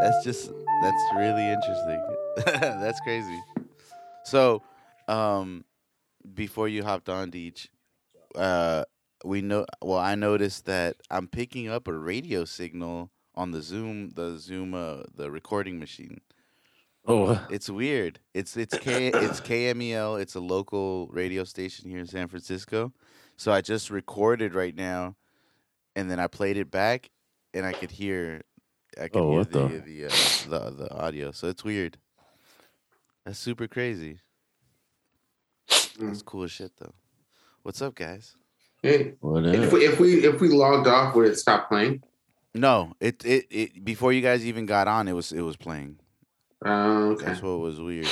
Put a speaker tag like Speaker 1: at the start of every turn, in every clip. Speaker 1: That's just that's really interesting. that's crazy. So, um, before you hopped on, Deej, uh, we know. Well, I noticed that I'm picking up a radio signal on the Zoom, the Zoom, uh, the recording machine.
Speaker 2: Oh,
Speaker 1: It's weird. It's it's K it's KMEL. It's a local radio station here in San Francisco. So I just recorded right now, and then I played it back, and I could hear, I could
Speaker 2: Oh,
Speaker 1: hear
Speaker 2: what the-
Speaker 1: the the uh, the the audio. So it's weird. That's super crazy. That's cool as shit though. What's up, guys?
Speaker 3: Hey,
Speaker 2: what
Speaker 3: if
Speaker 2: up?
Speaker 3: we if we if we logged off, would it stop playing?
Speaker 1: No, it it it before you guys even got on, it was it was playing.
Speaker 3: Uh, okay.
Speaker 1: That's what was weird.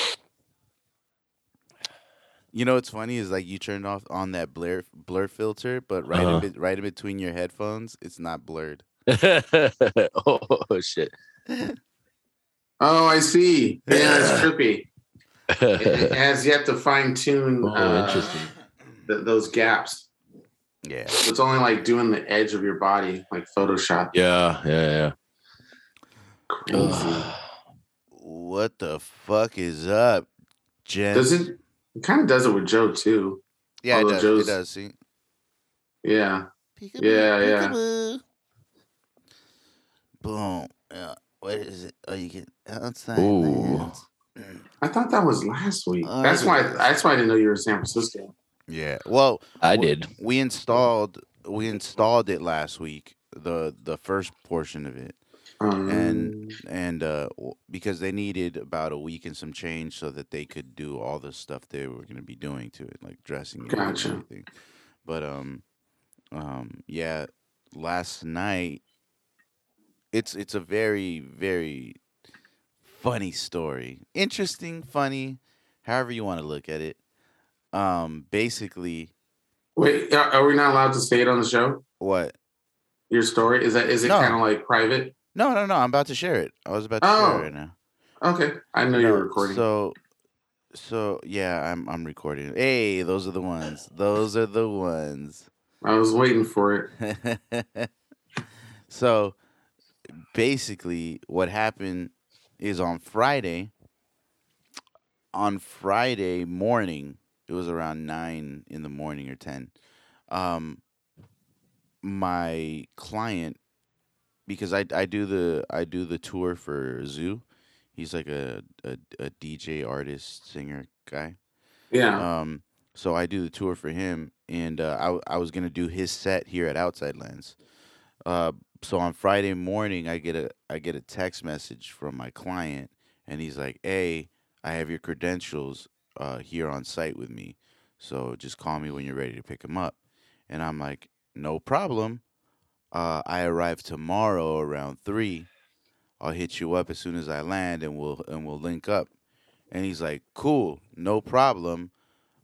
Speaker 1: You know what's funny is like you turned off on that blur blur filter, but right
Speaker 2: Uh-huh.
Speaker 1: in, be- right in between your headphones, it's not blurred.
Speaker 2: oh shit.
Speaker 3: Oh, I see. Yeah, it's trippy. It, it
Speaker 2: oh,
Speaker 3: has yet to fine tune uh,
Speaker 2: interesting.
Speaker 1: Ah.
Speaker 3: th- those gaps.
Speaker 1: Yeah.
Speaker 3: It's only like doing the edge of your body, like Photoshop.
Speaker 2: Yeah, yeah, Ah, yeah.
Speaker 3: Crazy.
Speaker 1: What the fuck is up, Jen?
Speaker 3: does it? It kind of does it with Joe too.
Speaker 1: yeah, it
Speaker 3: follow
Speaker 1: does.
Speaker 3: Joe's-
Speaker 1: It does. See.
Speaker 3: Yeah.
Speaker 1: Peekaboo,
Speaker 3: Yeah, yeah.
Speaker 1: peekaboo. Boom. Uh, what is it? Oh, you get outside. Mm.
Speaker 2: Ooh.
Speaker 1: lands.
Speaker 3: I thought that was last week.
Speaker 1: Oh,
Speaker 3: that's
Speaker 1: it
Speaker 3: why.
Speaker 1: was.
Speaker 3: That's why I didn't know you were in San Francisco.
Speaker 1: Yeah. Well,
Speaker 2: I
Speaker 1: Wh-
Speaker 2: did.
Speaker 1: we installed we installed it last week. The the first portion of it.
Speaker 3: Um,
Speaker 1: And- and uh, w- because they needed about a week and some change so that they could do all the stuff they were going to be doing to it, like dressing it
Speaker 3: Gotcha.
Speaker 1: and everything. But um, um, yeah, last night it's it's a very very funny story, interesting, funny, however you want to look at it. Um, basically,
Speaker 3: wait, are, are we not allowed to say it on the show?
Speaker 1: what?
Speaker 3: Your story is that? Is it
Speaker 1: No.
Speaker 3: kind of like private?
Speaker 1: No, no, no. I'm about to share it. I was about to share
Speaker 3: Oh.
Speaker 1: it right now.
Speaker 3: Okay, I know you
Speaker 1: No,
Speaker 3: were recording.
Speaker 1: So, so yeah, I'm I'm recording. Hey, those are the ones. Those are the ones.
Speaker 3: I was waiting for it.
Speaker 1: so, basically, what happened is on Friday. On Friday morning, it was around nine in the morning or ten. Um, my client because I, I do the I do the tour for Zoo. He's like a, a, a DJ artist singer guy.
Speaker 3: Yeah.
Speaker 1: Um, so I do the tour for him, and uh, I w- I was gonna do his set here at Outside Lens. Uh, so on Friday morning, I get a I get a text message from my client, and he's like, "Hey, I have your credentials uh, here on site with me, so just call me when you're ready to pick them up." And I'm like, "No problem. Uh, I arrive tomorrow around three. I'll hit you up as soon as I land, and we'll and we'll link up." And he's like, "Cool, no problem."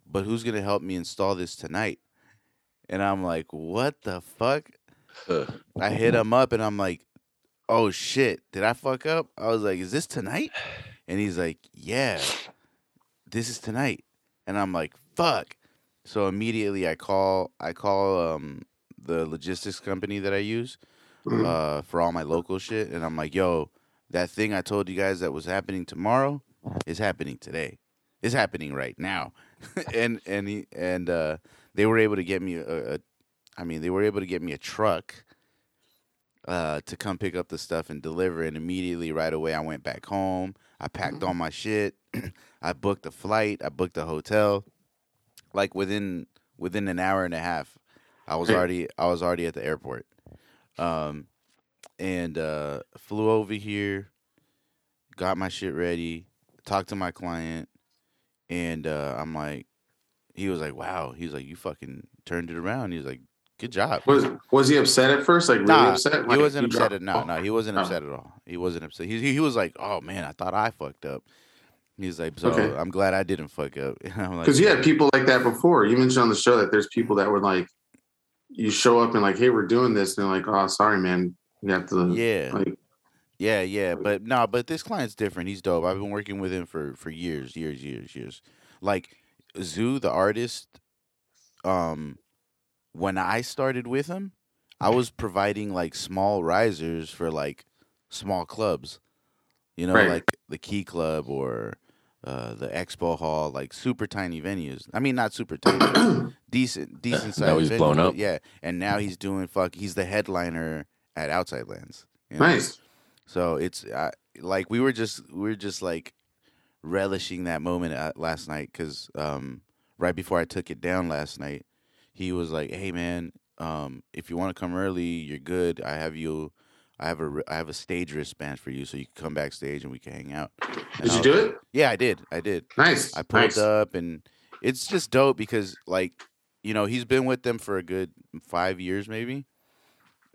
Speaker 1: but who's gonna help me install this tonight? And I'm like, what the fuck?
Speaker 2: Uh,
Speaker 1: I hit him up and I'm like, oh shit, did I fuck up? I was like, is this tonight? And he's like, yeah, this is tonight. And I'm like, fuck. So immediately I call, I call um, the logistics company that I use
Speaker 3: Mhm.
Speaker 1: uh, for all my local shit, and I'm like, yo, that thing I told you guys that was happening tomorrow is happening today. It's happening right now, and and he, and uh, they were able to get me a, a, I mean, they were able to get me a truck uh, to come pick up the stuff and deliver. And immediately, right away, I went back home. I packed all my shit. I booked a flight. I booked a hotel. Like within within an hour and a half, I was
Speaker 3: Hey.
Speaker 1: already I was already at the airport. Um, and uh, flew over here, got my shit ready, talked to my client, and uh, I'm like, he was like, "Wow." He was like, "You fucking turned it around." He was like, "Good job."
Speaker 3: Was was he upset at first? Like really
Speaker 1: nah,
Speaker 3: upset?
Speaker 1: he
Speaker 3: Like,
Speaker 1: wasn't upset
Speaker 3: dropped Oh.
Speaker 1: at no,
Speaker 3: the
Speaker 1: no, he wasn't
Speaker 3: No.
Speaker 1: upset at all. He wasn't upset. He he he was like, "Oh man, I thought I fucked up." He's like, "So
Speaker 3: Okay.
Speaker 1: I'm glad I didn't fuck up." And I'm like,
Speaker 3: Because you had people like that before. You mentioned on the show that there's people that were like, you show up and like, hey, we're doing this, and they're like, oh, sorry, man, you have to.
Speaker 1: yeah,
Speaker 3: Like,
Speaker 1: yeah, yeah." But no, but this client's different. He's dope. I've been working with him for for years, years, years, years. Like Zoo, the artist. Um, when I started with him, I
Speaker 2: Mm-hmm.
Speaker 1: was providing like small risers for like small clubs, you know,
Speaker 3: Right.
Speaker 1: like the Key Club or uh, the Expo Hall, like super tiny venues. I mean, not super tiny, but decent, decent
Speaker 2: now
Speaker 1: size.
Speaker 2: he's blown up.
Speaker 1: yeah. And now he's doing fuck. He's the headliner at Outside Lands. you know?
Speaker 3: nice.
Speaker 1: So it's I, like we were just we were just like relishing that moment uh, last night because um, right before I took it down last night, he was like, "Hey man, um, if you want to come early, you're good. I have you. I have a ri- I have a stage wristband for you, so you can come backstage and we can hang out." And
Speaker 3: Did
Speaker 1: I
Speaker 3: you
Speaker 1: was
Speaker 3: do
Speaker 1: like-
Speaker 3: it?
Speaker 1: Yeah, I did. I did.
Speaker 3: Nice.
Speaker 1: Oh. I pulled
Speaker 3: nice.
Speaker 1: up, and it's just dope because like you know he's been with them for a good five years maybe.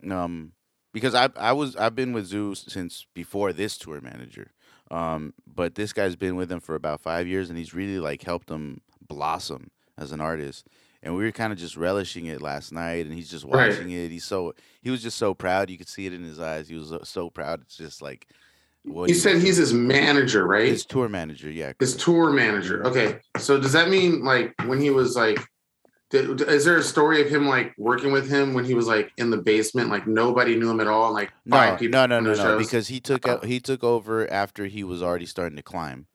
Speaker 1: Um, because I I was I've been with Zoo since before this tour manager. Um, but this guy's been with them for about five years, and he's really like helped him blossom as an artist. And we were kind of just relishing it last night, and he's just
Speaker 3: Right.
Speaker 1: watching it. He's so he was just so proud. You could see it in his eyes. He was uh, so proud. It's just like what
Speaker 3: You
Speaker 1: he-
Speaker 3: said he's his manager, right?
Speaker 1: his tour manager. Yeah,
Speaker 3: His tour manager. Okay. So does that mean like when he was like, did, is there a story of him like working with him when he was like in the basement, like nobody knew him at all, and like
Speaker 1: No,
Speaker 3: five people
Speaker 1: no, no,
Speaker 3: on
Speaker 1: no,
Speaker 3: the
Speaker 1: no.
Speaker 3: shows?
Speaker 1: Because he took out, he took over after he was already starting to climb.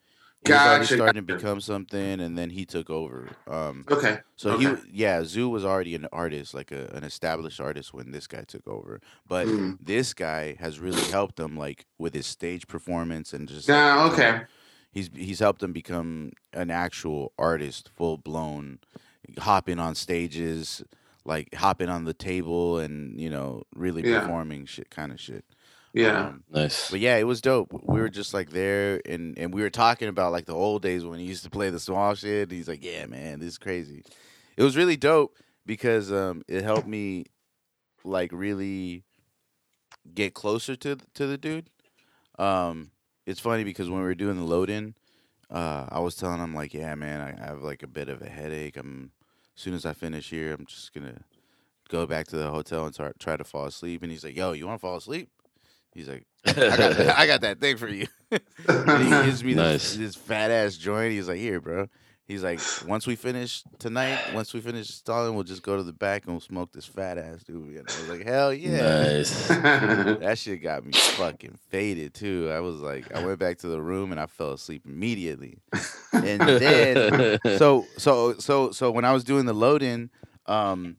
Speaker 1: He was
Speaker 3: Gotcha,
Speaker 1: already starting to
Speaker 3: gotcha.
Speaker 1: become something, and then he took over. Um,
Speaker 3: okay,
Speaker 1: so
Speaker 3: Okay.
Speaker 1: he, yeah, Zoo was already an artist, like a, an established artist when this guy took over. But
Speaker 3: Mm.
Speaker 1: this guy has really helped him, like with his stage performance and just. like,
Speaker 3: yeah,
Speaker 1: become-
Speaker 3: okay,
Speaker 1: He's he's helped him become an actual artist, full blown, hopping on stages, like hopping on the table, and you know, really
Speaker 3: Yeah.
Speaker 1: performing shit, kind of shit.
Speaker 3: yeah.
Speaker 1: Um,
Speaker 2: Nice.
Speaker 1: but yeah, it was dope. We were just like there, and and we were talking about like the old days when he used to play the small shit. He's like, yeah, man, this is crazy. It was really dope because um, it helped me like really get closer to to the dude. Um, it's funny because when we were doing the load in, uh, I was telling him like, yeah, man, I I have like a bit of a headache. I'm as soon as I finish here, I'm just gonna go back to the hotel and start, try to fall asleep. And he's like, yo, you want to fall asleep? He's like. I got, that, I got that thing for you. And Uh, he gives me
Speaker 2: Nice.
Speaker 1: this, this fat ass joint. He's like, here, bro. He's like, once we finish tonight, once we finish installing, we'll just go to the back and we'll smoke this fat ass doobie. And I was like, hell yeah.
Speaker 2: Nice.
Speaker 1: That shit got me fucking faded too. I was like, I went back to the room and I fell asleep immediately. And then so so so so when I was doing the load in, um,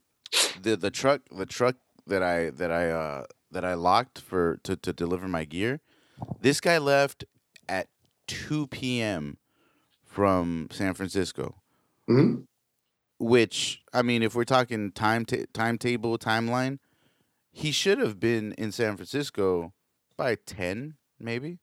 Speaker 1: the the truck the truck that I that I uh that I locked for to to deliver my gear, this guy left at two p.m. from San Francisco.
Speaker 3: Mhm.
Speaker 1: Which I mean, if we're talking time ta timetable timeline, he should have been in San Francisco by ten maybe.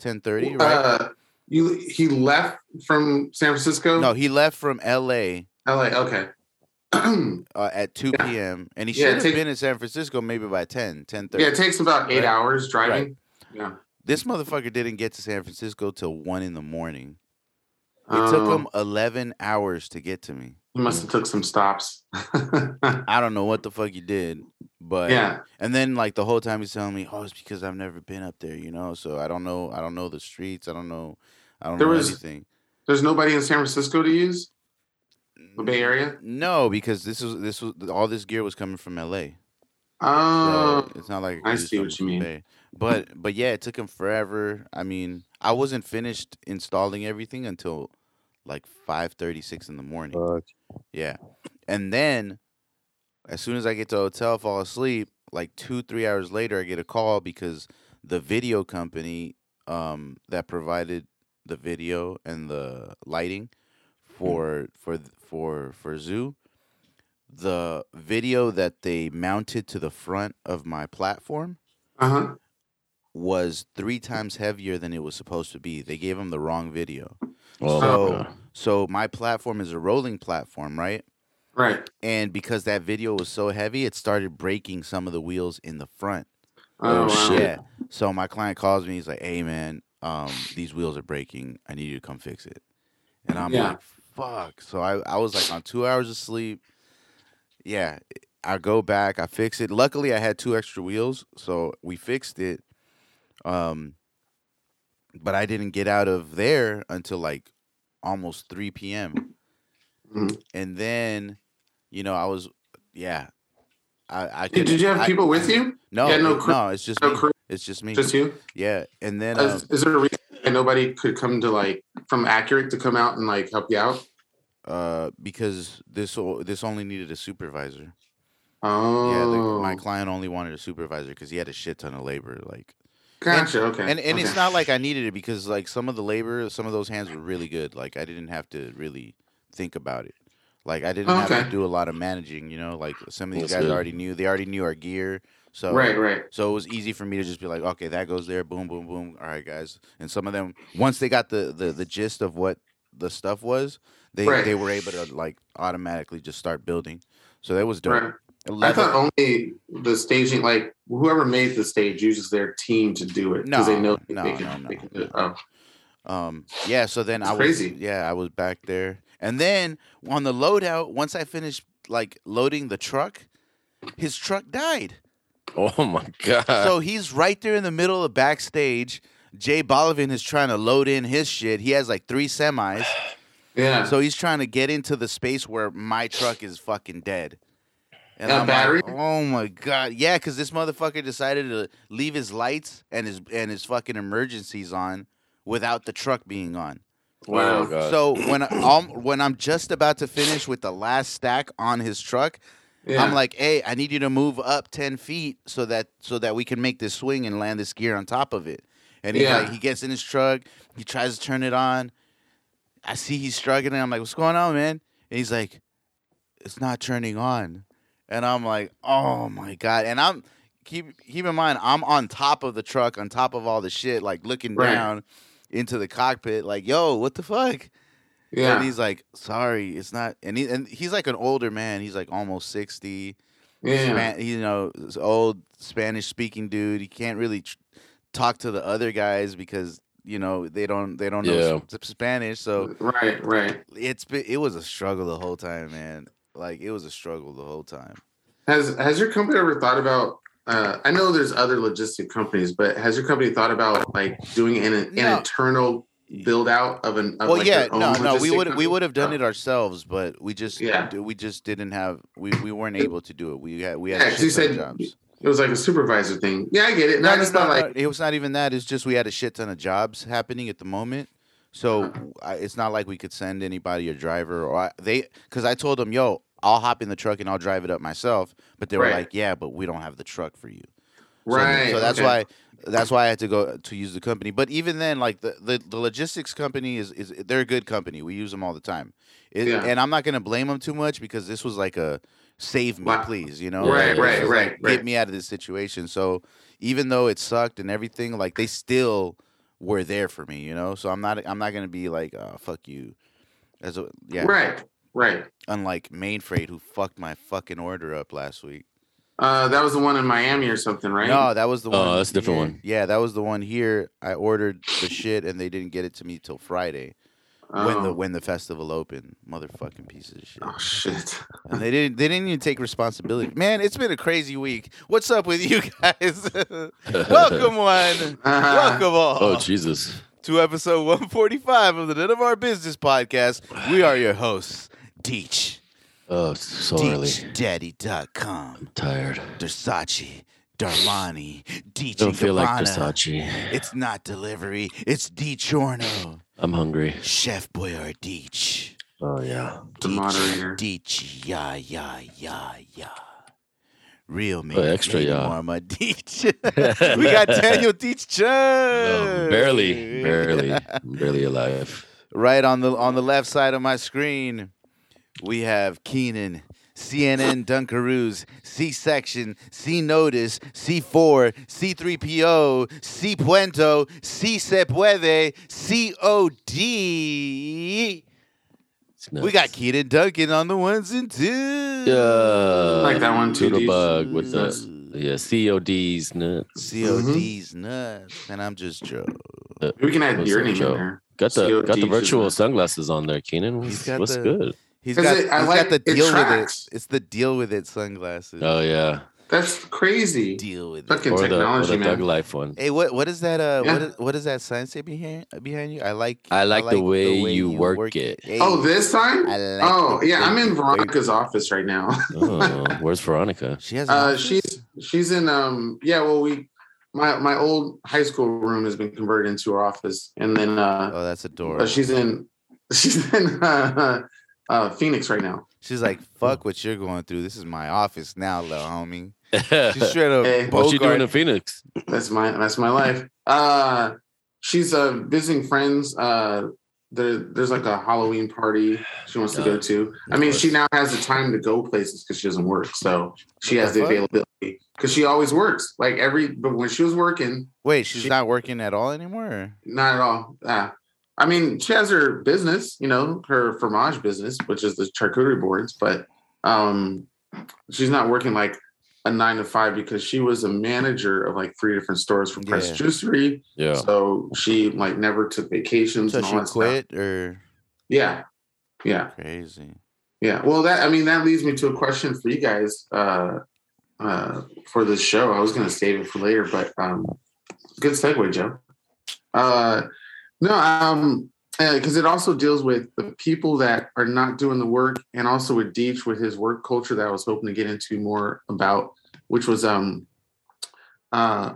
Speaker 1: 10:30, right?
Speaker 3: Uh, you he left from San Francisco.
Speaker 1: no, he left from LA
Speaker 3: L.A. Okay.
Speaker 1: uh, at 2
Speaker 3: Yeah.
Speaker 1: p.m. and he
Speaker 3: Yeah,
Speaker 1: should have
Speaker 3: take-
Speaker 1: been in San Francisco maybe by 10, 10
Speaker 3: yeah, it takes about eight
Speaker 1: Right.
Speaker 3: hours driving. Yeah.
Speaker 1: this motherfucker didn't get to San Francisco till 1 in the morning. It took
Speaker 3: Um,
Speaker 1: him 11 hours to get to me.
Speaker 3: He must have took some stops.
Speaker 1: I don't know what the fuck he did, but
Speaker 3: yeah.
Speaker 1: and then like the whole time he's telling me, "Oh, it's because I've never been up there, you know, so I don't know, I don't know the streets, I don't know, I don't
Speaker 3: There
Speaker 1: know
Speaker 3: was-
Speaker 1: anything."
Speaker 3: There's nobody in San Francisco to use the Bay Area.
Speaker 1: No, because this was this was all this gear was coming from L.A.
Speaker 3: Oh,
Speaker 1: So it's not like
Speaker 3: I
Speaker 1: could just
Speaker 3: see
Speaker 1: come
Speaker 3: what you
Speaker 1: from
Speaker 3: mean.
Speaker 1: Bay. But but yeah, it took him forever. I mean, I wasn't finished installing everything until like 5:36 in the morning. Yeah. And then as soon as I get to the hotel, fall asleep, like 2-3 hours later I get a call because the video company um that provided the video and the lighting for for for for Zoo the video that they mounted to the front of my platform
Speaker 3: uh huh.
Speaker 1: was three times heavier than it was supposed to be. They gave him the wrong video.
Speaker 2: Well,
Speaker 1: so
Speaker 2: uh,
Speaker 1: So my platform is a rolling platform, right?
Speaker 3: Right.
Speaker 1: And because that video was so heavy, it started breaking some of the wheels in the front.
Speaker 3: Oh,
Speaker 2: Oh,
Speaker 3: wow.
Speaker 2: shit.
Speaker 1: Yeah. So my client calls me. He's like, "Hey, man, um, these wheels are breaking. I need you to come fix it." And I'm
Speaker 3: Yeah.
Speaker 1: like, "Fuck!" So I, I was like on two hours of sleep. Yeah, I go back. I fix it. Luckily, I had two extra wheels, so we fixed it. Um, but I didn't get out of there until like almost three p.m.
Speaker 3: Mhm.
Speaker 1: And then, you know, I was, yeah. I, I
Speaker 3: Did, did you have
Speaker 1: I-
Speaker 3: people with you?
Speaker 1: No,
Speaker 3: You had no
Speaker 1: it-
Speaker 3: crew-
Speaker 1: no, it's just
Speaker 3: no
Speaker 1: me.
Speaker 3: crew?
Speaker 1: It's just me.
Speaker 3: Just you?
Speaker 1: Yeah, and then um,
Speaker 3: Is, is there a reason why nobody could come to like from Accurate to come out and like help you out?
Speaker 1: uh, because this o- this only needed a supervisor. Yeah,
Speaker 3: Oh,
Speaker 1: the, my client only wanted a supervisor because he had a shit ton of labor. Like,
Speaker 3: gotcha. okay,
Speaker 1: and and it's
Speaker 3: okay.
Speaker 1: not like I needed it because like some of the labor, some of those hands were really good. Like I didn't have to really think about it. Like I didn't have
Speaker 3: Okay.
Speaker 1: to do a lot of managing. You know, like some of these
Speaker 2: That's
Speaker 1: guys
Speaker 2: good.
Speaker 1: already knew. They already knew our gear. So
Speaker 3: right, right.
Speaker 1: So it was easy for me to just be like, okay, that goes there, boom, boom, boom. All right, guys. And some of them, once they got the the, the gist of what the stuff was, they
Speaker 3: Right.
Speaker 1: they were able to like automatically just start building. So that was dope.
Speaker 3: Right. I
Speaker 1: Level-
Speaker 3: thought only the staging, like whoever made the stage, uses their team to do it
Speaker 1: No,
Speaker 3: because they know
Speaker 1: no,
Speaker 3: they can,
Speaker 1: no,
Speaker 3: they
Speaker 1: no.
Speaker 3: can do it. Oh,
Speaker 1: um, yeah. So then
Speaker 3: It's
Speaker 1: I was
Speaker 3: crazy.
Speaker 1: yeah I was back there, and then on the loadout, once I finished like loading the truck, his truck died.
Speaker 2: Oh my god.
Speaker 3: Uh.
Speaker 1: so he's right there in the middle of backstage. Jay Bolivin is trying to load in his shit. He has like three semis.
Speaker 3: yeah.
Speaker 1: So he's trying to get into the space where my truck is fucking dead. And
Speaker 3: Got
Speaker 1: I'm
Speaker 3: battery?
Speaker 1: like, oh my god, yeah, because this motherfucker decided to leave his lights and his and his fucking emergencies on without the truck being on.
Speaker 2: wow.
Speaker 3: Wow.
Speaker 2: God.
Speaker 1: So when I, um, when I'm just about to finish with the last stack on his truck,
Speaker 3: yeah.
Speaker 1: I'm like, hey, I need you to move up ten feet so that so that we can make this swing and land this gear on top of it. And he
Speaker 3: Yeah.
Speaker 1: like he gets in his truck, he tries to turn it on. I see he's struggling. I'm like, what's going on, man? And he's like, it's not turning on. And I'm like, oh my god. And I'm keep keep in mind, I'm on top of the truck, on top of all the shit, like looking
Speaker 3: Right.
Speaker 1: down into the cockpit, like, yo, what the fuck? And
Speaker 3: yeah,
Speaker 1: he's like, sorry, it's not. And he, and he's like an older man. He's like almost sixty.
Speaker 3: yeah,
Speaker 1: Span- you know, this old Spanish speaking dude. He can't really tr- talk to the other guys because you know they don't they don't know s- Spanish. So
Speaker 3: right, right.
Speaker 1: it's been, it was a struggle the whole time, man. Like it was a struggle the whole time.
Speaker 3: Has has your company ever thought about? Uh, I know there's other logistic companies, but has your company thought about like doing an an
Speaker 1: No.
Speaker 3: internal build out of an? Of
Speaker 1: well,
Speaker 3: like,
Speaker 1: yeah,
Speaker 3: your own
Speaker 1: no, no, we would
Speaker 3: logistic
Speaker 1: we
Speaker 3: company?
Speaker 1: would have done
Speaker 3: Oh.
Speaker 1: it ourselves, but we just
Speaker 3: Yeah.
Speaker 1: we just didn't have we, we weren't able to do it. We had we had
Speaker 3: Yeah,
Speaker 1: a
Speaker 3: 'cause you
Speaker 1: shit ton of
Speaker 3: said-
Speaker 1: jobs.
Speaker 3: It was like a supervisor thing. Yeah, I get it. No, I just thought like,
Speaker 1: it was not even that. It's just we had a shit ton of jobs happening at the moment, so I, it's not like we could send anybody a driver or I, they. Because I told them, "Yo, I'll hop in the truck and I'll drive it up myself," but they were
Speaker 3: Right.
Speaker 1: like, "Yeah, but we don't have the truck for you." So-
Speaker 3: right.
Speaker 1: So, that's
Speaker 3: okay.
Speaker 1: why that's why I had to go to use the company. But even then, like the, the, the logistics company is is they're a good company. We use them all the time, It-
Speaker 3: Yeah.
Speaker 1: and I'm not gonna blame them too much because this was like a save me,
Speaker 3: Wow.
Speaker 1: please. You know,
Speaker 3: Right,
Speaker 1: Like, this
Speaker 3: right,
Speaker 1: was
Speaker 3: right,
Speaker 1: like,
Speaker 3: right.
Speaker 1: Get me out of this situation. So even though it sucked and everything, like they still were there for me. You know, so I'm not I'm not gonna be like uh, fuck you. As a, yeah,
Speaker 3: Right, right.
Speaker 1: unlike Main Freight, who fucked my fucking order up last week.
Speaker 3: Uh, that was the one in Miami or something, right?
Speaker 1: No, that was the
Speaker 2: Oh,
Speaker 1: one.
Speaker 2: that's a different
Speaker 1: here.
Speaker 2: one.
Speaker 1: Yeah, that was the one here. I ordered the shit and they didn't get it to me till Friday when
Speaker 3: oh.
Speaker 1: the when the festival opened. Motherfucking pieces of shit.
Speaker 3: oh shit.
Speaker 1: And they didn't they didn't even take responsibility. Man, it's been a crazy week. What's up with you guys? Welcome one.
Speaker 3: Ah.
Speaker 1: Welcome all
Speaker 2: oh Jesus.
Speaker 1: to episode 145 of the None of Our Business podcast. We are your hosts, Deech.
Speaker 2: Oh, it's so early.
Speaker 1: DeechDaddy.com.
Speaker 2: Tired.
Speaker 1: Versace, Darlani, Deech
Speaker 2: Don't feel like
Speaker 1: Gabbana.
Speaker 2: Versace.
Speaker 1: It's not delivery. It's DiCiorno.
Speaker 2: I'm hungry.
Speaker 1: Chef Boyardee.
Speaker 2: Oh yeah.
Speaker 3: The moderator.
Speaker 1: Deech. Ya, ya, ya, ya. Real man.
Speaker 2: Oh, extra
Speaker 1: made
Speaker 2: ya.
Speaker 1: Mama Deech. we got Daniel Deech Jones.
Speaker 2: No, Oh, barely, barely, barely alive.
Speaker 1: Right on the on the left side of my screen, we have Keenan, CNN Dunkaroos, C Section, C Notice, C4, C3PO, C Puento, C Se Puede, COD.
Speaker 2: It's nuts.
Speaker 1: We got Keaton Duncan on the ones and twos.
Speaker 2: Yeah.
Speaker 3: like that one too,
Speaker 2: Little
Speaker 3: dude.
Speaker 2: bug with the yeah CODs nuts.
Speaker 1: COD's
Speaker 3: Mm-hmm.
Speaker 1: nuts, and I'm just Joe.
Speaker 3: We can add
Speaker 2: What's
Speaker 3: your
Speaker 2: up,
Speaker 3: name in
Speaker 2: Joe?
Speaker 3: there.
Speaker 2: Got the got the
Speaker 3: CODs
Speaker 2: virtual
Speaker 3: nuts.
Speaker 2: sunglasses on there, Keenan. What's,
Speaker 1: got
Speaker 2: what's
Speaker 1: the-
Speaker 2: good?
Speaker 1: He's
Speaker 3: Is
Speaker 1: got,
Speaker 3: it- I
Speaker 1: he's
Speaker 3: like-
Speaker 1: got the
Speaker 3: it
Speaker 1: deal with it.
Speaker 3: tracks.
Speaker 1: It's the deal with it sunglasses.
Speaker 2: Oh yeah,
Speaker 3: That's crazy.
Speaker 1: Deal with it.
Speaker 3: Fucking
Speaker 2: or the, or
Speaker 3: technology,
Speaker 2: the Thug
Speaker 3: man.
Speaker 2: Life one.
Speaker 1: Hey, what what is that? Uh, what
Speaker 3: Yeah.
Speaker 1: is, what is that sign say behind uh, behind you? I like.
Speaker 2: I like the way you work it.
Speaker 1: Hey,
Speaker 3: Oh, this time?
Speaker 1: I like
Speaker 3: Oh,
Speaker 1: the
Speaker 3: yeah.
Speaker 1: way
Speaker 3: I'm in
Speaker 1: you work
Speaker 3: Veronica's office right now.
Speaker 2: Oh, where's Veronica?
Speaker 1: it. She has. an
Speaker 3: Uh,
Speaker 1: office?
Speaker 3: she's she's in um yeah. Well, we my my old high school room has been converted into her office, and then uh,
Speaker 1: Oh, that's adorable.
Speaker 3: uh, she's in she's in uh, uh Phoenix right now.
Speaker 1: She's like, fuck what you're going through. This is my office now, little homie. She's
Speaker 2: What's
Speaker 1: straight up.
Speaker 3: Hey.
Speaker 2: she doing in
Speaker 1: Bogart.
Speaker 2: Phoenix?
Speaker 3: That's my that's my life. Uh, she's uh visiting friends. Uh, there there's like a Halloween party she wants to go to. I mean, she now has the time to go places because she doesn't work, so she has the
Speaker 1: What the
Speaker 3: availability because she always works. Like every but when she was working,
Speaker 1: Wait, she's
Speaker 3: She-
Speaker 1: not working at all anymore. or-
Speaker 3: Not at all. Ah. I mean, she has her business, you know, her fromage business, which is the charcuterie boards, but um, she's not working like a nine to five because she was a manager of like three different stores for Price
Speaker 1: Yeah.
Speaker 3: Juicery.
Speaker 2: Yeah.
Speaker 3: So she like never took vacations
Speaker 1: So
Speaker 3: and all
Speaker 1: she
Speaker 3: that stuff.
Speaker 1: quit or
Speaker 3: Yeah. Yeah.
Speaker 1: crazy.
Speaker 3: Yeah. Well, that, I mean, that leads me to a question for you guys uh, uh, for this show. I was going to save it for later, but um, good segue, Joe. Uh, no, um, because it also deals with the people that are not doing the work, and also with Deech with his work culture that I was hoping to get into more about, which was um, uh,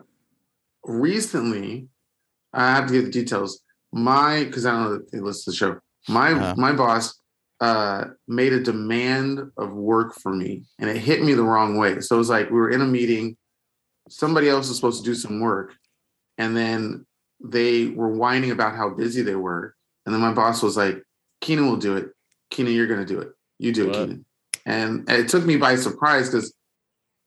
Speaker 3: recently. I have to get the details. My because I don't know if they listen to the show. My
Speaker 1: Uh-huh.
Speaker 3: my boss uh, made a demand of work for me, and it hit me the wrong way. So it was like we were in a meeting. Somebody else was supposed to do some work, and then they were whining about how busy they were. And then my boss was like, Keenan will do it. Keenan, you're going to do it. You do
Speaker 2: What?
Speaker 3: it, Keenan. And it took me by surprise because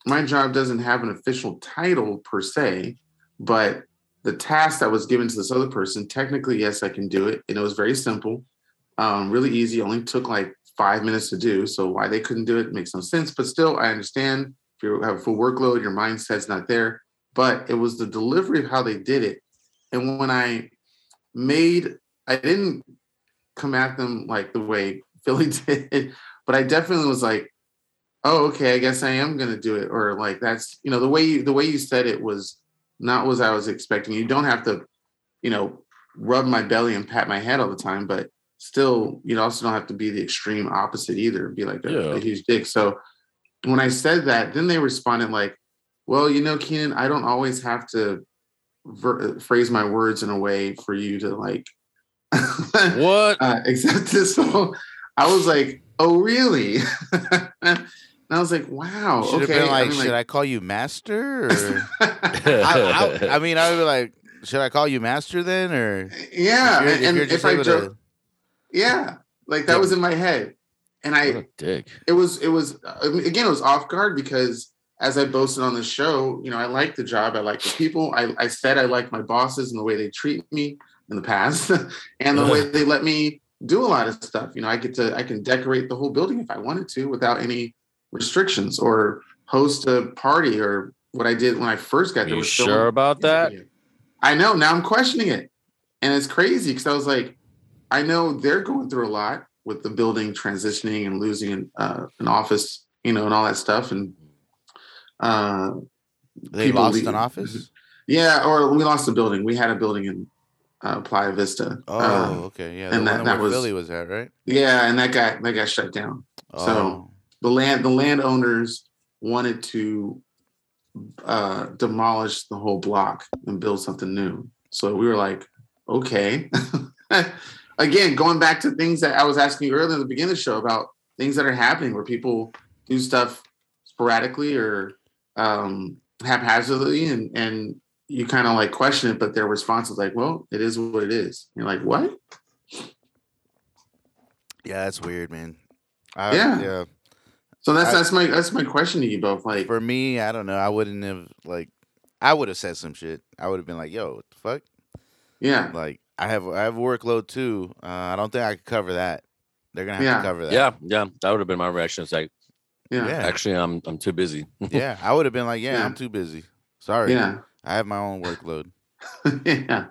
Speaker 3: my job doesn't have an official title per se, but the task that was given to this other person, technically, yes, I can do it. And it was very simple, um, really easy, only took like five minutes to do. So why they couldn't do it makes no sense. But still, I understand if you have a full workload, your mindset's not there. But it was the delivery of how they did it. And when I made, I didn't come at them like the way Philly did, but I definitely was like, oh, okay, I guess I am gonna do it, or like that's you know the way you, the way you said it was not what I was expecting. You don't have to, you know, rub my belly and pat my head all the time, but still, you also don't have to be the extreme opposite either. Be like a, a
Speaker 2: Yeah.
Speaker 3: huge dick. So when I said that, then they responded like, well, you know, Keenan, I don't always have to ver- phrase my words in a way for you to like
Speaker 2: What?
Speaker 3: uh, accept this. So I was like, oh, really? and I was like, wow.
Speaker 1: Should have
Speaker 3: Oh, okay.
Speaker 1: been like,
Speaker 3: I mean,
Speaker 1: should
Speaker 3: like-
Speaker 1: I call you master? Or I, I, I mean, I would be like, should I call you master then? Or
Speaker 3: yeah.
Speaker 1: if you're,
Speaker 3: and
Speaker 1: you're
Speaker 3: if,
Speaker 1: just
Speaker 3: I
Speaker 1: able
Speaker 3: joke,
Speaker 1: to-
Speaker 3: yeah, like that was in my head. And
Speaker 2: What
Speaker 3: I,
Speaker 2: a dick.
Speaker 3: it was it was I mean, again it was off guard because as I boasted on the show, you know, I like the job, I like the people. I, I said I like my bosses and the way they treat me in the past and the way they let me do a lot of stuff. You know, I get to I can decorate the whole building if I wanted to without any restrictions or host a party or what I did when I first got there
Speaker 2: you
Speaker 3: was
Speaker 2: sure
Speaker 3: still-
Speaker 2: about that?
Speaker 3: I know. Now I'm questioning it. And it's crazy because I was like, I know they're going through a lot with the building transitioning and losing an, uh, an office, you know, and all that stuff. And uh,
Speaker 1: they
Speaker 3: people
Speaker 1: lost
Speaker 3: leave. Mm-hmm.
Speaker 1: an office?
Speaker 3: yeah, or we lost the building. We had a building in uh, Playa Vista.
Speaker 1: Oh,
Speaker 3: Uh,
Speaker 1: okay, yeah,
Speaker 3: and
Speaker 1: the
Speaker 3: that-
Speaker 1: one
Speaker 3: that
Speaker 1: where
Speaker 3: was-
Speaker 1: Philly was at, right?
Speaker 3: yeah, and that got that got shut down.
Speaker 1: Oh,
Speaker 3: the land the landowners wanted to uh, demolish the whole block and build something new. So we were like, okay. Again, going back to things that I was asking you earlier in the beginning of the show about things that are happening where people do stuff sporadically or um, haphazardly, and and you kind of like question it, but their response is like, "Well, it is what it is." You're like, "What?"
Speaker 1: yeah, that's weird, man. I,
Speaker 3: Yeah.
Speaker 1: yeah.
Speaker 3: So that's
Speaker 1: I-
Speaker 3: that's my that's my question to you both. Like,
Speaker 1: for me, I don't know. I wouldn't have like. I would have said some shit. I would have been like, "Yo, what the fuck!"
Speaker 3: yeah,
Speaker 1: Like, I have I have a workload too. Uh, I don't think I could cover that. They're gonna have
Speaker 3: Yeah.
Speaker 1: to cover that.
Speaker 2: Yeah, yeah, that would have been my reaction. It's like
Speaker 3: Yeah. Yeah.
Speaker 1: yeah,
Speaker 2: actually, I'm I'm too busy.
Speaker 1: yeah. I would have been like, yeah,
Speaker 3: Yeah.
Speaker 1: I'm too busy. Sorry,
Speaker 3: Yeah.
Speaker 1: I have my own workload.
Speaker 3: yeah.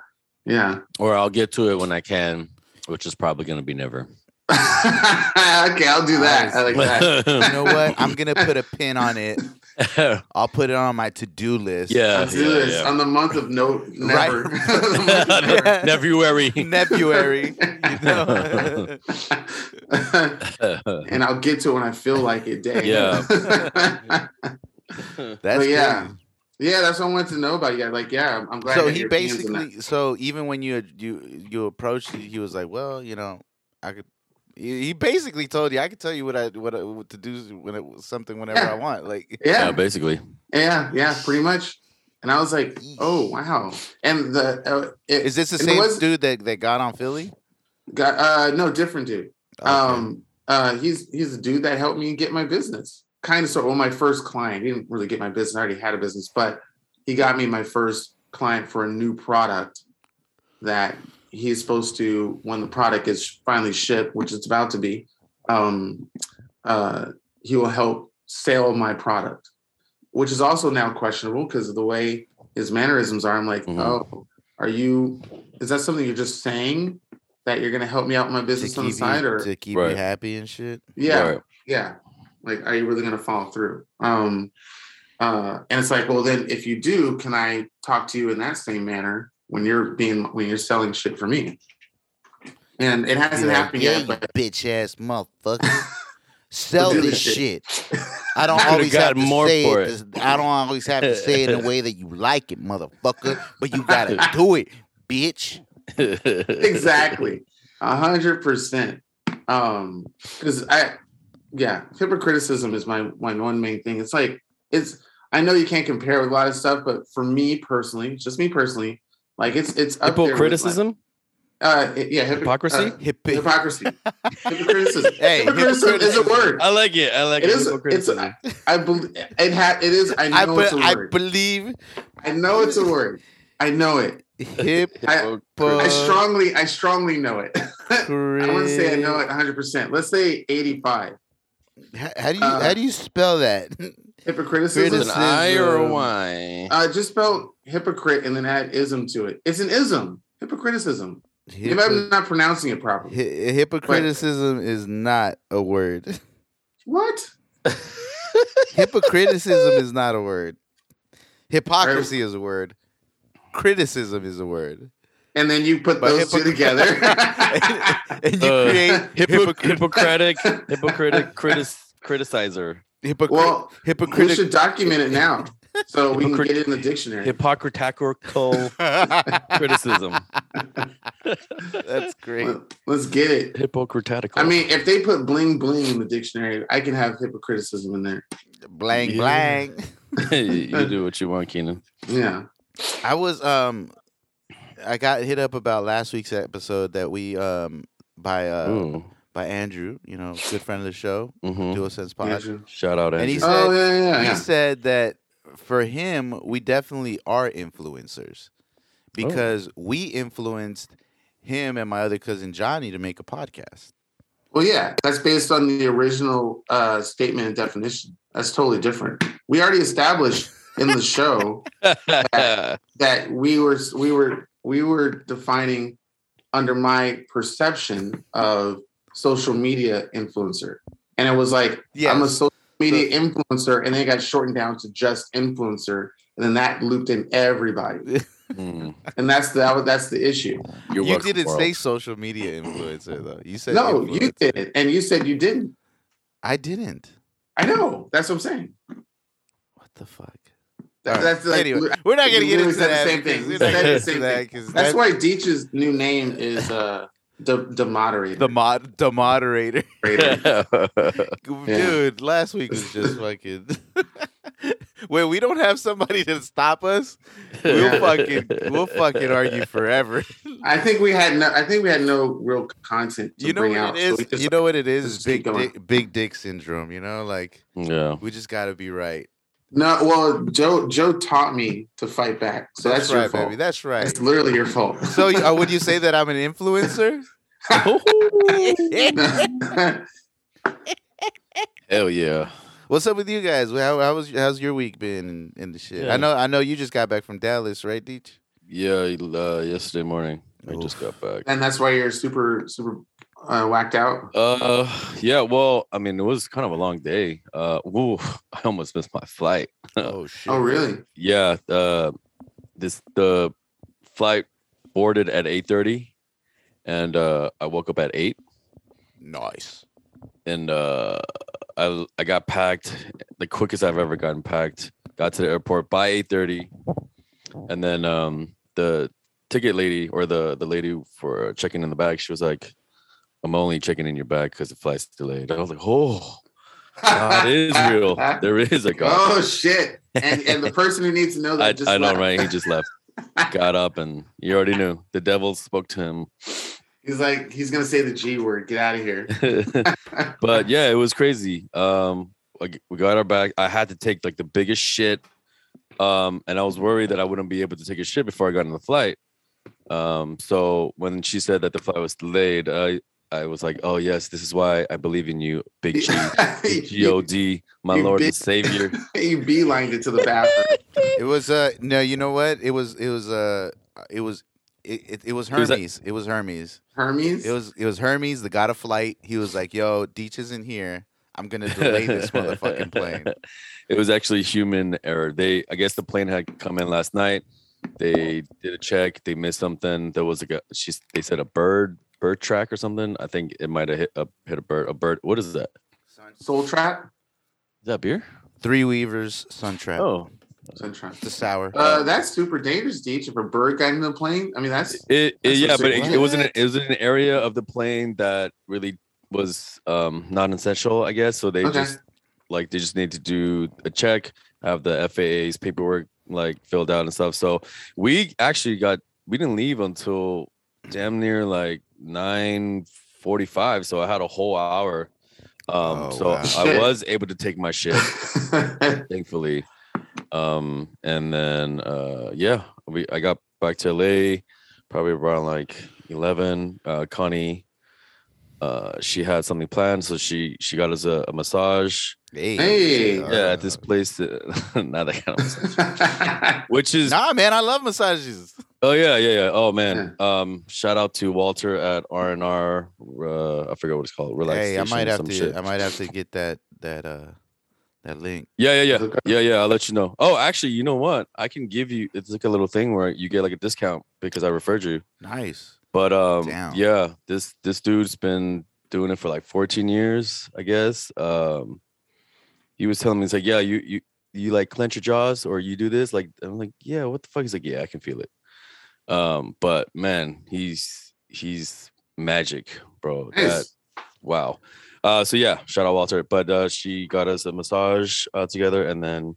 Speaker 2: Or I'll get to it when I can, which is probably going to be never.
Speaker 3: okay, I'll do that. I like that.
Speaker 1: You know what? I'm gonna put a pin on it.
Speaker 2: yeah,
Speaker 1: I'll put it on my to do list.
Speaker 2: yeah,
Speaker 3: I'll do this
Speaker 2: yeah.
Speaker 3: on the month of no never.
Speaker 1: Right.
Speaker 3: The month of never.
Speaker 1: Yeah.
Speaker 2: February.
Speaker 1: February. You know?
Speaker 3: and I'll get to it when I feel like it. Dang.
Speaker 2: Yeah.
Speaker 1: That's
Speaker 3: But yeah.
Speaker 1: crazy.
Speaker 3: yeah, that's what I wanted to know about you guys. Like, yeah, I'm- I'm glad.
Speaker 1: so
Speaker 3: that
Speaker 1: he
Speaker 3: your hands in that.
Speaker 1: basically so even when you you you approached it, he was like well you know i could he he basically told you i could tell you what i what, I, what to do when it was something whenever i
Speaker 3: Yeah.
Speaker 1: want like
Speaker 2: yeah,
Speaker 3: yeah,
Speaker 2: basically.
Speaker 3: yeah, yeah, pretty much. And I was like, oh wow. And the uh, it,
Speaker 1: is this the
Speaker 3: And it
Speaker 1: same
Speaker 3: was-
Speaker 1: dude that, that got on philly
Speaker 3: got uh no different dude.
Speaker 1: Okay.
Speaker 3: Um, uh, he's he's a dude that helped me get my business. Kind of sort of well, my first client. He didn't really get my business. I already had a business, but he got me my first client for a new product that he's supposed to when the product is finally shipped, which it's about to be. Um, uh, he will help sell my product, which is also now questionable because of the way his mannerisms are. I'm like,
Speaker 1: Mm-hmm.
Speaker 2: Mhm.
Speaker 3: oh, are you? Is that something you're just saying that you're going to help me out in my
Speaker 1: to
Speaker 3: business
Speaker 1: keep,
Speaker 3: on the
Speaker 1: you,
Speaker 3: side, or
Speaker 1: to keep you
Speaker 2: Right.
Speaker 1: happy and shit
Speaker 3: yeah,
Speaker 2: Right.
Speaker 3: yeah. Like, are you really going to follow through? Um, uh, and it's like, well, then if you do, can I talk to you in that same manner when you're being when you're selling shit for me? And it
Speaker 1: Be
Speaker 3: hasn't
Speaker 1: like,
Speaker 3: happened
Speaker 1: yeah,
Speaker 3: yet, but
Speaker 1: you bitch ass motherfucker sell
Speaker 3: Do
Speaker 1: this
Speaker 3: this
Speaker 1: shit i don't
Speaker 2: You could've
Speaker 1: always have to
Speaker 2: gotten more
Speaker 1: say
Speaker 2: for
Speaker 1: it,
Speaker 2: it.
Speaker 1: this- i don't always have to say it in a way that you like it motherfucker but you gotta do it bitch
Speaker 3: exactly, a hundred percent. Um, because I, yeah, hypocriticism is my my one main thing. It's like it's. I know you can't compare with a lot of stuff, but for me personally, just me personally, like it's it's up there with, like-
Speaker 2: Hypocriticism?
Speaker 3: Uh, yeah, hypocr-
Speaker 2: Hypocrisy?
Speaker 3: uh,
Speaker 1: Hippie.
Speaker 3: hypocrisy. hypocriticism.
Speaker 1: Hey,
Speaker 3: hypocriticism is a
Speaker 1: hypocriticism.
Speaker 3: word.
Speaker 2: I like it. I like
Speaker 3: It
Speaker 2: it.
Speaker 3: is. It's. I, I believe it. Ha- it is. I
Speaker 1: I,
Speaker 3: know
Speaker 1: be-
Speaker 3: it's a
Speaker 1: I
Speaker 3: word.
Speaker 1: believe
Speaker 3: I know it's a word. I know it.
Speaker 1: hip.
Speaker 3: I-
Speaker 1: Uh,
Speaker 3: I strongly. I strongly know it. I want to say I know it 100. percent Let's say 85.
Speaker 1: How, how do you
Speaker 3: Uh,
Speaker 1: how do you spell that?
Speaker 3: Hypocriticism.
Speaker 1: Criticism.
Speaker 2: an I or a Y?
Speaker 3: Uh, just spell hypocrite and then add ism to it. It's an ism. Hypocriticism. If I'm not pronouncing it properly.
Speaker 1: Hi- hypocriticism is not a word.
Speaker 3: What?
Speaker 1: hypocriticism is not a word. Hypocrisy is a word. Criticism is a word.
Speaker 3: And then you put
Speaker 1: But
Speaker 3: those two
Speaker 1: hypocr-
Speaker 3: together.
Speaker 1: and, and you
Speaker 2: Uh,
Speaker 1: create
Speaker 2: Hypo-
Speaker 1: hypocr-
Speaker 2: hypocritic, hypocritic, critic, criticizer,
Speaker 1: hypocr-
Speaker 3: well, we
Speaker 1: hypocritic.
Speaker 3: should document it now so we can
Speaker 2: Hypocrit-
Speaker 3: get it in the dictionary.
Speaker 2: hypocritical criticism,
Speaker 1: That's great.
Speaker 3: Let- Let's get it.
Speaker 2: hypocritical.
Speaker 3: I mean, if they put bling bling in the dictionary, I can have hypocriticism in there.
Speaker 1: Blang
Speaker 2: Yeah.
Speaker 1: blang.
Speaker 2: you do what you want, Keenan.
Speaker 3: Yeah.
Speaker 1: I was um I got hit up about last week's episode that we um by uh
Speaker 2: Ooh.
Speaker 1: by Andrew, you know, good friend of the show,
Speaker 2: Mhm.
Speaker 1: Dual Sense
Speaker 3: Yeah,
Speaker 1: Pod.
Speaker 3: sure.
Speaker 2: Shout out,
Speaker 1: And
Speaker 2: Andrew.
Speaker 1: he's-
Speaker 3: Oh yeah, yeah,
Speaker 1: He
Speaker 3: yeah.
Speaker 1: said that for him, we definitely are influencers
Speaker 2: Oh.
Speaker 1: because we influenced him and my other cousin Johnny to make a podcast.
Speaker 3: Well, yeah, that's based on the original uh, statement and definition. That's totally different. We already established in the show that we were we were we were defining under my perception of social media influencer, and it was like
Speaker 1: Yes.
Speaker 3: I'm a social media influencer, and then it got shortened down to just influencer, and then that looped in everybody,
Speaker 2: Mm.
Speaker 3: and that's the that was- that's the issue.
Speaker 2: You're
Speaker 1: you
Speaker 2: welcome,
Speaker 1: didn't
Speaker 2: world.
Speaker 1: say social media influencer though. You said
Speaker 3: No,
Speaker 1: influencer.
Speaker 3: you did it, and you said you didn't.
Speaker 1: I didn't.
Speaker 3: I know. That's what I'm saying.
Speaker 1: What the fuck?
Speaker 3: That-
Speaker 1: All right.
Speaker 3: That's like,
Speaker 1: anyway, we're not gonna
Speaker 3: you
Speaker 1: get
Speaker 3: literally
Speaker 1: into
Speaker 3: said the
Speaker 1: that.
Speaker 3: same
Speaker 1: because
Speaker 3: thing.
Speaker 1: we're
Speaker 3: You
Speaker 1: not
Speaker 3: said
Speaker 1: gonna
Speaker 3: the
Speaker 1: get
Speaker 3: same
Speaker 1: into that 'cause
Speaker 3: That's why Deech's new name is uh the the moderator.
Speaker 1: the mod the moderator.
Speaker 3: Yeah.
Speaker 1: Dude, last week was just fucking. when we don't have somebody to stop us, we'll
Speaker 3: Yeah.
Speaker 1: fucking we'll fucking argue forever.
Speaker 3: I think we had no. I think we had no real content. To
Speaker 1: you know
Speaker 3: bring
Speaker 1: what
Speaker 3: out,
Speaker 1: it
Speaker 3: so
Speaker 1: is.
Speaker 3: we just-
Speaker 1: you know what it is.
Speaker 3: let's
Speaker 1: Is
Speaker 3: keep
Speaker 1: big
Speaker 3: going.
Speaker 1: dick, big dick syndrome. You know, like
Speaker 2: Yeah.
Speaker 1: we just got to be right.
Speaker 3: no. Well, Joe Joe taught me to fight back, so that's,
Speaker 1: right,
Speaker 3: your fault.
Speaker 1: baby. That's right.
Speaker 3: It's literally your fault.
Speaker 1: so uh, would you say that I'm an influencer? uh,
Speaker 2: Hell yeah.
Speaker 1: What's up with you guys? How, how was how's your week been and, and the shit?
Speaker 2: Yeah.
Speaker 1: I know I know you just got back from Dallas, right, Deech?
Speaker 2: Yeah, uh, yesterday morning. I just got back.
Speaker 3: and that's why you're super super uh, whacked out.
Speaker 2: Uh, yeah. Well, I mean, it was kind of a long day. Uh, woo, I almost missed my flight.
Speaker 1: Oh shit!
Speaker 3: Oh really?
Speaker 2: Yeah. Uh, this the flight boarded at eight thirty, and uh, I woke up at eight,
Speaker 1: Nice.
Speaker 2: and uh, I I got packed the quickest I've ever gotten packed. Got to the airport by eight thirty, and then um the ticket lady or the the lady for checking in the bag, she was like, "I'm only checking in your bag because the flight's delayed." I was like, "Oh." God is real. There is a God.
Speaker 3: Oh shit! And and the person who needs to know that
Speaker 2: I,
Speaker 3: Oh, just
Speaker 2: I know,
Speaker 3: left.
Speaker 2: right? He just left, got up, and you already knew the devil spoke to him.
Speaker 3: He's like he's gonna say the G word. Get out of here.
Speaker 2: but yeah, it was crazy. Um, like, we got our back. I had to take like the biggest shit. Um, and I was worried that I wouldn't be able to take a shit before I got on the flight. Um, so when she said that the flight was delayed, I I was like, oh yes, this is why I believe in you, Big G, Big G O
Speaker 3: you,
Speaker 2: D, my
Speaker 3: you
Speaker 2: Lord
Speaker 3: big-
Speaker 2: and Savior.
Speaker 3: you beelined it to the bathroom.
Speaker 1: It was uh no, you know what? It was it was uh it was it, it, it was
Speaker 2: was a-
Speaker 1: Hermes. It was Hermes.
Speaker 3: Hermes.
Speaker 1: It was it was Hermes, the god of flight. He was like, "Yo, Deech isn't here. I'm gonna delay this motherfucking plane."
Speaker 2: It was actually human error. They, I guess, the plane had come in last night. They did a check. They missed something. There was like a she's. They said a bird, bird track or something. I think it might have hit a hit a bird. A bird. What is that?
Speaker 3: Soul Trap.
Speaker 2: Is that beer?
Speaker 1: Three Weavers, Suntrap.
Speaker 2: Oh,
Speaker 3: Soul Trap.
Speaker 1: the sour.
Speaker 3: Uh, that's super dangerous, Deech. If a bird got in the plane, I mean, that's
Speaker 2: it, it
Speaker 3: That's
Speaker 2: yeah,
Speaker 3: what
Speaker 2: but
Speaker 3: they
Speaker 2: it, it
Speaker 3: want.
Speaker 2: wasn't. It was in an area of the plane that really was um non-essential. I guess so. They
Speaker 3: Okay.
Speaker 2: just like they just need to do a check, have the FAA's paperwork like filled out and stuff. So we actually got we didn't leave until damn near like nine forty five. So I had a whole hour. Um
Speaker 1: Oh,
Speaker 2: so
Speaker 1: wow.
Speaker 2: I
Speaker 3: Shit.
Speaker 2: was able to take my shit, thankfully. Um and then uh yeah, we I got back to LA probably around like eleven. Uh Connie uh she had something planned, so she she got us a, a massage
Speaker 1: hey,
Speaker 3: hey.
Speaker 2: yeah, at this place, uh, not that kind of, which is
Speaker 1: Nah, man, I love massages.
Speaker 2: oh yeah, yeah, yeah. Oh man, um, shout out to Walter at R and R. Uh, I forget what it's called. Relax.
Speaker 1: Hey, I might have
Speaker 2: some
Speaker 1: to.
Speaker 2: Shit.
Speaker 1: I might have to get that that uh that link.
Speaker 2: Yeah, yeah, yeah,
Speaker 3: Okay.
Speaker 2: yeah, yeah. I'll let you know. Oh, actually, you know what? I can give you. It's like a little thing where you get like a discount because I referred you.
Speaker 1: Nice.
Speaker 2: But um,
Speaker 1: Damn.
Speaker 2: yeah, this this dude's been doing it for like 14 years, I guess. Um, he was telling me, he's like, yeah, you you you like clench your jaws or you do this, like I'm like, yeah, what the fuck? He's like, yeah, I can feel it. Um, but man, he's he's magic, bro. That
Speaker 3: Nice.
Speaker 2: wow. Uh, so yeah, shout out Walter. But uh, she got us a massage uh, together, and then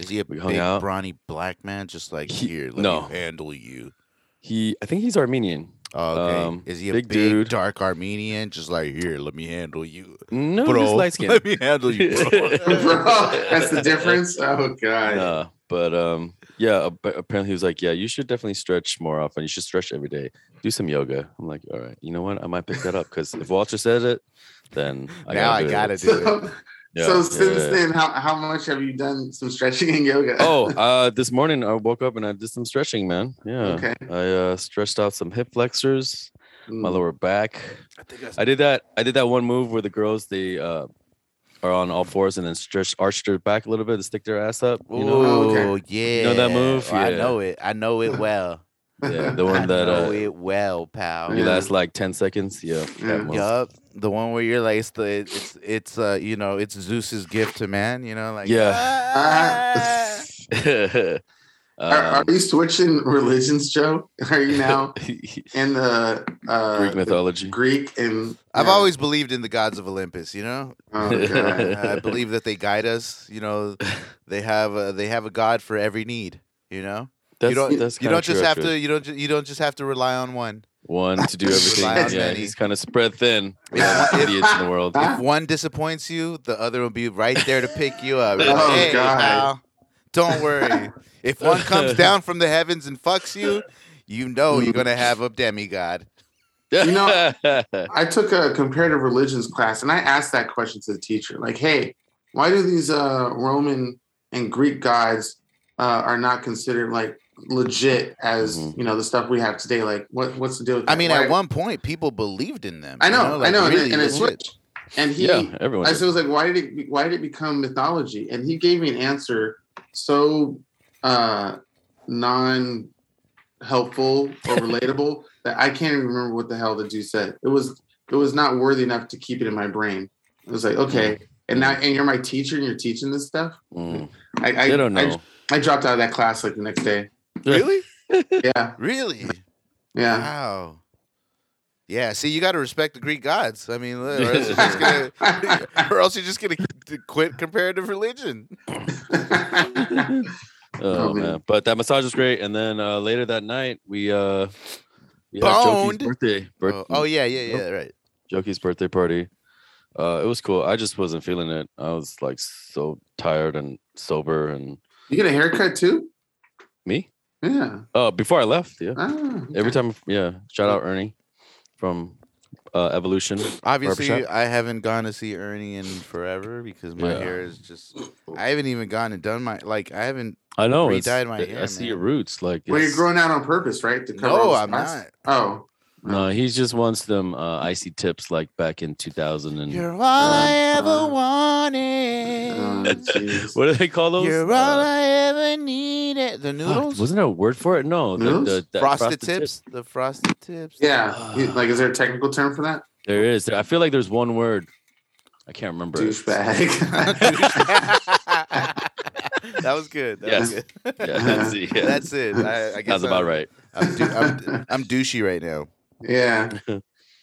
Speaker 1: Is he a
Speaker 2: We
Speaker 1: big
Speaker 2: hung out.
Speaker 1: brawny black man? Just like
Speaker 2: He-
Speaker 1: here, let
Speaker 2: no.
Speaker 1: me handle you.
Speaker 2: he, I think he's Armenian.
Speaker 1: Oh, okay.
Speaker 2: Um,
Speaker 1: Is he a
Speaker 2: big
Speaker 1: big,
Speaker 2: dude.
Speaker 1: dark Armenian? Just like here, let me handle you,
Speaker 2: No,
Speaker 1: bro.
Speaker 2: he's light skinned.
Speaker 1: let me handle you, bro.
Speaker 3: Bro, that's the difference. Oh god.
Speaker 2: Nah, but um, yeah. ap- Apparently, he was like, "Yeah, you should definitely stretch more often. You should stretch every day. Do some yoga." I'm like, "All right, you know what? I might pick that up because if Walter says it, then I
Speaker 1: now I
Speaker 2: do
Speaker 1: gotta do it.
Speaker 3: So,
Speaker 2: Yeah,
Speaker 3: so
Speaker 2: yeah,
Speaker 3: since
Speaker 2: yeah.
Speaker 3: then, how, how much have you done some stretching and yoga?
Speaker 2: oh, uh, this morning I woke up and I did some stretching, man. Yeah,
Speaker 3: okay.
Speaker 2: I uh, stretched out some hip flexors, my
Speaker 3: Mm.
Speaker 2: lower back.
Speaker 1: I think I
Speaker 2: I did that. I did that one move where the girls they uh are on all fours and then stretch arch their back a little bit to stick their ass up. You know,
Speaker 3: Oh, okay.
Speaker 1: Oh yeah,
Speaker 2: know that move?
Speaker 1: Oh, I
Speaker 2: Yeah.
Speaker 1: know it. I know it well.
Speaker 2: yeah, the
Speaker 1: I
Speaker 2: one that
Speaker 1: know
Speaker 2: uh,
Speaker 1: it well, pal.
Speaker 2: You
Speaker 3: Yeah.
Speaker 2: last like ten seconds. Yeah.
Speaker 1: Mm.
Speaker 3: Yeah.
Speaker 2: That one.
Speaker 1: Yup, the one where you're like, it's the, it's, it's, uh, you know, it's Zeus's gift to man. You know, like,
Speaker 2: Yeah.
Speaker 1: "Ah."
Speaker 2: Uh,
Speaker 3: Are, are
Speaker 2: Um,
Speaker 3: you switching religions, Joe? Are you now in the uh,
Speaker 2: Greek
Speaker 3: the
Speaker 2: mythology.
Speaker 3: Greek and
Speaker 1: I've
Speaker 3: yeah.
Speaker 1: always believed in the gods of Olympus. You know,
Speaker 3: Oh, God.
Speaker 1: I believe that they guide us. You know, they have, a, they have a god for every need. You know,
Speaker 2: That's,
Speaker 1: you don't,
Speaker 2: that's
Speaker 1: you
Speaker 2: kinda
Speaker 1: don't just
Speaker 2: true,
Speaker 1: have
Speaker 2: actually.
Speaker 1: to, you don't, ju- you don't just have to rely on one.
Speaker 2: one to do everything.
Speaker 1: Rely on
Speaker 2: yeah,
Speaker 1: many.
Speaker 2: he's kind of spread thin.
Speaker 1: If-
Speaker 2: Yeah,
Speaker 1: if-
Speaker 2: idiots in the world.
Speaker 3: Huh?
Speaker 1: If one disappoints you, the other will be right there to pick you up.
Speaker 3: Oh,
Speaker 1: hey,
Speaker 3: God.
Speaker 1: pal, don't worry. If one comes down from the heavens and fucks you, you know you're gonna have a demigod.
Speaker 3: You know- I took a comparative religions class and I asked that question to the teacher, like, hey, why do these uh, Roman and Greek gods uh, are not considered like legit as
Speaker 2: Mhm.
Speaker 3: you know the stuff we have today? Like, what what's the deal? With
Speaker 1: I
Speaker 3: that?
Speaker 1: mean,
Speaker 3: Why-
Speaker 1: at one point, people believed in them.
Speaker 3: I know,
Speaker 1: like,
Speaker 3: I know, and it-
Speaker 1: really
Speaker 3: and, it
Speaker 1: legit.
Speaker 3: switched. And he,
Speaker 2: yeah, everyone.
Speaker 3: I
Speaker 2: did.
Speaker 3: said, was like, why did it why did it become mythology? And he gave me an answer so uh, non helpful or relatable that I can't even remember what the hell the dude said. It was it was not worthy enough to keep it in my brain. It was like,
Speaker 2: Hmm.
Speaker 3: okay, and now and you're my teacher and you're teaching this stuff.
Speaker 2: Mm.
Speaker 3: I I,
Speaker 2: they don't
Speaker 3: I-
Speaker 2: know.
Speaker 3: I dropped out of that class like the next day.
Speaker 1: Really?
Speaker 3: Yeah,
Speaker 1: Really?
Speaker 3: yeah.
Speaker 1: Wow. Yeah. See, you got to respect the Greek gods. I mean, or else you're just gonna, or else you're just gonna quit comparative religion.
Speaker 2: oh
Speaker 3: Oh,
Speaker 2: man.
Speaker 3: man.
Speaker 2: but that massage was great. And then uh, later that night, we uh, we had
Speaker 1: Boned.
Speaker 2: Jokey's birthday. birth-
Speaker 1: Oh, oh yeah, yeah, yeah. Right.
Speaker 2: Jokey's birthday party. Uh, it was cool. I just wasn't feeling it. I was like so tired and sober. And
Speaker 3: you get a haircut too?
Speaker 2: me?
Speaker 3: Yeah.
Speaker 2: Oh, before I left, yeah.
Speaker 3: Ah,
Speaker 2: Every time, yeah. Shout out Ernie from uh, Evolution.
Speaker 1: Obviously,
Speaker 2: Barbershop?
Speaker 1: I haven't gone to see Ernie in forever because my
Speaker 2: Yeah.
Speaker 1: hair is just. I haven't even gone and done my like. I haven't.
Speaker 2: I know. it's-
Speaker 1: Redyed my
Speaker 2: I- I
Speaker 1: hair,
Speaker 2: see
Speaker 1: man.
Speaker 2: your roots. Like,
Speaker 3: Well, you're
Speaker 2: it's-
Speaker 3: growing out on purpose, right? To
Speaker 1: No,
Speaker 3: all the
Speaker 1: I'm
Speaker 3: spots?
Speaker 1: not.
Speaker 3: Oh,
Speaker 2: no, he just wants them uh, icy tips like back in 2000 and um,
Speaker 1: You're all I
Speaker 3: uh,
Speaker 1: ever
Speaker 3: Oh,
Speaker 2: uh,
Speaker 1: wanted.
Speaker 3: jeez.
Speaker 2: what do they call those?
Speaker 1: You're
Speaker 2: Uh,
Speaker 1: all I ever needed. The
Speaker 2: fuck,
Speaker 1: noodles.
Speaker 2: wasn't there a word for it? No, the,
Speaker 3: Noodles?
Speaker 2: the, the
Speaker 1: frosted,
Speaker 2: tip.
Speaker 1: tips. The frosted tips.
Speaker 3: yeah. You- Like, is there a technical term for that?
Speaker 2: There is. I feel like there's one word. I can't remember. it.
Speaker 3: Douchebag.
Speaker 1: that was good. That was
Speaker 2: Yes.
Speaker 1: good.
Speaker 2: Yeah, that's, it, yeah.
Speaker 1: That's it. I, I guess
Speaker 2: Sounds about
Speaker 1: I'm-
Speaker 2: right.
Speaker 1: I'm, dou- I'm, I'm douchey right now.
Speaker 3: yeah.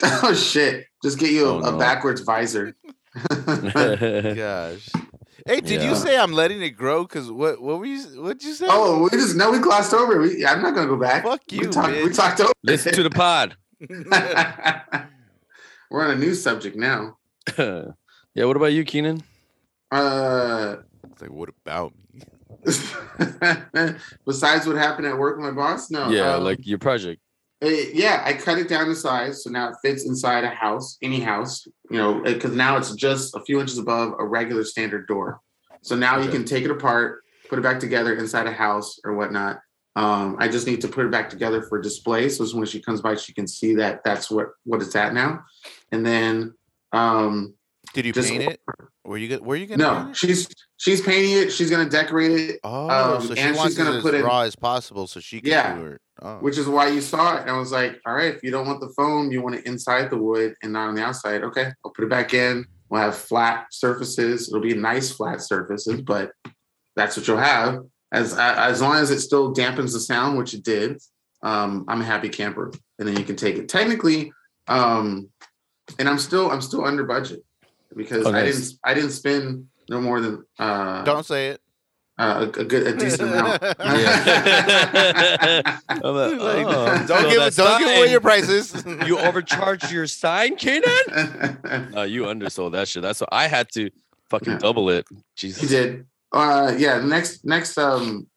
Speaker 3: Oh shit! Just get you a,
Speaker 2: Oh,
Speaker 3: a
Speaker 2: no.
Speaker 3: backwards visor.
Speaker 1: Gosh. Hey, did
Speaker 2: Yeah.
Speaker 1: you say I'm letting it grow? Cause what what were you what'd you say?
Speaker 3: oh, we just no, we glossed over. it. We, I'm not gonna go back.
Speaker 1: Fuck
Speaker 3: we
Speaker 1: you,
Speaker 3: talked. We
Speaker 1: bitch.
Speaker 3: talked over.
Speaker 2: Listen
Speaker 3: it.
Speaker 2: to the pod.
Speaker 3: We're on a new subject now.
Speaker 2: yeah. What about you, Keenan?
Speaker 3: Uh,
Speaker 1: It's like what about me?
Speaker 3: besides what happened at work with my boss, no.
Speaker 2: yeah,
Speaker 3: um,
Speaker 2: like your project.
Speaker 3: It- Uh, yeah, I cut it down to size, so now it fits inside a house, any house, you know, because now it's just a few inches above a regular standard door. So now you
Speaker 2: Okay.
Speaker 3: can take it apart, put it back together inside a house or whatnot. Um, I just need to put it back together for display, so when she comes by, she can see that that's what what it's at now. And then, um,
Speaker 1: Did you
Speaker 3: Just-
Speaker 1: paint it? Were you go- were you gonna
Speaker 3: no,
Speaker 1: paint it?
Speaker 3: she's she's painting it. She's gonna decorate it,
Speaker 1: Oh,
Speaker 3: um,
Speaker 1: so she
Speaker 3: and she's
Speaker 1: wants it
Speaker 3: gonna
Speaker 1: as
Speaker 3: put in-
Speaker 1: raw as possible so she can
Speaker 3: Yeah.
Speaker 1: do it. Oh.
Speaker 3: which is why you saw it. And I was like, all right, if you don't want the foam, you want it inside the wood and not on the outside. Okay, I'll put it back in. We'll have flat surfaces. It'll be nice flat surfaces, but that's what you'll have. As as long as it still dampens the sound, which it did, um, I'm a happy camper. And then you can take it. Technically, um, and I'm still I'm still under budget because
Speaker 2: Oh,
Speaker 3: I
Speaker 2: nice.
Speaker 3: didn't I didn't spend no more than uh,
Speaker 1: Don't say it.
Speaker 3: uh, a, a good a decent amount.
Speaker 2: Yeah. I'm like, oh,
Speaker 1: Don't
Speaker 2: so
Speaker 1: give
Speaker 2: that
Speaker 1: don't give away
Speaker 2: sign-
Speaker 1: your prices.
Speaker 2: You overcharged your sign, Keenan. No, you undersold that shit. That's what I had to fucking
Speaker 3: Yeah.
Speaker 2: double it.
Speaker 3: He
Speaker 2: Jesus.
Speaker 3: did. Uh, yeah. Next, next, um,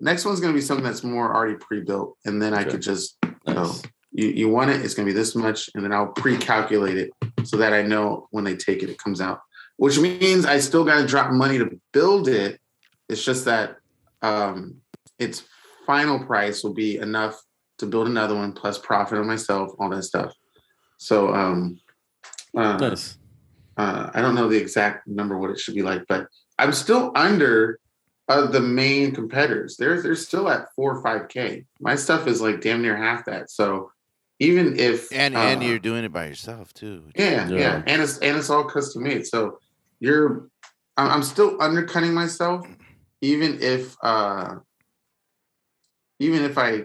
Speaker 3: next one's gonna be something that's more already pre-built, and then I
Speaker 2: Okay.
Speaker 3: could just
Speaker 2: Nice.
Speaker 3: Oh. you you want it. It's gonna be this much, and then I'll pre-calculate it so that I know when they take it, it comes out. Which means I still gotta drop money to build it. It's just that um, its final price will be enough to build another one, plus profit on myself, all that stuff. So, um, uh,
Speaker 2: Nice.
Speaker 3: uh, I don't know the exact number what it should be like, but I'm still under uh, the main competitors. They're they're still at four or five k. My stuff is like damn near half that. So even if
Speaker 1: and
Speaker 3: uh,
Speaker 1: and you're doing it by yourself too.
Speaker 3: yeah,
Speaker 2: Yeah.
Speaker 3: yeah and it's and it's all custom made. So you're I'm, I'm still undercutting myself, even if uh even if I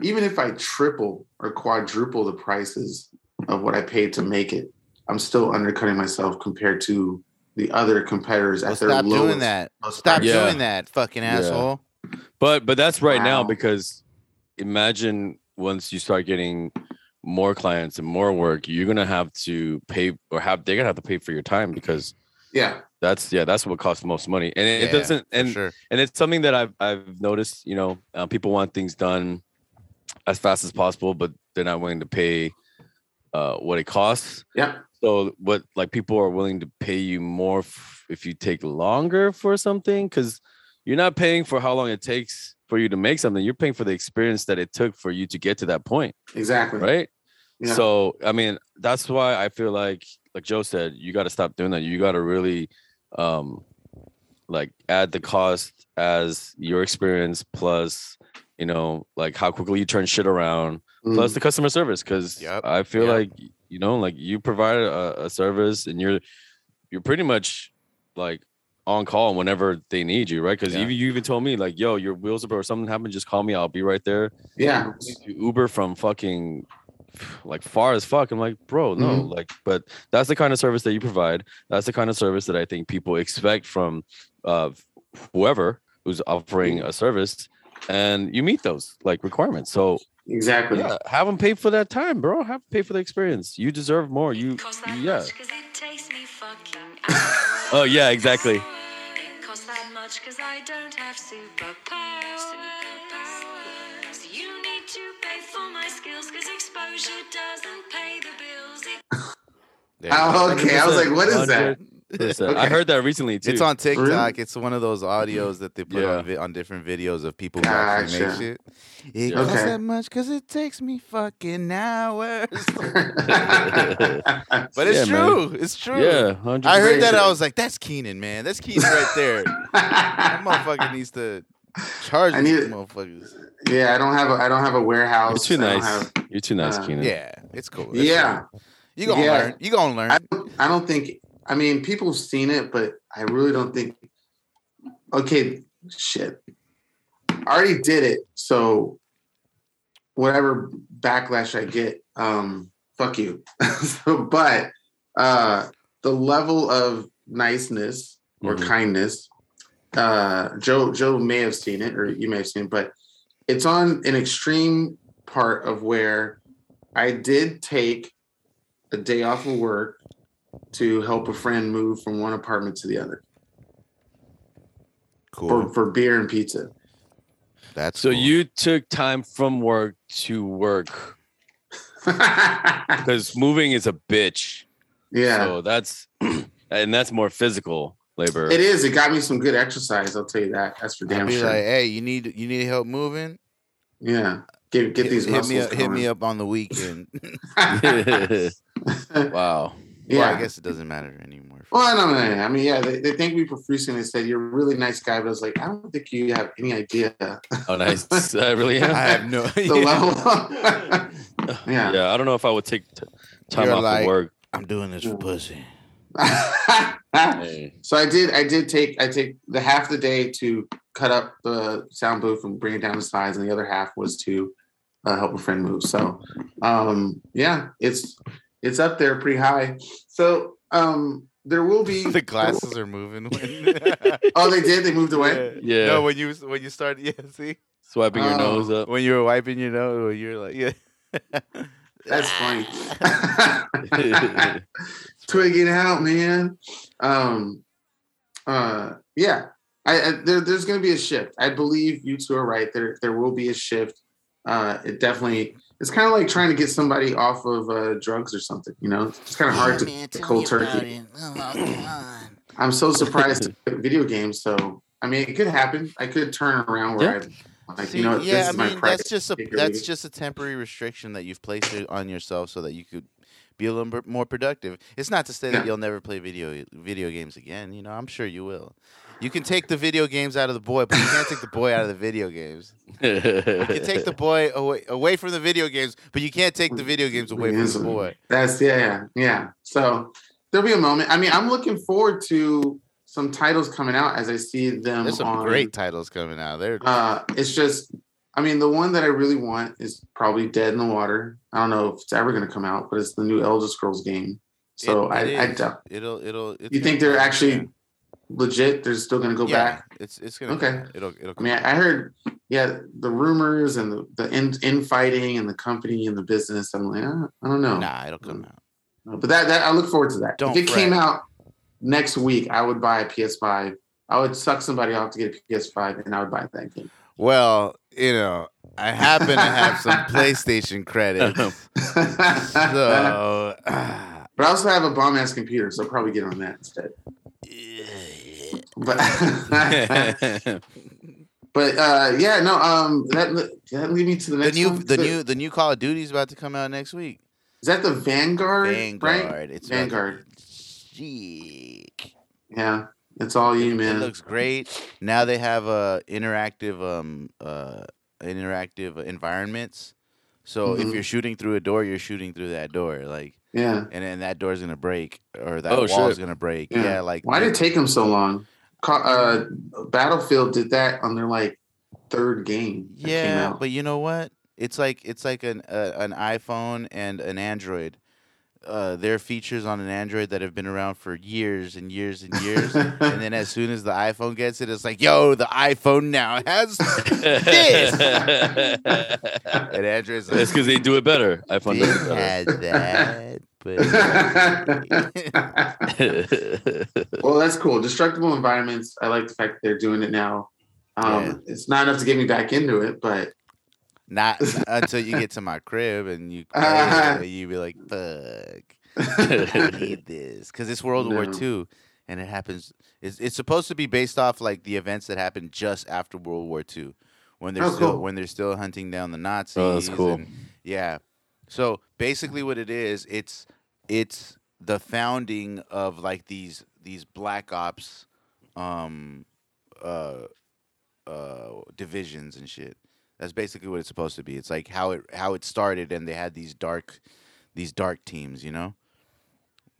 Speaker 3: even if I triple or quadruple the prices of what I paid to make it, I'm still undercutting myself compared to the other competitors at
Speaker 1: Well,
Speaker 3: their
Speaker 1: stop
Speaker 3: lowest.
Speaker 1: doing that.
Speaker 3: lowest
Speaker 1: Stop
Speaker 3: price.
Speaker 2: Yeah.
Speaker 1: doing that, fucking
Speaker 2: Yeah.
Speaker 1: asshole.
Speaker 2: But but that's right now
Speaker 3: Wow.
Speaker 2: because imagine once you start getting more clients and more work, you're gonna have to pay or have they're gonna have to pay for your time because
Speaker 3: Yeah.
Speaker 2: that's yeah that's what costs the most money and it, it
Speaker 1: Yeah,
Speaker 2: doesn't
Speaker 1: for
Speaker 2: and
Speaker 1: sure.
Speaker 2: and it's something that I've I've noticed. You know, uh, people want things done as fast as possible, but they're not willing to pay uh, what it costs.
Speaker 3: Yeah.
Speaker 2: So what like people are willing to pay you more f- if you take longer for something because you're not paying for how long it takes for you to make something. You're paying for the experience that it took for you to get to that point,
Speaker 3: Exactly.
Speaker 2: right?
Speaker 3: Yeah.
Speaker 2: So I mean, that's why I feel like, like Joe said, you got to stop doing that. You got to really, um, like add the cost as your experience plus, you know, like how quickly you turn shit around
Speaker 3: Mm.
Speaker 2: plus the customer service because
Speaker 1: Yep.
Speaker 2: I feel
Speaker 1: Yep.
Speaker 2: like you know, like you provide a, a service and you're you're pretty much like on call whenever they need you, right? Because
Speaker 1: Yeah.
Speaker 2: even you even told me like, yo, your wheels are broke or something happened, just call me, I'll be right there.
Speaker 3: yeah.
Speaker 2: You Uber from fucking like far as fuck. I'm like, bro, no,
Speaker 3: Mm-hmm.
Speaker 2: like, but that's the kind of service that you provide. That's the kind of service that I think people expect from uh whoever who's
Speaker 3: Mm-hmm.
Speaker 2: offering a service, and you meet those like requirements. So
Speaker 3: Exactly.
Speaker 2: yeah, have them pay for that time, bro. Have 'em pay for the experience. You deserve more. You,
Speaker 4: Cost
Speaker 2: you-
Speaker 4: that
Speaker 2: yeah.
Speaker 4: much 'cause it takes me fucking
Speaker 2: Oh yeah, exactly.
Speaker 4: It costs that much 'cause I don't have superpowers. So you need to pay for my skills 'cause exposure doesn't pay the bills. It
Speaker 1: There you go.
Speaker 3: Oh, okay. I was like, what is that?
Speaker 2: 100%. I
Speaker 3: Okay.
Speaker 2: heard that recently too.
Speaker 1: It's on TikTok. It's one of those audios that they put
Speaker 2: Yeah.
Speaker 1: on, vi- on different videos of people who actually make
Speaker 3: Gotcha.
Speaker 1: shit. It
Speaker 2: Yeah.
Speaker 1: costs
Speaker 3: Okay.
Speaker 1: that much because it takes me fucking hours.
Speaker 3: That's
Speaker 1: but it's
Speaker 2: Yeah, man.
Speaker 1: true. It's true.
Speaker 2: yeah, hundred.
Speaker 1: I heard
Speaker 3: Very
Speaker 1: that. I
Speaker 3: true.
Speaker 1: was like, that's Keenan, man. That's Keenan right there. that motherfucker needs to charge
Speaker 3: I
Speaker 1: these
Speaker 3: need-
Speaker 1: motherfuckers.
Speaker 3: Yeah, I don't have a I don't have a
Speaker 2: You're
Speaker 3: warehouse.
Speaker 2: too
Speaker 3: I don't
Speaker 2: nice.
Speaker 3: have-
Speaker 2: You're too nice,
Speaker 3: Uh,
Speaker 2: Keenan.
Speaker 1: Yeah, it's cool. That's
Speaker 3: yeah,
Speaker 1: cool. You gonna
Speaker 3: Yeah.
Speaker 1: learn. You gonna learn.
Speaker 3: I don't, I don't think. I mean, people have seen it, but I really don't think. Okay, shit. I already did it, so whatever backlash I get, um, fuck you. so, but uh, the level of niceness or
Speaker 1: Mm-hmm.
Speaker 2: Mhm.
Speaker 3: kindness, uh, Joe Joe may have seen it, or you may have seen it, but it's on an extreme part of where I did take a day off of work to help a friend move from one apartment to the other for,
Speaker 1: cool.
Speaker 3: for beer and pizza.
Speaker 1: That's
Speaker 2: So
Speaker 1: cool.
Speaker 2: you took time from work to work
Speaker 3: yeah.
Speaker 2: because moving is a bitch. So that's and that's more physical labor.
Speaker 3: It is. It got me some good exercise. I'll tell you that. That's for
Speaker 1: I'd
Speaker 3: damn
Speaker 1: be
Speaker 3: sure.
Speaker 1: like, hey, you need you need help moving?
Speaker 3: yeah. Get, get
Speaker 1: Hit-
Speaker 3: these
Speaker 1: hit
Speaker 3: muscles.
Speaker 1: me up, hit me
Speaker 3: going.
Speaker 1: up on the weekend.
Speaker 2: wow.
Speaker 3: yeah.
Speaker 1: Well, I guess it doesn't matter anymore.
Speaker 3: Well, no, no, no. I mean, yeah, they, they thank me profusely. and They said, You're a really nice guy. But I was like, I don't think you have any idea the
Speaker 2: Oh, nice. I really
Speaker 1: I
Speaker 2: am.
Speaker 1: have no.
Speaker 3: level. yeah.
Speaker 2: Yeah, I don't know if I would take t- time
Speaker 1: You're
Speaker 2: off
Speaker 1: like-
Speaker 2: of work.
Speaker 1: I'm doing this for
Speaker 3: Yeah.
Speaker 1: pussy.
Speaker 2: Hey.
Speaker 3: So I did. I did take. I take the half the day to cut up the sound booth and bring it down to size, and the other half was to uh, help a friend move. So, um, yeah, it's it's up there pretty high. So um, there will be
Speaker 1: the glasses are moving. When,
Speaker 3: Oh, they did. They moved away.
Speaker 2: Yeah.
Speaker 1: No, when you when you started, yeah. See,
Speaker 2: Swiping your
Speaker 3: Oh.
Speaker 2: nose up.
Speaker 1: when you were wiping your nose, you were like, yeah.
Speaker 3: That's funny. Twigging out, man. Um, uh, yeah. I, I there, there's going to be a shift. I believe you two are right. There, there will be a shift. Uh, it definitely. It's kind of like trying to get somebody off of uh, drugs or something. You know, it's kind of hard to, to cold turkey.
Speaker 1: Oh,
Speaker 3: I'm so surprised to quit video games. So I mean, it could happen. I could turn around where I like.
Speaker 1: See,
Speaker 3: you know, this
Speaker 1: yeah,
Speaker 3: is
Speaker 1: I
Speaker 3: my
Speaker 1: mean
Speaker 3: price.
Speaker 1: that's just a
Speaker 3: take or
Speaker 1: that's
Speaker 3: leave it.
Speaker 1: just a temporary restriction that you've placed it on yourself so that you could be a little bit more productive. It's not to say that
Speaker 3: Yeah.
Speaker 1: you'll never play video video games again. You know, I'm sure you will. You can take the video games out of the boy, but you can't take the boy out of the video games. You can take the boy away away from the video games, but you can't take the video games away from the
Speaker 3: Yes.
Speaker 1: boy.
Speaker 3: That's yeah, yeah, yeah. So there'll be a moment. I mean, I'm looking forward to some titles coming out as I see them
Speaker 1: There's some
Speaker 3: on.
Speaker 1: great titles coming out. There,
Speaker 3: Uh, it's just, I mean, the one that I really want is probably Dead in the Water. I don't know if it's ever going to come out, but it's the new Elder Scrolls game. So
Speaker 1: It-
Speaker 3: I,
Speaker 1: it
Speaker 3: I
Speaker 1: is.
Speaker 3: doubt.
Speaker 1: it'll it'll. It's
Speaker 3: You
Speaker 1: gonna
Speaker 3: think they're
Speaker 1: come out,
Speaker 3: actually
Speaker 1: yeah.
Speaker 3: legit? They're still going to go
Speaker 1: Yeah,
Speaker 3: back.
Speaker 1: It's it's gonna.
Speaker 3: Okay.
Speaker 1: come out. It'll it'll.
Speaker 3: I
Speaker 1: come
Speaker 3: mean,
Speaker 1: out.
Speaker 3: I, I heard, yeah, the rumors and the, the in, infighting and the company and the business. I'm like, uh, I don't know.
Speaker 1: Nah, it'll come out.
Speaker 3: But that, that I look forward to that.
Speaker 1: Don't
Speaker 3: if it
Speaker 1: fret.
Speaker 3: came out next week, I would buy a PS5. I would suck somebody off to get a PS5, and I would buy that game.
Speaker 1: Well, you know, I happen to have some PlayStation credits. So,
Speaker 3: but I also have a bomb ass computer, so I'll probably get on that instead. But but uh, yeah, no, um, that that lead me to the
Speaker 1: the
Speaker 3: next
Speaker 1: new,
Speaker 3: one?
Speaker 1: the new, the new Call of Duty is about to come out next week.
Speaker 3: is that the Vanguard?
Speaker 1: Vanguard.
Speaker 3: Right?
Speaker 1: It's about to-
Speaker 3: Vanguard.
Speaker 1: Chic.
Speaker 3: Yeah, it's all you,
Speaker 1: It
Speaker 3: man.
Speaker 1: looks great. Now they have uh, interactive um uh interactive environments. So if
Speaker 3: Mhm.
Speaker 1: you're shooting through a door, you're shooting through that door, like,
Speaker 3: yeah.
Speaker 1: and then that door's gonna break or that
Speaker 2: Oh,
Speaker 1: wall's
Speaker 2: shit.
Speaker 1: gonna break. Yeah,
Speaker 3: Yeah.
Speaker 1: like
Speaker 3: Why did it take them so long? Ca- Uh, Battlefield did that on their like third game. that came
Speaker 1: Yeah,
Speaker 3: out.
Speaker 1: but you know what? It's like it's like an uh, an iPhone and an Android. Uh, there are features on an Android that have been around for years and years and years, and then as soon as the iPhone gets it, it's like, yo, the iPhone now has this, and Android's
Speaker 2: It's
Speaker 1: like,
Speaker 2: because they do it better. I find
Speaker 1: they
Speaker 2: it
Speaker 1: had that, but
Speaker 2: better.
Speaker 3: well, that's cool. Destructible environments. I like the fact that they're doing it now. Um,
Speaker 1: Yeah.
Speaker 3: It's not enough to get me back into it, but
Speaker 1: not until you get to my crib and you play
Speaker 3: Uh-huh.
Speaker 1: it, you be like, fuck. I need this because it's World War
Speaker 3: No.
Speaker 1: II, and it happens. It's, it's supposed to be based off like the events that happened just after World War II, when they're
Speaker 3: Oh,
Speaker 1: still
Speaker 3: cool.
Speaker 1: when they're still hunting down the Nazis.
Speaker 2: oh, that's cool.
Speaker 1: and- yeah. So basically, what it is, it's it's the founding of like these these black ops, um, uh, uh, divisions and shit. That's basically what it's supposed to be. It's like how it how it started, and they had these dark these dark teams, you know,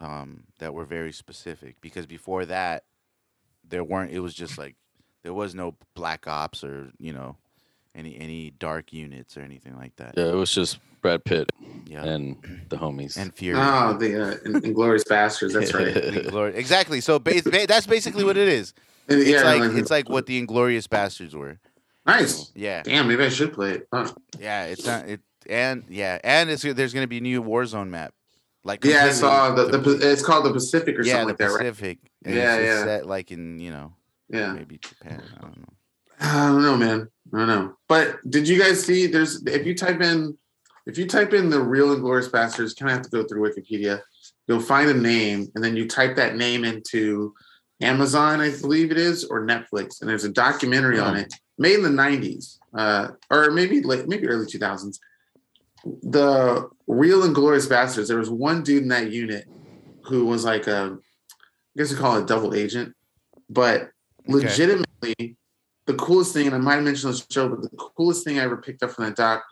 Speaker 1: um, that were very specific. Because before that, there weren't. It was just like there was no black ops or you know any any dark units or anything like that.
Speaker 2: Yeah, it was just Brad Pitt
Speaker 1: Yeah. And,
Speaker 2: and the homies.
Speaker 1: Fury.
Speaker 3: oh, the uh, Inglorious Bastards. That's right.
Speaker 1: And Glor- exactly. So ba- ba- that's basically what it is.
Speaker 3: And,
Speaker 1: It's
Speaker 3: yeah,
Speaker 1: like it's like what the Inglorious Bastards were.
Speaker 3: nice.
Speaker 1: Yeah.
Speaker 3: Damn, maybe I should play it. Huh.
Speaker 1: Yeah. It's not. It and yeah. And it's there's gonna be a new Warzone map. Like
Speaker 3: Yeah, I
Speaker 1: completely-
Speaker 3: saw the, the it's called the Pacific or
Speaker 1: yeah
Speaker 3: something like
Speaker 1: the
Speaker 3: that, right?
Speaker 1: Pacific. and
Speaker 3: Yeah,
Speaker 1: it's just
Speaker 3: yeah.
Speaker 1: Set like in you know
Speaker 3: Yeah.
Speaker 1: maybe Japan. I don't know.
Speaker 3: I don't know, man. I don't know. But did you guys see? There's if you type in if you type in the real Inglorious Bastards, kind of have to go through Wikipedia. You'll find a name, and then you type that name into Amazon, I believe it is, or Netflix, and there's a documentary on it made in the '90s, uh, or maybe late, maybe early 2000s. The real Inglorious Bastards. There was one dude in that unit who was like a, I guess you call it a double agent, but
Speaker 1: Okay.
Speaker 3: legitimately the coolest thing, and I might have mentioned on the show, but the coolest thing I ever picked up from that doc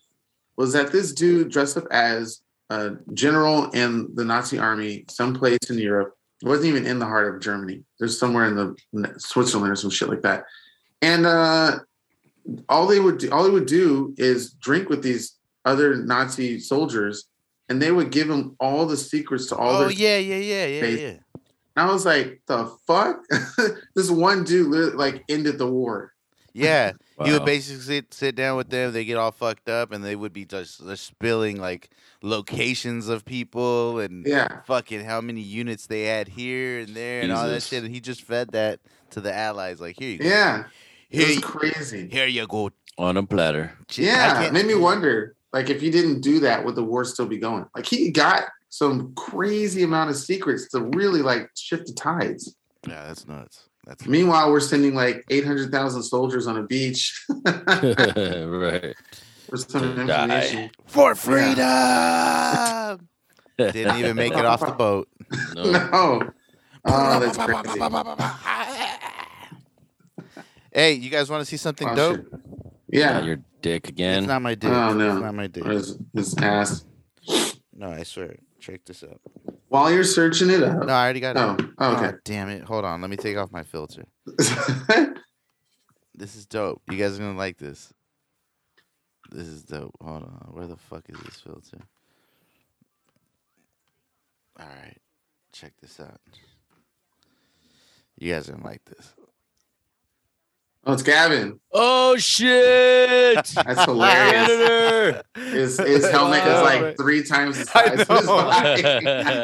Speaker 3: was that this dude dressed up as a general in the Nazi army someplace in Europe. It wasn't even in the heart of Germany. There's somewhere in the Switzerland or some shit like that. And uh, all they would do, all they would do is drink with these other Nazi soldiers, and they would give them all the secrets to all
Speaker 1: oh
Speaker 3: their
Speaker 1: yeah, yeah, yeah, yeah,
Speaker 3: They-
Speaker 1: yeah.
Speaker 3: and I was like, the fuck? this one dude literally, like ended the war.
Speaker 1: Yeah, you would
Speaker 2: Wow.
Speaker 1: basically sit, sit down with them. They get all fucked up, and they would be just, just spilling like locations of people and
Speaker 3: Yeah.
Speaker 1: fucking how many units they had here and there and all that
Speaker 2: Jesus.
Speaker 1: shit. And he just fed that to the allies. Like here you go,
Speaker 3: Yeah. It
Speaker 1: here,
Speaker 3: was
Speaker 1: you,
Speaker 3: crazy.
Speaker 1: here you go.
Speaker 2: on a platter.
Speaker 1: Shit, I
Speaker 3: Yeah. It
Speaker 1: can't-
Speaker 3: made me wonder, like, if he didn't do that, would the war still be going? Like he got some crazy amount of secrets to really like shift the tides.
Speaker 1: Yeah, that's nuts. That's
Speaker 3: Meanwhile, we're sending like eight hundred thousand soldiers on a beach
Speaker 2: right.
Speaker 3: for some
Speaker 2: To die.
Speaker 3: information.
Speaker 1: for freedom. Didn't even make it off the boat. Uh,
Speaker 2: No.
Speaker 3: No. Oh, that's crazy.
Speaker 1: Hey, you guys want to see something
Speaker 3: Oh,
Speaker 1: dope?
Speaker 3: shit.
Speaker 2: Not
Speaker 3: Yeah.
Speaker 2: your dick
Speaker 1: It's
Speaker 2: again.
Speaker 1: not my dick.
Speaker 3: Oh, no.
Speaker 1: It's not my dick.
Speaker 3: Or his, his ass.
Speaker 1: No, I swear. Check this out.
Speaker 3: While you're searching it up.
Speaker 1: No, I already got
Speaker 3: Oh,
Speaker 1: it.
Speaker 3: okay.
Speaker 1: Aw, damn it. Hold on. Let me take off my filter. This is dope. You guys are going to like this. This is dope. Hold on. Where the fuck is this filter? All right. Check this out. You guys are going to like this.
Speaker 3: Oh, it's Gavin.
Speaker 2: Oh shit!
Speaker 3: That's hilarious.
Speaker 2: Editor.
Speaker 3: His, his helmet is
Speaker 1: Wow.
Speaker 3: like three times the
Speaker 1: I
Speaker 3: size of his
Speaker 1: know.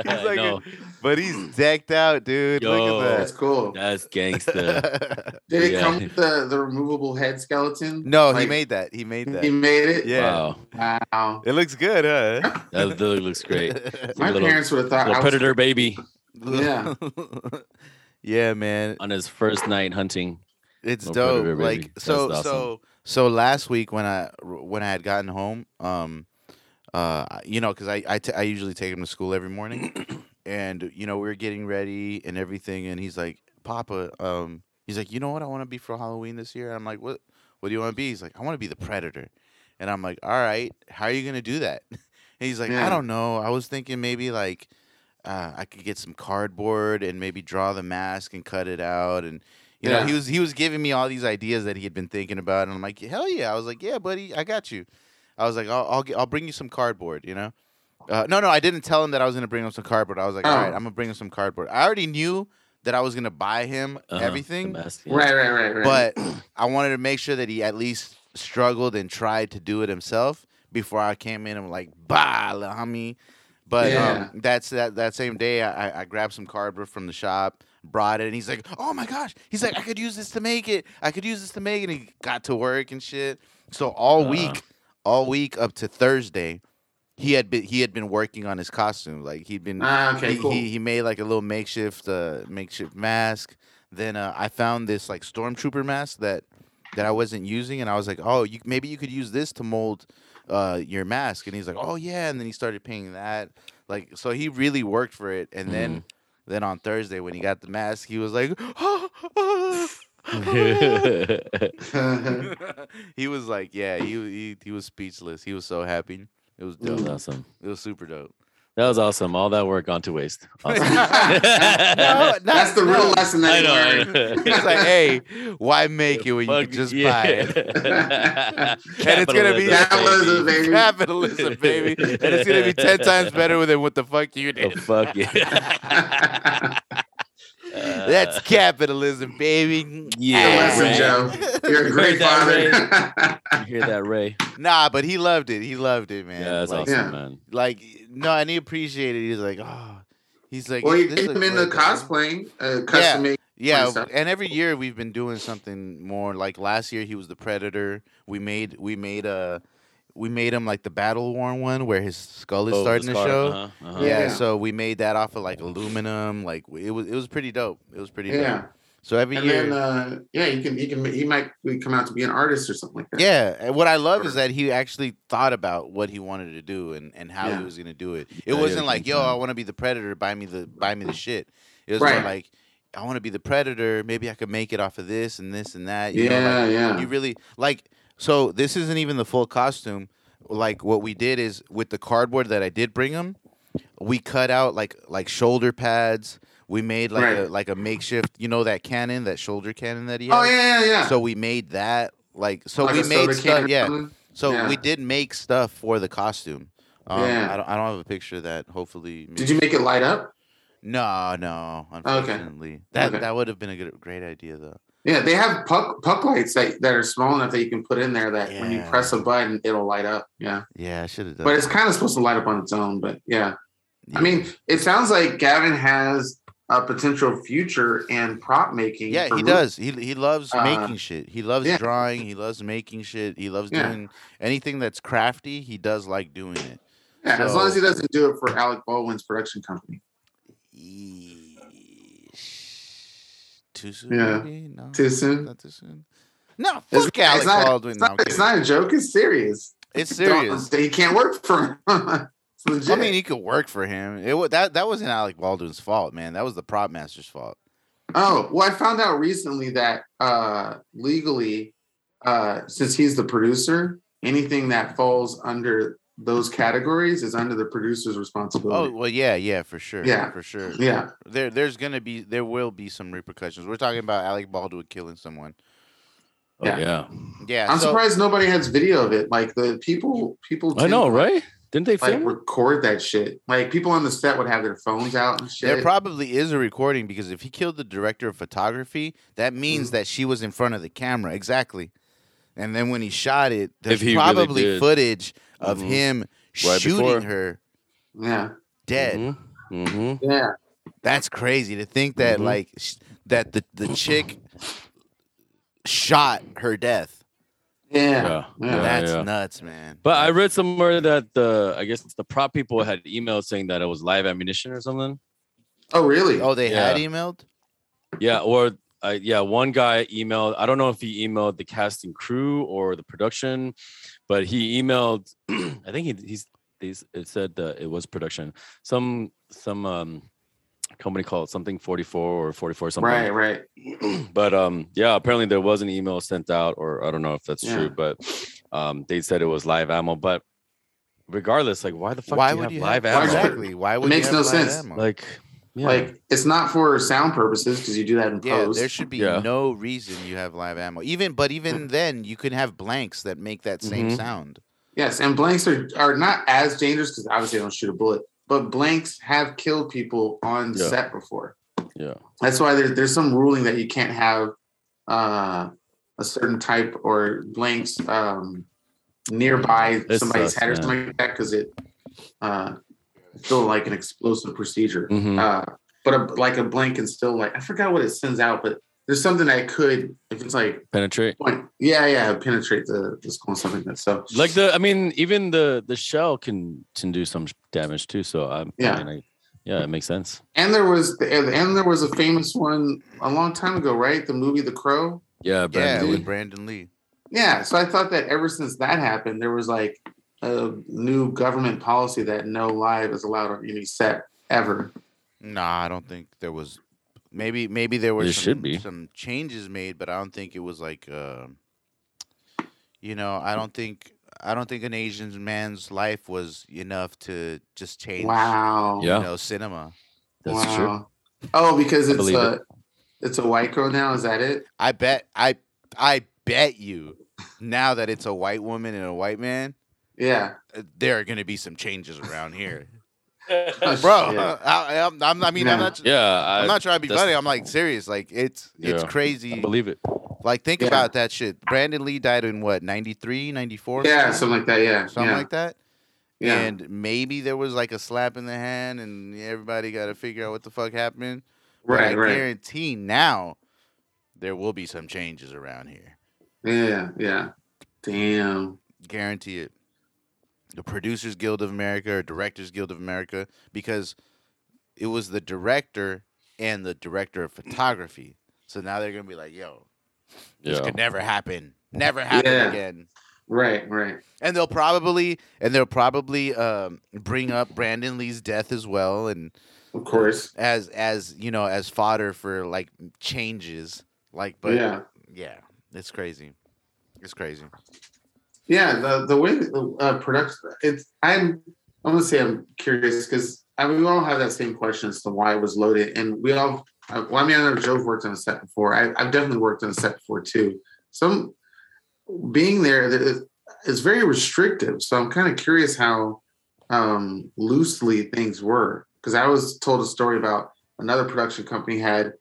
Speaker 3: body.
Speaker 1: He's like
Speaker 2: No.
Speaker 1: a- but he's decked out, dude.
Speaker 3: That's
Speaker 1: Look
Speaker 3: cool.
Speaker 2: That's
Speaker 1: at
Speaker 2: gangster.
Speaker 1: that.
Speaker 3: Did it
Speaker 2: Yeah.
Speaker 3: come with the, the removable head skeleton?
Speaker 1: no, he
Speaker 3: Like,
Speaker 1: made that. He made
Speaker 3: He
Speaker 1: that.
Speaker 3: made it.
Speaker 1: Yeah.
Speaker 2: Wow,
Speaker 3: Wow.
Speaker 1: It looks good, huh?
Speaker 2: that, that looks great.
Speaker 3: My
Speaker 2: Little-
Speaker 3: parents would have thought
Speaker 2: Little
Speaker 3: I was
Speaker 2: predator baby
Speaker 3: Yeah.
Speaker 1: yeah, man.
Speaker 2: on his first night hunting.
Speaker 1: It's
Speaker 2: No
Speaker 1: dope.
Speaker 2: predator, baby.
Speaker 1: Like so,
Speaker 2: That's awesome.
Speaker 1: so, so last week when I when I had gotten home, um, uh, you know, because I I, t- I usually take him to school every morning, and you know we were getting ready and everything, and he's like, Papa, um, he's like, you know what I want to be for Halloween this year? I'm like, what? What do you want to be? He's like, I want to be the predator, and I'm like, all right, how are you gonna do that? And he's like, I
Speaker 3: Yeah.
Speaker 1: don't know. I was thinking maybe like. Uh, I could get some cardboard and maybe draw the mask and cut it out and you know,
Speaker 3: Yeah.
Speaker 1: he was he was giving me all these ideas that he had been thinking about, and I'm like, hell yeah! I was like, yeah, buddy, I got you. I was like, I'll I'll, get, I'll bring you some cardboard, you know. Uh, no, no, I didn't tell him that I was gonna bring him some cardboard. I was like, all right,
Speaker 3: Oh.
Speaker 1: I'm gonna bring him some cardboard. I already knew that I was gonna buy him
Speaker 2: Uh-huh,
Speaker 1: everything,
Speaker 2: the mask, yeah.
Speaker 3: Right, right, right, right.
Speaker 1: but I wanted to make sure that he at least struggled and tried to do it himself before I came in and was like, bah, la homie. But
Speaker 3: Yeah.
Speaker 1: um, that's that that same day, I, I- I grabbed some cardboard from the shop, brought it, and he's like, oh my gosh, he's like, I could use this to make it, I could use this to make it. And he got to work and shit. So all
Speaker 3: Uh-huh.
Speaker 2: Uh.
Speaker 1: week, all week up to Thursday, he had been he had been working on his costume, like he'd been
Speaker 3: ah, okay,
Speaker 1: he,
Speaker 3: cool.
Speaker 1: he, he made like a little makeshift uh, makeshift mask. Then uh, I found this like stormtrooper mask that that I wasn't using, and I was like, oh, you, maybe you could use this to mold uh, your mask. And he's like, oh yeah. And then he started painting that. Like so, he really worked for it. And then
Speaker 3: Mm-hmm.
Speaker 1: then on Thursday when he got the mask, he was like, he was like, yeah, he, he he was speechless. He was so happy. It was
Speaker 2: that
Speaker 1: dope.
Speaker 2: was awesome.
Speaker 1: It was super dope.
Speaker 2: That was awesome. All that work gone to waste. Awesome.
Speaker 1: No, not-
Speaker 3: That's the real
Speaker 1: no.
Speaker 3: lesson
Speaker 2: I
Speaker 3: that I
Speaker 2: know. I
Speaker 3: learned.
Speaker 2: know.
Speaker 1: It's like, hey, why make it when you
Speaker 2: Fuck,
Speaker 1: could just
Speaker 2: yeah.
Speaker 1: buy it?
Speaker 2: Capitalism,
Speaker 1: And it's gonna be
Speaker 3: Capitalism, baby.
Speaker 1: capitalism, baby, and it's gonna be ten times better than what the fuck you
Speaker 2: Oh,
Speaker 1: did.
Speaker 2: fuck yeah. Uh,
Speaker 1: That's capitalism, baby.
Speaker 2: Yeah,
Speaker 3: lesson,
Speaker 2: Ray.
Speaker 3: Joe. You're a great
Speaker 2: Heard that,
Speaker 3: father.
Speaker 2: You hear that, Ray?
Speaker 1: Nah, but he loved it. He loved it, man.
Speaker 2: Yeah, that's
Speaker 1: like,
Speaker 2: awesome,
Speaker 3: Yeah.
Speaker 2: man.
Speaker 1: like, no, and he appreciated. it. He's like, oh, he's like,
Speaker 3: well, you
Speaker 1: this
Speaker 3: came
Speaker 1: looks
Speaker 3: in the
Speaker 1: way better.
Speaker 3: cosplaying, uh, custom made.
Speaker 1: Yeah,
Speaker 3: and stuff.
Speaker 1: and every year we've been doing something more. Like last year, he was the predator. We made we made a we made him like the battle worn one where his skull is
Speaker 2: Oh, the
Speaker 1: starting to
Speaker 2: scar,
Speaker 1: show.
Speaker 2: uh-huh, uh-huh.
Speaker 1: Yeah,
Speaker 3: Yeah.
Speaker 1: so we made that off of like aluminum. Like it was it was pretty dope. It was pretty
Speaker 3: Yeah,
Speaker 1: dope. So every
Speaker 3: and
Speaker 1: year,
Speaker 3: then uh, yeah, you can you can he might come out to be an artist or something like that.
Speaker 1: yeah. And what I love is
Speaker 3: Sure.
Speaker 1: that he actually thought about what he wanted to do and, and how
Speaker 3: Yeah.
Speaker 1: he was gonna do it. It
Speaker 2: Yeah, yeah,
Speaker 1: wasn't like,
Speaker 2: big
Speaker 1: yo,
Speaker 2: time.
Speaker 1: I want to be the predator. Buy me the buy me the shit. It was more
Speaker 3: Right.
Speaker 1: like, I want to be the predator. Maybe I could make it off of this and this and that. You know, like,
Speaker 3: yeah, yeah.
Speaker 1: You really like so this isn't even the full costume. Like what we did is with the cardboard that I did bring him, we cut out like like shoulder pads. We made like a
Speaker 3: Right.
Speaker 1: like a makeshift, you know that cannon, that shoulder cannon that he
Speaker 3: Oh
Speaker 1: has?
Speaker 3: yeah, yeah, yeah.
Speaker 1: So we made that like so
Speaker 3: Like a
Speaker 1: we made
Speaker 3: soda can
Speaker 1: stuff,
Speaker 3: or
Speaker 1: yeah.
Speaker 3: something?
Speaker 1: So
Speaker 3: Yeah.
Speaker 1: we did make stuff for the costume. Um,
Speaker 3: Yeah.
Speaker 1: I don't I don't have a picture of that. Hopefully
Speaker 3: Did you make it light up?
Speaker 1: No, no, unfortunately. That
Speaker 3: Okay.
Speaker 1: that would have been a good great idea though.
Speaker 3: Yeah, they have puck puck lights that, that are small enough that you can put in there that when you
Speaker 1: Yeah.
Speaker 3: press a button, it'll light up. Yeah.
Speaker 1: Yeah, I should have done
Speaker 3: But it's
Speaker 1: that.
Speaker 3: kind of supposed to light up on its own. But yeah.
Speaker 1: Yeah.
Speaker 3: I mean, it sounds like Gavin has a potential future in prop making.
Speaker 1: Yeah,
Speaker 3: for
Speaker 1: he
Speaker 3: mo-
Speaker 1: does. He he loves
Speaker 3: Uh,
Speaker 1: making shit. He loves
Speaker 3: yeah.
Speaker 1: drawing. He loves making shit. He loves
Speaker 3: Yeah.
Speaker 1: doing anything that's crafty. He does like doing it.
Speaker 3: Yeah, as long as he
Speaker 1: So-
Speaker 3: doesn't do it for Alec Baldwin's production company.
Speaker 1: Yeesh. Too soon?
Speaker 3: Yeah.
Speaker 1: maybe? No,
Speaker 3: Too soon.
Speaker 1: Not too soon. No,
Speaker 3: It's
Speaker 1: fuck
Speaker 3: not-
Speaker 1: Alec
Speaker 3: it's not-
Speaker 1: Baldwin.
Speaker 3: It's
Speaker 1: No,
Speaker 3: not,
Speaker 1: I'm
Speaker 3: it's
Speaker 1: kidding.
Speaker 3: not a joke. It's serious.
Speaker 1: It's
Speaker 3: Don't-
Speaker 1: serious.
Speaker 3: You can't work for him. it's legit.
Speaker 1: I mean, he could work for him. It wa- that that wasn't Alec Baldwin's fault, man. That was the prop master's fault.
Speaker 3: Oh, well, I found out recently that uh legally, uh, since he's the producer, anything that falls under those categories is under the producer's
Speaker 1: Oh
Speaker 3: responsibility.
Speaker 1: well, yeah, yeah, for sure,
Speaker 3: Yeah.
Speaker 1: for sure.
Speaker 2: Oh,
Speaker 3: yeah.
Speaker 1: There, there's gonna be, there will be some repercussions. We're talking about Alec Baldwin killing someone.
Speaker 2: Oh, yeah.
Speaker 1: Yeah,
Speaker 3: I'm
Speaker 1: so-
Speaker 3: surprised nobody has video of it. Like the people people
Speaker 2: I know,
Speaker 3: tend-
Speaker 2: right? Didn't they
Speaker 3: like
Speaker 2: film? it?
Speaker 3: record that shit. Like people on the set would have their phones out and shit.
Speaker 1: There probably is a recording because if he killed the director of photography, that
Speaker 2: Mm.
Speaker 1: means that she was in front of the camera exactly. And then when he shot it, there's
Speaker 2: If he really
Speaker 1: probably
Speaker 2: did.
Speaker 1: footage of
Speaker 2: Mhm.
Speaker 1: him
Speaker 2: Right
Speaker 1: shooting
Speaker 2: before.
Speaker 1: her
Speaker 3: yeah,
Speaker 1: dead. Mm-hmm.
Speaker 2: Mhm. Mhm.
Speaker 3: yeah.
Speaker 1: That's crazy to think that
Speaker 2: Mhm.
Speaker 1: like sh- that the the chick shot her death.
Speaker 3: Yeah.
Speaker 2: Yeah.
Speaker 3: Yeah.
Speaker 1: That's
Speaker 2: yeah.
Speaker 1: nuts, man.
Speaker 2: But I read somewhere that the I guess the prop people had emailed saying that it was live ammunition or something.
Speaker 3: Oh, really?
Speaker 1: oh, they had
Speaker 2: Yeah.
Speaker 1: emailed.
Speaker 2: Yeah, or uh, yeah, one guy emailed. I don't know if he emailed the casting crew or the production, but he emailed. I think he, he's these. It said that it was production. Some some um company called something forty four or forty four something.
Speaker 3: right, right.
Speaker 2: but um yeah apparently there was an email sent out or i don't know if that's
Speaker 3: Yeah.
Speaker 2: true but um they said it was live ammo but regardless like why the fuck
Speaker 1: Why
Speaker 2: do you
Speaker 1: would
Speaker 2: have
Speaker 1: you
Speaker 2: live
Speaker 1: have,
Speaker 2: ammo
Speaker 1: exactly? Why would you
Speaker 3: makes
Speaker 1: have
Speaker 3: no
Speaker 1: live
Speaker 3: sense.
Speaker 1: ammo?
Speaker 2: like yeah.
Speaker 3: Like it's not for sound purposes because you do that in
Speaker 1: Yeah,
Speaker 3: post.
Speaker 1: there should be
Speaker 2: Yeah. Hmm.
Speaker 1: no reason you have live ammo. Even but even then you can have blanks that make that same
Speaker 2: Mhm.
Speaker 1: sound.
Speaker 3: yes, and blanks are are not as dangerous because obviously they don't shoot a bullet, but blanks have killed people on
Speaker 2: Yeah.
Speaker 3: set before.
Speaker 2: yeah
Speaker 3: That's why there's there's some ruling that you can't have uh, a certain type or blanks um, nearby
Speaker 2: It
Speaker 3: somebody's
Speaker 2: sucks,
Speaker 3: head or
Speaker 2: man.
Speaker 3: something like that because it uh, it's still like an explosive procedure.
Speaker 2: Mhm.
Speaker 3: Uh, but a, like a blank and still like I forgot what it sends out, but there's something that could if it's like
Speaker 2: penetrate
Speaker 3: point, yeah, yeah, penetrate the, the skull and stuff like that. So
Speaker 2: like the i mean even the the shell can can do some damage too so i'm
Speaker 3: Yeah.
Speaker 2: I mean, I- yeah it makes sense
Speaker 3: and there was and and there was a famous one a long time ago, right? The movie The Crow.
Speaker 2: yeah
Speaker 1: yeah,
Speaker 2: Brandon
Speaker 1: with
Speaker 2: Lee.
Speaker 1: Brandon Lee.
Speaker 3: Yeah. So I thought that ever since that happened, there was like a new government policy that no live is allowed on any set ever.
Speaker 1: Nah, I don't think there was. Maybe maybe there were
Speaker 2: There
Speaker 1: some,
Speaker 2: should be.
Speaker 1: some changes made, but I don't think it was like. Uh, you know, I don't think I don't think an Asian man's life was enough to just change.
Speaker 3: Wow.
Speaker 1: You
Speaker 2: Yeah.
Speaker 1: know, cinema.
Speaker 2: that's true
Speaker 3: true. Oh, because it's
Speaker 2: believe
Speaker 3: a it's a white girl now. Is that it?
Speaker 1: I bet I I bet you now that it's a white woman and a white man,
Speaker 3: Yeah.
Speaker 1: uh, there are going to be some changes around here, bro.
Speaker 3: Yeah.
Speaker 1: I, I'm, I'm, I mean, I'm
Speaker 3: Yeah.
Speaker 1: not.
Speaker 2: yeah i,
Speaker 1: I'm not trying to be
Speaker 2: that's-
Speaker 1: funny. I'm like serious. Like it's it's
Speaker 2: Yeah. I
Speaker 1: crazy.
Speaker 2: believe it
Speaker 1: Like think
Speaker 3: Yeah.
Speaker 1: about that shit. Brandon Lee died in what 93, 94?
Speaker 3: Yeah, something like that. Yeah.
Speaker 1: something
Speaker 3: yeah.
Speaker 1: like that.
Speaker 3: yeah.
Speaker 1: And maybe there was like a slap in the hand, and everybody got to figure out what the fuck happened. But I
Speaker 3: right, right.
Speaker 1: guarantee now there will be some changes around here.
Speaker 3: Yeah, yeah. Damn.
Speaker 1: Guarantee it. The Producers Guild of America or Directors Guild of America, because it was the director and the director of photography. So now they're gonna be like, "Yo, this
Speaker 2: yeah
Speaker 1: could never happen. Never happen
Speaker 3: Yeah.
Speaker 1: again."
Speaker 3: Right, right.
Speaker 1: and they'll probably and they'll probably um, bring up Brandon Lee's death as well, and
Speaker 3: Of course.
Speaker 1: as as you know as fodder for like changes, like but yeah,
Speaker 3: yeah.
Speaker 1: it's crazy, it's crazy.
Speaker 3: Yeah, the the way the uh, production it's I'm I'm gonna say I'm curious because I mean we all have that same question as to why it was loaded and we all uh, well I mean I know Joe's worked on a set before I, I've definitely worked on a set before too some being there th- it's very restrictive so I'm kind of curious how um, loosely things were because I was told a story about another production company had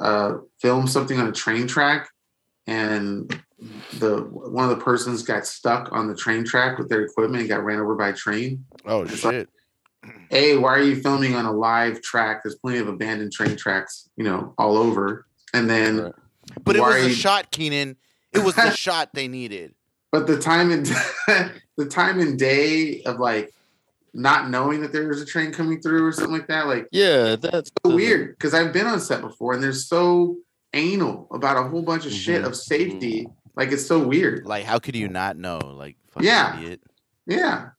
Speaker 3: uh, filmed something on a train track and the one of the persons got stuck on the train track with their equipment and got ran over by a train.
Speaker 1: Oh
Speaker 3: It's like-
Speaker 1: shit!
Speaker 3: A, why are you filming on a live track? There's plenty of abandoned train tracks, you know, all over. And then,
Speaker 2: Right.
Speaker 1: But it
Speaker 3: why
Speaker 1: was
Speaker 3: are
Speaker 1: the
Speaker 3: you-
Speaker 1: shot, Keenan. It was the shot they needed.
Speaker 3: but the time and the time and day of like not knowing that there was a train coming through or something like that, like
Speaker 2: yeah that's
Speaker 3: so weird because I've been on set before and they're so anal about a whole bunch of shit
Speaker 2: Mhm.
Speaker 3: of safety. Like it's so weird.
Speaker 1: Like, how could you not know? Like, fucking
Speaker 3: Yeah.
Speaker 1: idiot.
Speaker 3: Yeah,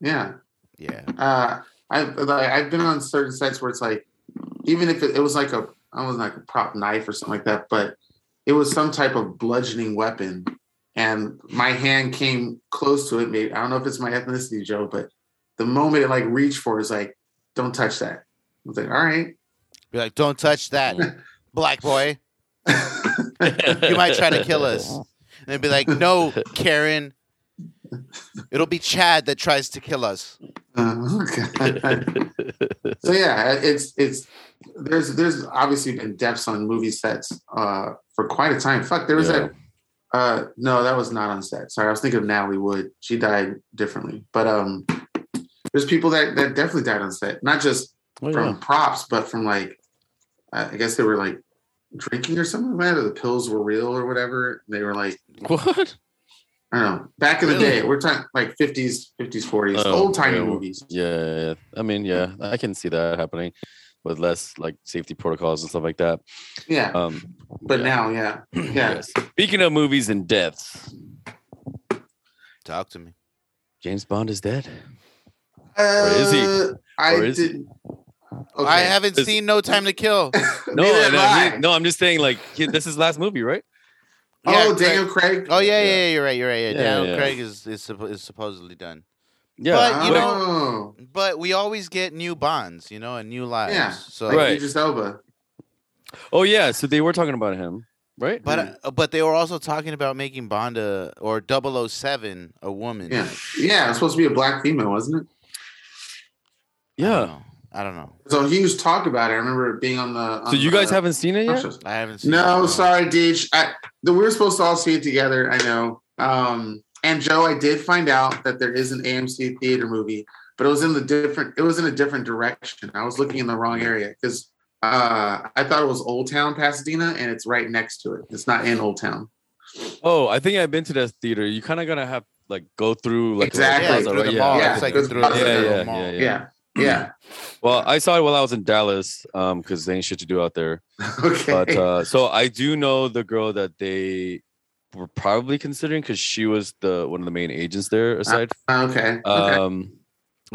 Speaker 3: yeah.
Speaker 1: Yeah.
Speaker 3: uh, I've like, I've been on certain sites where it's like, even if it, it was like a, I was like a prop knife or something like that, but it was some type of bludgeoning weapon, and my hand came close to it. Maybe I don't know if it's my ethnicity, Joe, but the moment it like reached for, it, it's like, don't touch that. I was like, all right,
Speaker 1: Be like, don't touch that, black boy.
Speaker 3: yeah,
Speaker 1: You might try to kill us. And they'd be like, no, Karen, It'll be Chad that tries to kill us.
Speaker 3: Oh, God. so yeah, it's it's there's there's obviously been depths on movie sets uh, for quite a time. Fuck, there was
Speaker 2: Yeah.
Speaker 3: that. Uh, no, that was not on set. Sorry, I was thinking of Natalie Wood. She died differently, but um, there's people that that definitely died on set, not just
Speaker 2: Oh,
Speaker 3: from
Speaker 2: yeah.
Speaker 3: props, but from like I I guess they were like drinking or something like that, or the pills were real or whatever. They were like
Speaker 2: What?
Speaker 3: I don't know. Back in the
Speaker 2: Really?
Speaker 3: day, we're talking like 50s, 50s, 40s,
Speaker 2: Oh,
Speaker 3: old timey
Speaker 2: yeah.
Speaker 3: movies.
Speaker 2: Yeah, I mean, yeah, I can see that happening with less like safety protocols and stuff like that.
Speaker 3: Yeah,
Speaker 2: Um,
Speaker 3: but
Speaker 2: yeah.
Speaker 3: now, yeah, yeah.
Speaker 2: Speaking of movies and deaths,
Speaker 1: Talk to me.
Speaker 2: James Bond is dead.
Speaker 3: Uh,
Speaker 2: is he?
Speaker 3: I
Speaker 2: Or is he?
Speaker 3: didn't. Okay.
Speaker 1: I haven't
Speaker 2: Is-
Speaker 1: seen No Time to Kill.
Speaker 2: No,
Speaker 3: Neither
Speaker 2: and
Speaker 3: have
Speaker 2: I
Speaker 3: I.
Speaker 2: mean- no, I'm just saying, like, he- this is his last movie, right?
Speaker 3: Oh,
Speaker 1: Yeah,
Speaker 3: Daniel Craig.
Speaker 1: Oh yeah, yeah,
Speaker 2: Yeah.
Speaker 1: yeah, you're right, you're right. Yeah,
Speaker 2: Yeah,
Speaker 1: Daniel
Speaker 2: yeah.
Speaker 1: Craig is is, suppo- is supposedly done.
Speaker 2: Yeah,
Speaker 1: But, Uh, you
Speaker 2: wait,
Speaker 1: know-
Speaker 3: Oh.
Speaker 1: But we always get new bonds, you know, and new lives.
Speaker 3: Yeah,
Speaker 1: So,
Speaker 3: like
Speaker 2: Right.
Speaker 3: Idris Elba.
Speaker 2: oh yeah, so they were talking about him, right?
Speaker 1: but uh, but they were also talking about making Bond a, or 007 a woman.
Speaker 3: Yeah, yeah. It's supposed to be a black female, wasn't it?
Speaker 1: I don't
Speaker 2: yeah.
Speaker 1: know. I don't know.
Speaker 3: So huge talk about it. I remember it being on the.
Speaker 2: So
Speaker 3: on
Speaker 2: you guys
Speaker 3: the-
Speaker 2: haven't seen it yet?
Speaker 1: I haven't seen
Speaker 3: No,
Speaker 1: it.
Speaker 3: sorry, Deej. I, the, we were supposed to all see it together. I know. Um, and Joe, I did find out that there is an AMC theater movie, but it was in the different. It was in a different direction. I was looking in the wrong area because uh, I thought it was Old Town Pasadena, and it's right next to it. It's not in Old Town.
Speaker 2: Oh, I think I've been to that theater. You kind of gotta have like go through like a little
Speaker 3: Exactly.
Speaker 2: plaza,
Speaker 1: Yeah, through
Speaker 2: right?
Speaker 1: the
Speaker 2: Yeah,
Speaker 1: mall.
Speaker 2: I
Speaker 3: Yeah.
Speaker 1: It's like
Speaker 3: Yeah,
Speaker 1: through
Speaker 3: yeah,
Speaker 1: the
Speaker 2: yeah,
Speaker 1: mall.
Speaker 2: yeah,
Speaker 3: Yeah, yeah.
Speaker 2: Well, I saw it while I was in Dallas, um, because they ain't shit to do out there.
Speaker 3: okay.
Speaker 2: But uh, so I do know the girl that they were probably considering because she was the one of the main agents there.
Speaker 1: Ah,
Speaker 2: Aside,
Speaker 3: okay. Okay.
Speaker 2: um,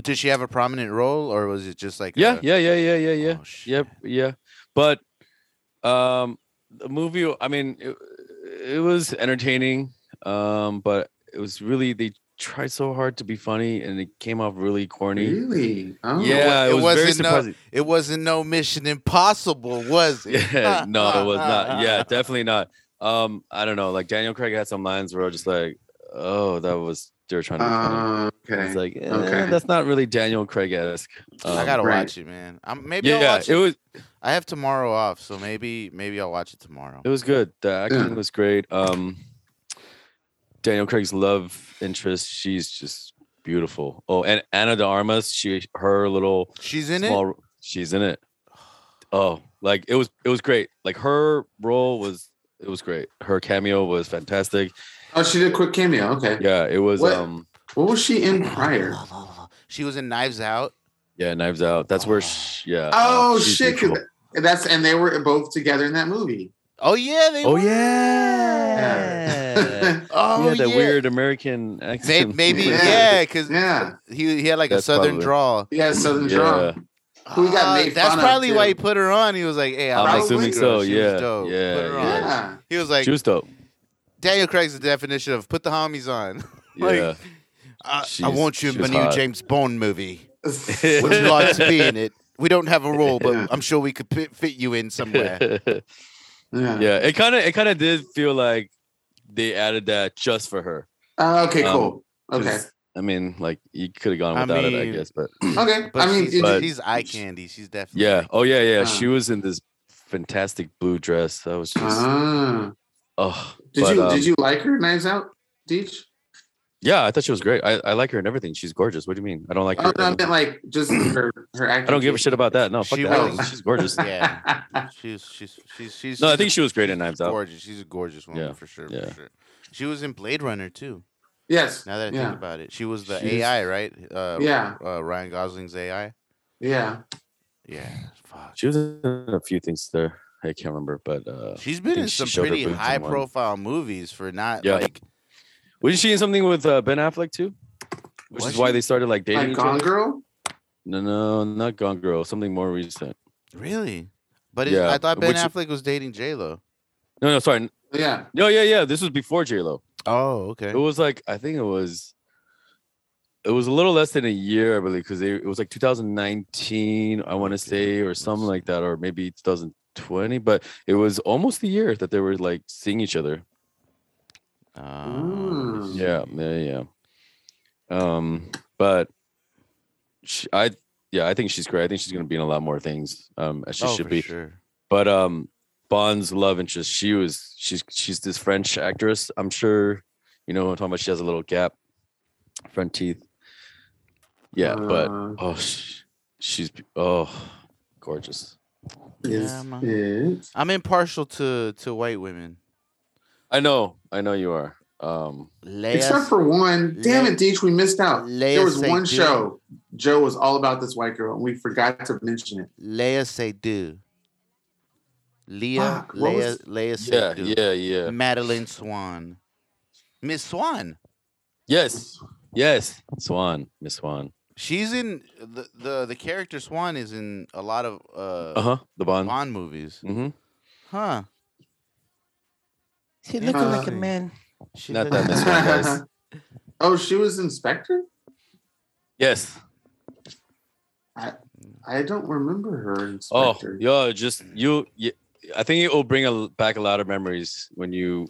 Speaker 1: Did she have a prominent role, or was it just like
Speaker 2: yeah,
Speaker 1: a-
Speaker 2: yeah, yeah, yeah, yeah, yeah,
Speaker 1: Oh, shit.
Speaker 2: yep, yeah. But um, the movie, I mean, it, it was entertaining, um, but it was really they tried so hard to be funny and it came off really corny.
Speaker 3: really? Oh.
Speaker 2: Yeah,
Speaker 1: It
Speaker 2: it, was very
Speaker 1: wasn't, uh,
Speaker 2: surprising.
Speaker 1: It wasn't no Mission Impossible, was it?
Speaker 2: Yeah, no, it was not. Yeah, definitely not. Um, I don't know. Like Daniel Craig had some lines where I was just like, oh, that was they were trying to. Be funny.
Speaker 3: Uh,
Speaker 2: It's
Speaker 3: okay.
Speaker 2: like, eh,
Speaker 3: okay.
Speaker 2: that's not really Daniel Craig esque.
Speaker 1: I gotta
Speaker 3: Right.
Speaker 1: watch it, man. I'm, maybe
Speaker 2: Um, Yeah,
Speaker 1: I'll
Speaker 2: yeah,
Speaker 1: watch it.
Speaker 2: it was
Speaker 1: I have tomorrow off, so maybe maybe I'll watch it tomorrow.
Speaker 2: it was good. The acting
Speaker 3: Yeah.
Speaker 2: was great. Um, Daniel Craig's love interest, she's just beautiful. Oh, and Anna de Armas, she her little
Speaker 1: She's in it.
Speaker 2: small, she's in it. Oh, like it was it was great. Like her role was it was great. Her cameo was fantastic.
Speaker 3: Oh, she did a quick cameo. Okay.
Speaker 2: Yeah, it was.
Speaker 3: What-
Speaker 2: um
Speaker 3: What was she in prior?
Speaker 1: She was in Knives Out.
Speaker 2: Yeah, Knives Out. That's where. She, yeah.
Speaker 3: Oh
Speaker 2: um, she's
Speaker 3: shit! 'cause
Speaker 2: beautiful.
Speaker 3: That's and they were both together in that movie.
Speaker 1: Oh yeah, they.
Speaker 2: Oh
Speaker 1: were.
Speaker 2: yeah.
Speaker 1: Oh
Speaker 2: yeah, that
Speaker 1: yeah.
Speaker 2: weird American
Speaker 1: May-
Speaker 2: accent.
Speaker 1: Maybe
Speaker 3: Yeah.
Speaker 1: yeah, because
Speaker 3: Yeah,
Speaker 1: he he had like a
Speaker 2: That's
Speaker 1: southern
Speaker 2: probably-
Speaker 1: drawl.
Speaker 3: yeah, Southern
Speaker 2: Yeah,
Speaker 3: Draw. Who got
Speaker 1: Ah,
Speaker 3: made
Speaker 1: That's
Speaker 3: fun of,
Speaker 1: probably why
Speaker 3: too.
Speaker 1: he put her on. He was like, "Hey, I
Speaker 2: I'm
Speaker 1: like
Speaker 3: assuming
Speaker 1: this
Speaker 2: so,
Speaker 1: girl. She was
Speaker 2: yeah,
Speaker 1: dope.
Speaker 2: yeah,
Speaker 1: Put her on.
Speaker 3: Yeah,
Speaker 1: He was like,
Speaker 2: she was dope.
Speaker 1: Daniel Craig's the definition of put the homies on. Like,
Speaker 2: Yeah,
Speaker 1: I, I
Speaker 2: She's-
Speaker 1: want you in
Speaker 2: she
Speaker 1: the
Speaker 2: was
Speaker 1: new
Speaker 2: hot.
Speaker 1: James Bond movie. Would you like to be in it? We don't have a role, but I'm sure we could fit, fit you in somewhere.
Speaker 3: yeah.
Speaker 2: yeah. It kind of it kind of did feel like they added that just for her.
Speaker 3: Uh, okay,
Speaker 2: Um,
Speaker 3: cool. Okay,
Speaker 2: 'Cause, I mean, like you could have gone
Speaker 1: I
Speaker 2: without it, I
Speaker 1: mean-
Speaker 2: guess. But
Speaker 3: okay.
Speaker 1: But
Speaker 3: I mean,
Speaker 1: she's,
Speaker 3: it,
Speaker 2: but-
Speaker 1: she's eye candy. She's definitely
Speaker 2: yeah. Oh yeah, yeah.
Speaker 3: Uh.
Speaker 2: she was in this fantastic blue dress. That was just.
Speaker 3: ah.
Speaker 2: Oh.
Speaker 3: did
Speaker 2: but,
Speaker 3: you
Speaker 2: um,
Speaker 3: did you like her Knives Out, Deej?
Speaker 2: Yeah, I thought she was great. I, I like her and everything. She's gorgeous. What do you mean? I don't like
Speaker 3: Oh,
Speaker 2: her.
Speaker 3: no, I meant like just her her acting.
Speaker 2: I don't give a shit about that. No, fuck
Speaker 1: She
Speaker 2: that.
Speaker 1: was-
Speaker 2: She's gorgeous.
Speaker 1: yeah. She's she's she's she's.
Speaker 2: No, I
Speaker 1: she's
Speaker 2: think
Speaker 1: a-
Speaker 2: she was great in
Speaker 1: she's
Speaker 2: Knives Out.
Speaker 1: gorgeous. She's a gorgeous woman
Speaker 2: Yeah,
Speaker 1: for sure.
Speaker 2: yeah.
Speaker 1: For sure. She was in Blade Runner too.
Speaker 3: Yes.
Speaker 1: Now that I
Speaker 3: yeah.
Speaker 1: think about it, she was the
Speaker 2: She's-
Speaker 1: AI, right? Uh,
Speaker 3: yeah.
Speaker 1: Uh, Ryan Gosling's AI.
Speaker 3: Yeah.
Speaker 1: Yeah. Fuck.
Speaker 2: She was in a few things there. I can't remember, but uh,
Speaker 1: She's been
Speaker 2: think
Speaker 1: in
Speaker 2: she
Speaker 1: some
Speaker 2: showed her
Speaker 1: pretty
Speaker 2: boobs in one.
Speaker 1: high-profile movies for not
Speaker 2: Yeah.
Speaker 1: like
Speaker 2: wasn't she in something with uh, Ben Affleck too? Which
Speaker 1: Was
Speaker 2: is why
Speaker 1: she?
Speaker 2: they started like dating.
Speaker 3: Like
Speaker 2: each
Speaker 3: Gone
Speaker 2: other.
Speaker 3: Girl.
Speaker 2: No, no, not Gone Girl. Something more recent.
Speaker 1: really. But it's,
Speaker 2: Yeah,
Speaker 1: I thought Ben
Speaker 2: which-
Speaker 1: Affleck was dating J Lo.
Speaker 2: No, no, sorry.
Speaker 3: Yeah.
Speaker 2: No, yeah, yeah. This was before J Lo.
Speaker 1: Oh, okay.
Speaker 2: It was like I think it was. It was a little less than a year, I believe, because it was like 2019, I want to say, or something like that, or maybe 2020. But it was almost the year that they were like seeing each other.
Speaker 1: Um,
Speaker 3: Mm.
Speaker 2: Yeah, yeah, yeah. Um, but she, I, yeah, I think she's great. I think she's going to be in a lot more things. Um, as she
Speaker 1: oh,
Speaker 2: should
Speaker 1: for
Speaker 2: be.
Speaker 1: sure.
Speaker 2: But um, Bond's love interest, she was, she's, she's this French actress. I'm sure, you know, who I'm talking about. She has a little gap, front teeth. Yeah, but
Speaker 3: Uh,
Speaker 2: oh, sh- she's be- oh, gorgeous.
Speaker 3: is
Speaker 1: Yeah, man.
Speaker 3: it?
Speaker 1: I'm impartial to to white women.
Speaker 2: I know, I know you are. Um,
Speaker 1: Leia,
Speaker 3: Except for one. Damn
Speaker 1: Lea-
Speaker 3: it, Deech, we missed out.
Speaker 1: Lea
Speaker 3: there was
Speaker 1: Seydoux.
Speaker 3: one show. Joe was all about this white girl, and we forgot to mention it.
Speaker 1: Leia Seydoux. Leah,
Speaker 3: Fuck, what
Speaker 1: Leia,
Speaker 3: was-
Speaker 1: Leia
Speaker 2: yeah,
Speaker 1: Seydoux.
Speaker 2: yeah, yeah.
Speaker 1: Madeline Swan. Miss Swan.
Speaker 2: Yes, yes. Swan, Miss Swan.
Speaker 1: She's in the, the the character Swan is in a lot of uh
Speaker 2: Uh huh. The Bond.
Speaker 1: Bond movies.
Speaker 2: Mm-hmm.
Speaker 1: Huh.
Speaker 5: She
Speaker 1: looking like a
Speaker 3: Uh,
Speaker 5: man.
Speaker 1: She
Speaker 2: Not
Speaker 1: does-
Speaker 2: that Miss Swan, guys.
Speaker 3: oh, she was Inspector?
Speaker 2: Yes.
Speaker 3: I don't remember her
Speaker 2: Oh,
Speaker 3: Inspector.
Speaker 2: yeah. Just you. y I I think it will bring a, back a lot of memories when you.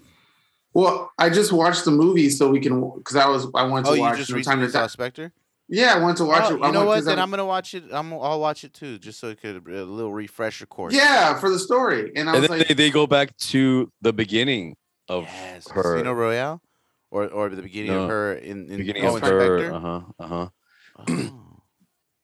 Speaker 3: Well, I just watched the movie so we can because I was I wanted to
Speaker 1: Oh, you
Speaker 3: watch
Speaker 1: just
Speaker 3: No
Speaker 1: recently
Speaker 3: Time to
Speaker 1: saw
Speaker 3: Die.
Speaker 1: Spectre?
Speaker 3: Yeah, I wanted to watch
Speaker 1: Oh,
Speaker 3: it. I
Speaker 1: you know
Speaker 3: want-
Speaker 1: what?
Speaker 3: 'cause
Speaker 1: Then
Speaker 3: I'm-
Speaker 1: I'm gonna watch it. I'm I'll watch it too, just so it could a little refresher course.
Speaker 3: yeah for the story, and I
Speaker 2: And
Speaker 3: was
Speaker 2: then
Speaker 3: like,
Speaker 2: they, they go back to the beginning of
Speaker 1: Yes.
Speaker 2: her.
Speaker 1: Casino Royale, or or the beginning
Speaker 2: No.
Speaker 1: of her in, in
Speaker 2: beginning
Speaker 1: oh,
Speaker 2: of
Speaker 1: in
Speaker 2: her.
Speaker 1: Spectre?
Speaker 2: Uh huh. Uh huh.
Speaker 1: Oh,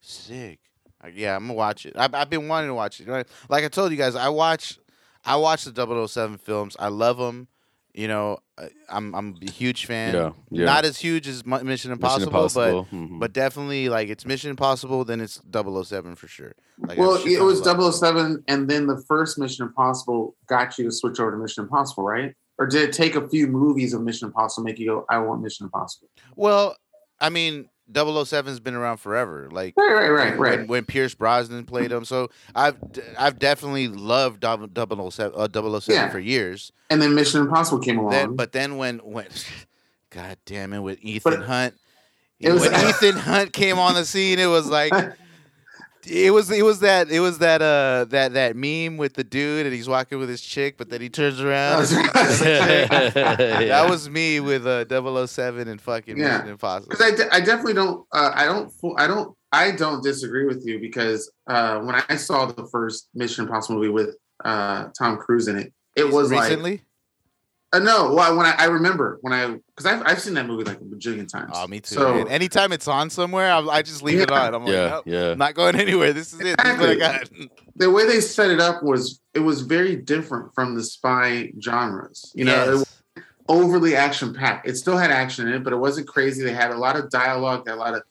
Speaker 1: sick. I, yeah, I'm gonna watch it. I've, I've been wanting to watch it. Right? Like I told you guys, I watch, I watch the 007 films. I love them. You know, I, I'm I'm a huge fan.
Speaker 2: Yeah. Yeah.
Speaker 1: Not as huge as Mi- Mission Impossible,
Speaker 2: Impossible,
Speaker 1: but
Speaker 2: mhm.
Speaker 1: but definitely like it's Mission Impossible. Then it's 007 for sure. Like, I
Speaker 3: well,
Speaker 1: should
Speaker 3: it
Speaker 1: kinda
Speaker 3: was
Speaker 1: love
Speaker 3: 007, and then the first Mission Impossible got you to switch over to Mission Impossible, right? Or did it take a few movies of Mission Impossible to make you go, I want Mission Impossible?
Speaker 1: Well, I mean, 007's been around forever. Like
Speaker 3: Right, right, right,
Speaker 1: When,
Speaker 3: right.
Speaker 1: when Pierce Brosnan played him. So I've d- I've definitely loved double- 007, uh, 007
Speaker 3: Yeah.
Speaker 1: for years.
Speaker 3: And then Mission Impossible came along.
Speaker 1: Then, but then when when God damn it with Ethan
Speaker 3: But-
Speaker 1: Hunt,
Speaker 3: It was-
Speaker 1: when Ethan Hunt came on the scene, it was like. It was it was that it was that uh that that meme with the dude and he's walking with his chick but then he turns
Speaker 3: That
Speaker 1: around
Speaker 3: was-
Speaker 1: and-
Speaker 2: Yeah.
Speaker 1: that was me with uh 007 and fucking
Speaker 3: Yeah.
Speaker 1: Mission Impossible.
Speaker 3: because I, de- I definitely don't uh, I don't fu- I don't I don't disagree with you because uh, when I saw the first Mission Impossible movie with uh, Tom Cruise in it, it was like
Speaker 1: recently.
Speaker 3: uh, no. Well, when I, I remember when I because I've, I've seen that movie like a bajillion times.
Speaker 1: oh, me too.
Speaker 3: So
Speaker 1: man. Anytime it's on somewhere, I, I just leave it
Speaker 3: Yeah.
Speaker 1: on. I'm like,
Speaker 2: yeah.
Speaker 1: "Nope."
Speaker 2: Yeah.
Speaker 1: I'm not going anywhere. This is it. This is what I got.
Speaker 3: the way they set it up was it was very different from the spy genres. You know, it was
Speaker 1: Yes.
Speaker 3: overly action packed. It still had action in it, but it wasn't crazy. They had a lot of dialogue, a lot of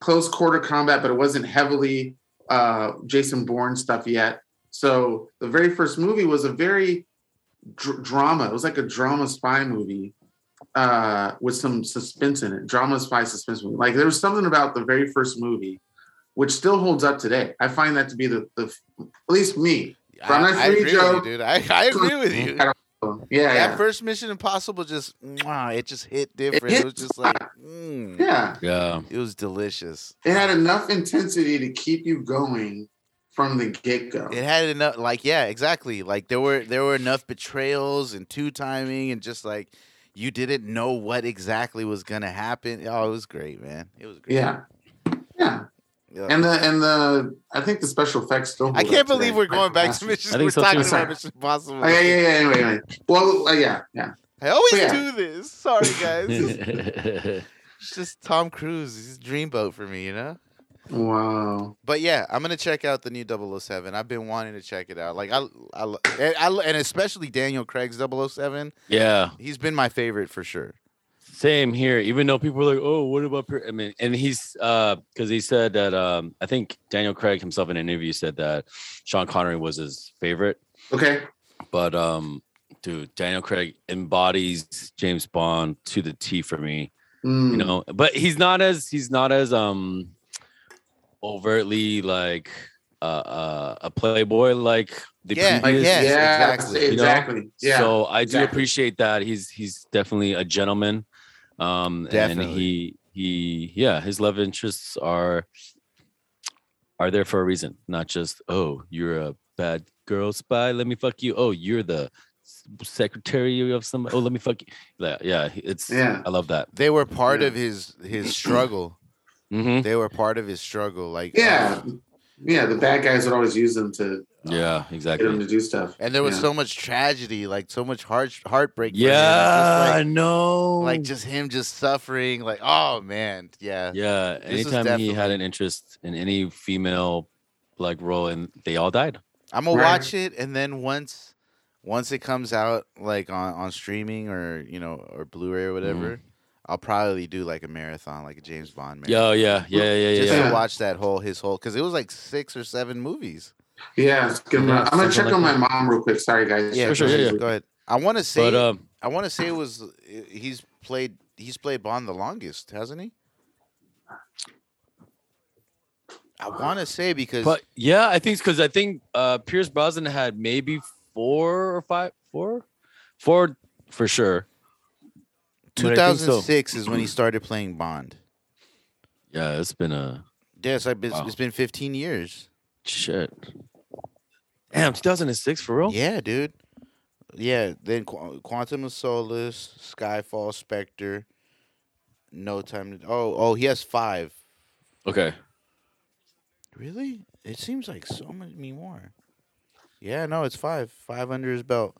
Speaker 3: close quarter combat, but it wasn't heavily uh, Jason Bourne stuff yet. So the very first movie was a very dr- drama. It was like a drama spy movie uh, with some suspense in it. Drama spy suspense movie. Like there was something about the very first movie, which still holds up today. I find that to be the, the at least me. From
Speaker 1: I,
Speaker 3: that
Speaker 1: I
Speaker 3: free
Speaker 1: agree
Speaker 3: Joe-
Speaker 1: with you, dude. I, I agree with you.
Speaker 3: I don't-
Speaker 1: That
Speaker 3: Yeah, yeah,
Speaker 1: first Mission Impossible just, wow, it just hit different. It,
Speaker 3: hit
Speaker 1: was just like, mm,
Speaker 3: yeah.
Speaker 2: Yeah.
Speaker 1: it was delicious.
Speaker 3: It had enough intensity to keep you going from the get go.
Speaker 1: It had enough, like, yeah, exactly. Like there were there were enough betrayals and two timing and just like you didn't know what exactly was gonna happen. Oh, it was great, man. It was great.
Speaker 3: Yeah, yeah.
Speaker 1: Yeah.
Speaker 3: And the and the I think the special effects still.
Speaker 1: I
Speaker 3: hold
Speaker 1: can't
Speaker 3: up today.
Speaker 1: believe we're going back to
Speaker 2: I
Speaker 1: Mission.
Speaker 2: think
Speaker 1: We're
Speaker 2: so,
Speaker 1: talking
Speaker 3: too.
Speaker 1: about Mission Impossible.
Speaker 3: Oh, yeah, yeah, yeah. Anyway, anyway. well, uh, yeah, yeah.
Speaker 1: I always
Speaker 3: Yeah.
Speaker 1: do this. Sorry, guys.
Speaker 2: yeah.
Speaker 1: it's just Tom Cruise. He's a dreamboat for me, you know?
Speaker 3: Wow.
Speaker 1: But yeah, I'm gonna check out the new 007. I've been wanting to check it out. Like I, I, lo- and, I lo- and especially Daniel Craig's 007.
Speaker 2: yeah.
Speaker 1: He's been my favorite for sure.
Speaker 2: Same here. Even though people are like, "Oh, what about?" Pier-" I mean, and he's uh because he said that um I think Daniel Craig himself in an interview said that Sean Connery was his favorite,
Speaker 3: Okay.
Speaker 2: but um dude, Daniel Craig embodies James Bond to the T for me.
Speaker 3: Mm.
Speaker 2: You know, but he's not as he's not as um overtly like uh, uh a playboy like the
Speaker 1: Yeah,
Speaker 2: previous
Speaker 1: yes,
Speaker 3: yeah,
Speaker 1: exactly.
Speaker 3: exactly.
Speaker 2: You know?
Speaker 3: Yeah.
Speaker 2: so I do
Speaker 3: exactly.
Speaker 2: appreciate that. He's he's definitely a gentleman. Um
Speaker 1: Definitely.
Speaker 2: and he he yeah, his love interests are are there for a reason, not just oh, you're a bad girl spy, let me fuck you. Oh, you're the s- secretary of some. Oh, let me fuck you. Yeah, yeah, it's.
Speaker 3: Yeah.
Speaker 2: I love that.
Speaker 1: They were part
Speaker 3: Yeah.
Speaker 1: of his his struggle.
Speaker 2: hmm
Speaker 1: they were part of his struggle. Like
Speaker 3: Yeah.
Speaker 1: uh,
Speaker 3: Yeah, the bad guys would always use them to
Speaker 2: Yeah,
Speaker 3: get them
Speaker 2: exactly.
Speaker 3: to do stuff.
Speaker 1: and there was
Speaker 3: Yeah.
Speaker 1: so much tragedy, like so much heart heartbreak. for him. It's
Speaker 2: Yeah,
Speaker 1: just
Speaker 2: I know.
Speaker 1: like, like just him just suffering. Like oh man, yeah,
Speaker 2: yeah.
Speaker 1: is
Speaker 2: Anytime he had
Speaker 1: definitely-
Speaker 2: an interest in any female like role, and they all died.
Speaker 1: I'm gonna
Speaker 3: Right.
Speaker 1: watch it, and then once once it comes out like on on streaming or you know or Blu-ray or
Speaker 2: Mm-hmm.
Speaker 1: whatever, I'll probably do like a marathon, like a James Bond marathon.
Speaker 2: Yeah, yeah, yeah, yeah, yeah.
Speaker 1: just
Speaker 2: yeah.
Speaker 1: to watch that whole his whole because it was like six or seven movies.
Speaker 3: Yeah, it's good.
Speaker 2: Yeah,
Speaker 3: I'm
Speaker 2: something
Speaker 3: gonna check
Speaker 2: like
Speaker 3: on my
Speaker 2: that.
Speaker 3: mom real quick. Sorry guys.
Speaker 1: Yeah,
Speaker 2: For sure, yeah, yeah.
Speaker 1: go ahead. I want to say
Speaker 2: But um,
Speaker 1: I want to say it was he's played he's played Bond the longest, hasn't he? I want to say because
Speaker 2: but yeah, I think it's because I think uh Pierce Brosnan had maybe four or five, four, four for sure. But I think so.
Speaker 1: 2006 is when he started playing Bond.
Speaker 2: Yeah, it's been a
Speaker 1: Yeah, so I've been,
Speaker 2: Wow.
Speaker 1: it's been 15 years.
Speaker 2: shit. Damn, 2006 for real.
Speaker 1: Yeah, dude. Yeah, then Qu- Quantum of Solace, Skyfall, Spectre, No Time to Oh, oh, he has 5.
Speaker 2: Okay.
Speaker 1: Really? It seems like so many more. Yeah, no, it's 5. 5 under his belt.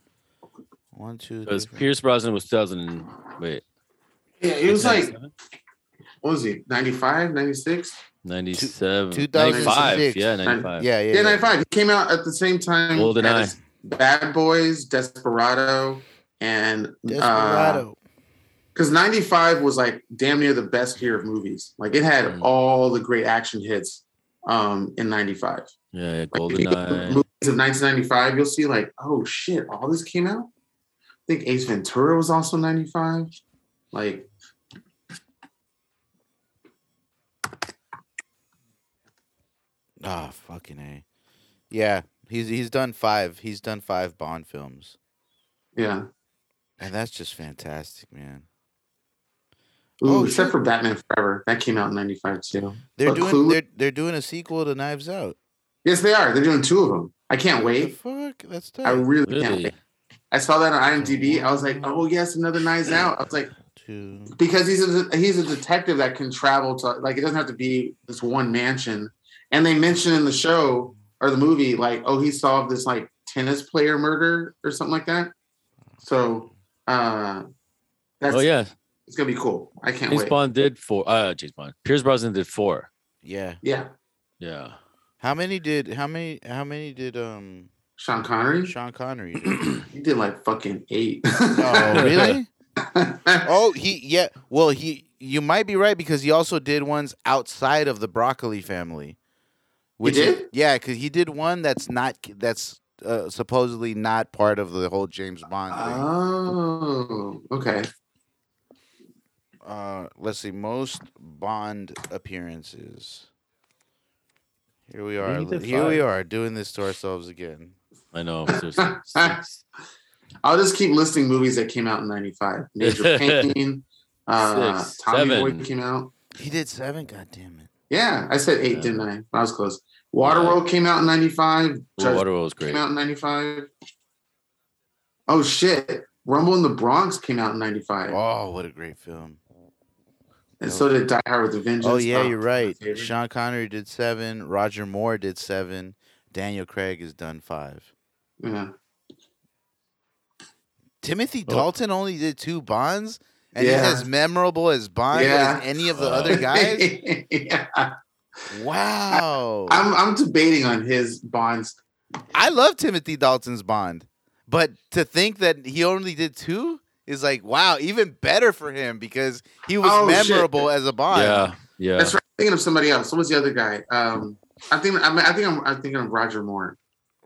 Speaker 1: One, two, three.
Speaker 2: Because
Speaker 1: four.
Speaker 2: Pierce Brosnan was 2000. Wait,
Speaker 3: Yeah, it was like
Speaker 2: 97?
Speaker 3: what was he? 95, 96?
Speaker 2: 97,
Speaker 1: 2006.
Speaker 2: 95. Yeah, 95.
Speaker 1: Yeah, yeah.
Speaker 3: Yeah, 95. He came out at the same time
Speaker 2: GoldenEye.
Speaker 3: as Bad Boys, Desperado, and Desperado.
Speaker 1: Desperado.
Speaker 3: Because 95 was like damn near the best year of movies. Like it had
Speaker 2: Mm.
Speaker 3: all the great action hits um in 95.
Speaker 2: Yeah, yeah
Speaker 3: Like, if you look at the
Speaker 2: GoldenEye.
Speaker 3: Movies of 1995, you'll see like, oh shit, all this came out. I think Ace Ventura was also 95. Like,
Speaker 1: Ah, fucking a. Yeah, he's he's done five. He's done five Bond films,
Speaker 3: yeah.
Speaker 1: and that's just fantastic, man.
Speaker 3: Ooh,
Speaker 1: Oh,
Speaker 3: except
Speaker 1: shit.
Speaker 3: for Batman Forever. That came out in 95 too.
Speaker 1: They're
Speaker 3: But
Speaker 1: doing
Speaker 3: Clueless-
Speaker 1: they're they're doing a sequel to Knives Out.
Speaker 3: Yes, they are. They're doing two of them. I can't
Speaker 1: What the
Speaker 3: wait.
Speaker 1: fuck? That's
Speaker 3: I
Speaker 1: dope.
Speaker 3: really, can't
Speaker 2: Really?
Speaker 3: wait. I saw that on IMDb. I was like, oh yes, another Knives Out. I was like,
Speaker 1: Two.
Speaker 3: because he's a he's a detective that can travel to like it doesn't have to be this one mansion. And they mention in the show or the movie like, oh, he solved this like tennis player murder or something like that. So uh that's
Speaker 2: Oh yeah,
Speaker 3: it's gonna be cool. I can't
Speaker 2: James
Speaker 3: wait.
Speaker 2: Bond did four. Uh, James Bond. Pierce Brosnan did four.
Speaker 1: Yeah.
Speaker 3: Yeah,
Speaker 2: Yeah.
Speaker 1: How many did? How many? How many did? Um,
Speaker 3: Sean Connery.
Speaker 1: Sean Connery. do?
Speaker 3: He did like fucking eight.
Speaker 1: oh, really? Oh, he. Yeah. Well, he. You might be right because he also did ones outside of the broccoli family.
Speaker 3: did?
Speaker 1: yeah, because he did one that's not that's uh, supposedly not part of the whole James Bond thing.
Speaker 3: Uh-huh. oh, okay.
Speaker 1: uh let's see most bond appearances here we are
Speaker 2: he did
Speaker 1: here we
Speaker 2: five.
Speaker 1: are doing this to ourselves again
Speaker 2: I know. seriously. Six.
Speaker 3: I'll just keep listing movies that came out in '95. Major Pain, uh,
Speaker 2: Six,
Speaker 3: Tommy
Speaker 2: seven.
Speaker 3: Boy came out.
Speaker 1: he did seven god damn it
Speaker 3: Yeah, I said eight,
Speaker 2: Yeah.
Speaker 3: didn't I? I was close. Waterworld came out in '95.
Speaker 2: Ooh,
Speaker 3: Judge
Speaker 2: Waterworld was
Speaker 3: came
Speaker 2: great.
Speaker 3: out in '95. Oh shit! Rumble in the Bronx came out in '95,
Speaker 1: oh what a great film
Speaker 3: and so did Die Hard with a Vengeance.
Speaker 1: oh yeah
Speaker 3: Oh,
Speaker 1: you're right
Speaker 3: favorite.
Speaker 1: sean connery did seven roger moore did seven daniel craig has done five
Speaker 3: yeah.
Speaker 1: timothy
Speaker 2: Oh.
Speaker 1: dalton only did two bonds and
Speaker 3: Yeah.
Speaker 1: he's as memorable as bond
Speaker 3: Yeah.
Speaker 1: as any of the
Speaker 2: Wow.
Speaker 1: other guys
Speaker 3: yeah.
Speaker 1: wow
Speaker 3: I'm I'm debating on his Bonds.
Speaker 1: I love Timothy Dalton's Bond, but to think that he only did two is like wow, even better for him because he was
Speaker 3: Oh, shit.
Speaker 1: memorable as a Bond.
Speaker 2: Yeah. Yeah.
Speaker 3: That's right. I'm thinking of somebody else. What was the other guy? Um, I think I, mean, I think I'm, I'm thinking of Roger Moore.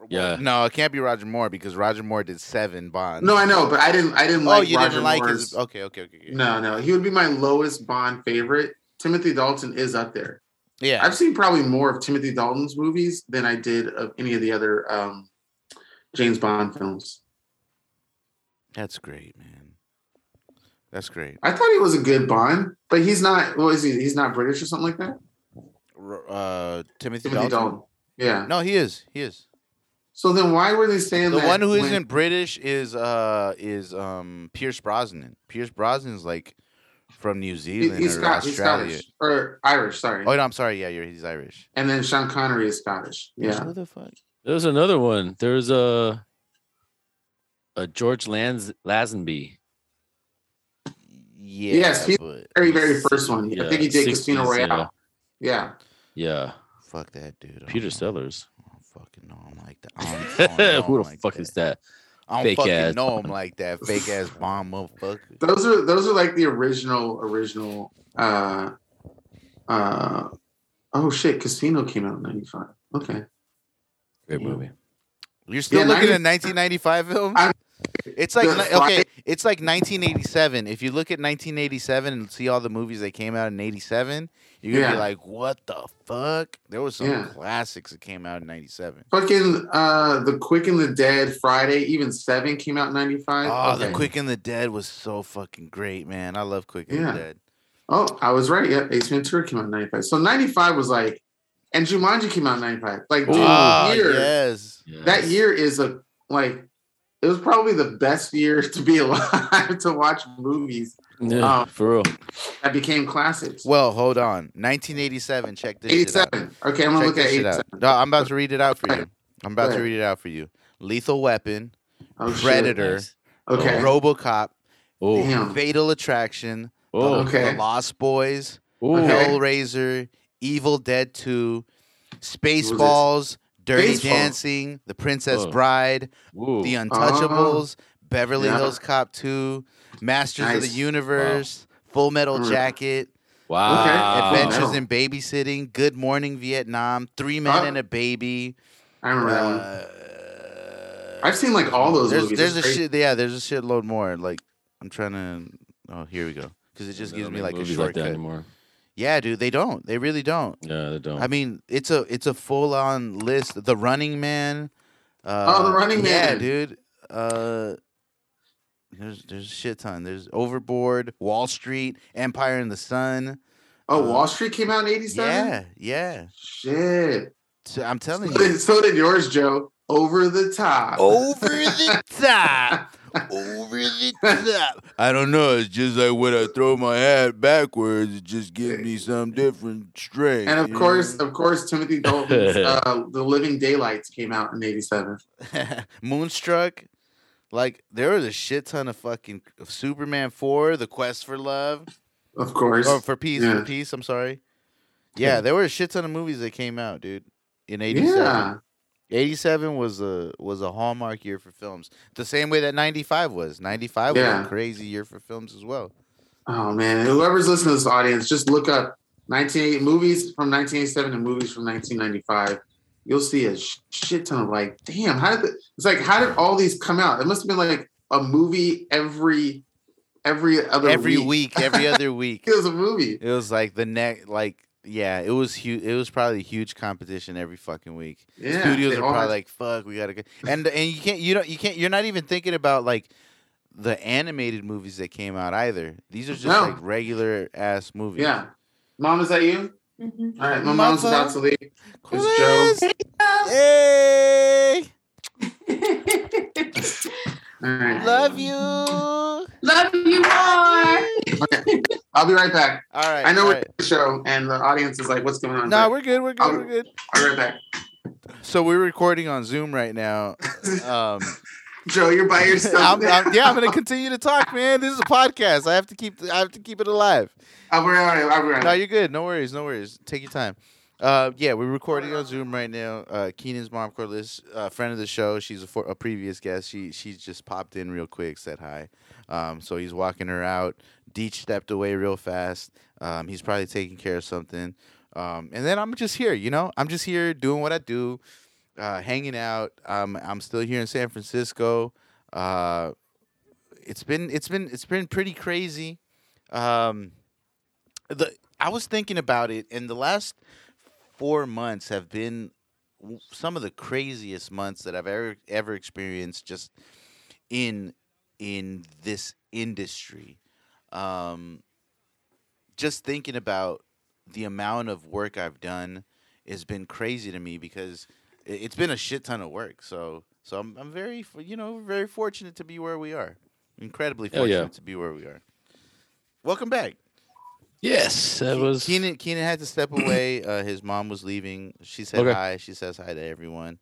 Speaker 2: Yeah.
Speaker 1: No, it can't be Roger Moore because Roger Moore did seven Bonds.
Speaker 3: No, I know, but I didn't. I didn't
Speaker 1: Oh,
Speaker 3: like
Speaker 1: you
Speaker 3: Roger
Speaker 1: didn't like
Speaker 3: Moore's.
Speaker 1: his. oh, Okay, okay, okay. okay.
Speaker 3: No, no, he would be my lowest Bond favorite. Timothy Dalton is up there.
Speaker 1: Yeah.
Speaker 3: I've seen probably more of Timothy Dalton's movies than I did of any of the other um, James Bond films.
Speaker 1: That's great, man. That's great.
Speaker 3: I thought he was a good Bond, but he's not. What is he? He's not British or something like that.
Speaker 1: R- Uh, Timothy, Dalton.
Speaker 3: Timothy Dalton. Yeah.
Speaker 1: No, he is. He is.
Speaker 3: So then why were they saying
Speaker 1: The
Speaker 3: that?
Speaker 1: one who
Speaker 3: when-
Speaker 1: not British is uh is um Pierce Brosnan. Pierce Brosnan's like from New
Speaker 3: he-
Speaker 1: Zealand
Speaker 3: he's,
Speaker 1: or
Speaker 3: Scot- he's
Speaker 1: Australia.
Speaker 3: Scottish or Irish, sorry.
Speaker 1: oh no, I'm sorry. Yeah, you're, he's Irish.
Speaker 3: And then Sean Connery is Scottish. Yeah.
Speaker 1: What the fuck?
Speaker 2: There's another one. There's a a George Lands Lazenby.
Speaker 1: Yeah.
Speaker 3: Yes, he's
Speaker 1: but
Speaker 3: Very, very
Speaker 1: he's-
Speaker 3: first one. I
Speaker 2: Yeah,
Speaker 3: think he did Casino
Speaker 2: 60s, yeah.
Speaker 3: Royale. Yeah.
Speaker 2: Yeah,
Speaker 1: Fuck that dude. I
Speaker 2: Peter
Speaker 1: don't know.
Speaker 2: Sellers.
Speaker 1: I don't fucking know him like that. Oh, I don't, I don't know
Speaker 2: Who
Speaker 1: him
Speaker 2: the
Speaker 1: like
Speaker 2: fuck
Speaker 1: that.
Speaker 2: is that?
Speaker 1: I don't
Speaker 2: Fake
Speaker 1: fucking
Speaker 2: ass
Speaker 1: know him like that. Fake ass bomb motherfucker.
Speaker 3: Those are those are like the original original uh uh oh shit, Casino came out in ninety five. Okay.
Speaker 2: Great
Speaker 3: Yeah.
Speaker 2: movie.
Speaker 1: You're still
Speaker 3: Yeah,
Speaker 1: looking
Speaker 3: 90
Speaker 1: at 1995 films.
Speaker 3: I'm-
Speaker 1: it's like
Speaker 3: The
Speaker 1: ni- okay,
Speaker 3: Friday-
Speaker 1: it's like 1987. If you look at 1987 and see all the movies that came out in 87, you're gonna be
Speaker 3: Yeah.
Speaker 1: like, "What the fuck?" There was some
Speaker 3: Yeah.
Speaker 1: classics that came out in 97.
Speaker 3: Fucking uh The Quick and the Dead Friday, even seven came out in ninety five.
Speaker 1: Oh, The Quick and the Dead was so fucking great, man. I love Quick and
Speaker 3: Yeah.
Speaker 1: the Dead.
Speaker 3: Oh, I was right. Yeah, Ace Ventura came out in 95. So 95 was like, and Jumanji came out in 95. Like, dude,
Speaker 1: Oh,
Speaker 3: year,
Speaker 1: yes.
Speaker 3: that year is a, like, it was probably the best year to be alive to watch movies
Speaker 2: Yeah,
Speaker 3: Um,
Speaker 2: for real.
Speaker 3: that became classics.
Speaker 1: Well, hold on. 1987. Check this. shit out.
Speaker 3: 87. Okay, I'm going
Speaker 1: Check
Speaker 3: to look at
Speaker 1: this shit out.
Speaker 3: 87.
Speaker 1: No, I'm about to read it out for
Speaker 3: Okay.
Speaker 1: you. I'm about to
Speaker 3: Good.
Speaker 1: read it out for you. Lethal Weapon,
Speaker 3: Oh, shit.
Speaker 1: Predator,
Speaker 2: Nice.
Speaker 3: Okay.
Speaker 1: RoboCop,
Speaker 2: Oh,
Speaker 3: Damn.
Speaker 1: Fatal Attraction,
Speaker 2: oh,
Speaker 1: the,
Speaker 3: Okay.
Speaker 1: The Lost Boys,
Speaker 2: oh.
Speaker 3: Okay.
Speaker 1: Hellraiser, Evil Dead 2,
Speaker 3: this?
Speaker 1: Spaceballs, Dirty
Speaker 3: Baseball.
Speaker 1: Dancing, The Princess
Speaker 2: Oh.
Speaker 1: Bride,
Speaker 2: Ooh.
Speaker 1: The Untouchables, Beverly
Speaker 3: Uh-huh. Yeah.
Speaker 1: Hills Cop 2, Masters of the
Speaker 3: Nice.
Speaker 1: Universe, Full Metal
Speaker 3: Mm.
Speaker 1: Jacket,
Speaker 2: wow.
Speaker 3: Okay.
Speaker 1: Adventures
Speaker 3: Wow.
Speaker 1: in Babysitting, Good Morning Vietnam, Three Men
Speaker 3: Oh.
Speaker 1: and a Baby.
Speaker 3: I remember that one.
Speaker 1: uh,
Speaker 3: I've seen, like, all those
Speaker 1: there's,
Speaker 3: movies.
Speaker 1: There's a
Speaker 3: It's crazy.
Speaker 1: shit, yeah. There's a shitload more. Like I'm trying to. Oh, here we go. Because it just
Speaker 2: They
Speaker 1: gives
Speaker 2: don't
Speaker 1: me
Speaker 2: make
Speaker 1: like a
Speaker 2: movies like that
Speaker 1: shortcut.
Speaker 2: anymore.
Speaker 1: yeah, dude, they don't. They really don't.
Speaker 2: Yeah, they don't.
Speaker 1: I mean, it's a it's a full on list. The Running Man. Uh,
Speaker 3: Oh, The Running
Speaker 1: Yeah,
Speaker 3: Man.
Speaker 1: dude. Uh, there's there's a shit ton. There's Overboard, Wall Street, Empire in the Sun.
Speaker 3: Oh, Wall Street came out in 87?
Speaker 1: uh, Yeah, yeah.
Speaker 3: Shit.
Speaker 1: So I'm telling you, Oh,
Speaker 3: So did yours, Joe. Over the top.
Speaker 1: over the top. Over the top. I don't know. It's just like when I throw my hat backwards, it just gives me some different strength.
Speaker 3: And of
Speaker 1: you know?
Speaker 3: course, of course, Timothy Dalton's uh, "The Living Daylights" came out in '87.
Speaker 1: Moonstruck. Like there was a shit ton of fucking of Superman four, The Quest for Love,
Speaker 3: Of course,
Speaker 1: or for peace, for
Speaker 3: Yeah.
Speaker 1: peace. I'm sorry. Yeah,
Speaker 2: Yeah.
Speaker 1: there were a shit ton of movies that came out, dude. In '87,
Speaker 3: yeah,
Speaker 1: '87 was a was a hallmark year for films. The same way that '95 was. '95 was
Speaker 3: Yeah.
Speaker 1: a crazy year for films as well.
Speaker 3: Oh man, whoever's listening to this audience, just look up 1980 movies from 1987 and movies from 1995. You'll see a sh- shit ton of like, damn, how did the, it's like, how did all these come out? It must have been like a movie every every other
Speaker 1: every week, every other week.
Speaker 3: It was a movie.
Speaker 1: It was like the neck, like yeah, it was huge. It was probably huge competition every fucking week.
Speaker 3: Yeah,
Speaker 1: Studios
Speaker 3: they
Speaker 1: are
Speaker 3: all
Speaker 1: probably
Speaker 3: had-
Speaker 1: like, "Fuck, we gotta go." And and you can't, you don't, you can't, you're not even thinking about like the animated movies that came out either. These are just
Speaker 3: No.
Speaker 1: like regular ass movies.
Speaker 3: yeah. Mom, is that you? All right, my mom's
Speaker 1: Mother.
Speaker 3: about to leave.
Speaker 1: Chris,
Speaker 3: It's
Speaker 1: hey,
Speaker 3: All right,
Speaker 1: love you. All
Speaker 4: Love you more.
Speaker 3: I'll be right back.
Speaker 1: right,
Speaker 3: I know
Speaker 1: all
Speaker 3: we're
Speaker 1: right.
Speaker 3: doing the show, and the audience is like, "What's going on?"
Speaker 1: No,
Speaker 3: But
Speaker 1: we're good. We're good.
Speaker 3: I'll-
Speaker 1: We're good.
Speaker 3: I'll be right back.
Speaker 1: So we're recording on Zoom right now. Um,
Speaker 3: Joe, you're by yourself.
Speaker 1: I'm, I'm- yeah, I'm
Speaker 3: now.
Speaker 1: gonna continue to talk, man. This is a podcast. I have to keep. I have to keep it alive.
Speaker 3: I'll be right. I'll be right.
Speaker 1: No, you're good. No worries. No worries. Take your time. Uh, yeah, we're recording on Zoom right now. Uh, Keenan's mom, Corliss, uh, friend of the show. She's a, for- a previous guest. She she just popped in real quick, said hi. Um, so he's walking her out. Deech stepped away real fast. Um, he's probably taking care of something. Um, and then I'm just here, you know. I'm just here doing what I do, uh, hanging out. Um, I'm still here in San Francisco. Uh, it's been it's been it's been pretty crazy. Um, the I was thinking about it, and the last four months have been w- some of the craziest months that I've ever ever experienced just in in this industry. Um, just thinking about the amount of work I've done has been crazy to me because it, it's been a shit ton of work. So so I'm I'm very f- you know very fortunate to be where we are. Incredibly
Speaker 2: Hell
Speaker 1: fortunate
Speaker 2: yeah.
Speaker 1: to be where we are. Welcome back.
Speaker 2: Yes, that
Speaker 1: Ke-
Speaker 2: was.
Speaker 1: Keenan. Keenan had to step away. Uh, his mom was leaving. She said
Speaker 2: Okay.
Speaker 1: hi. She says hi to everyone.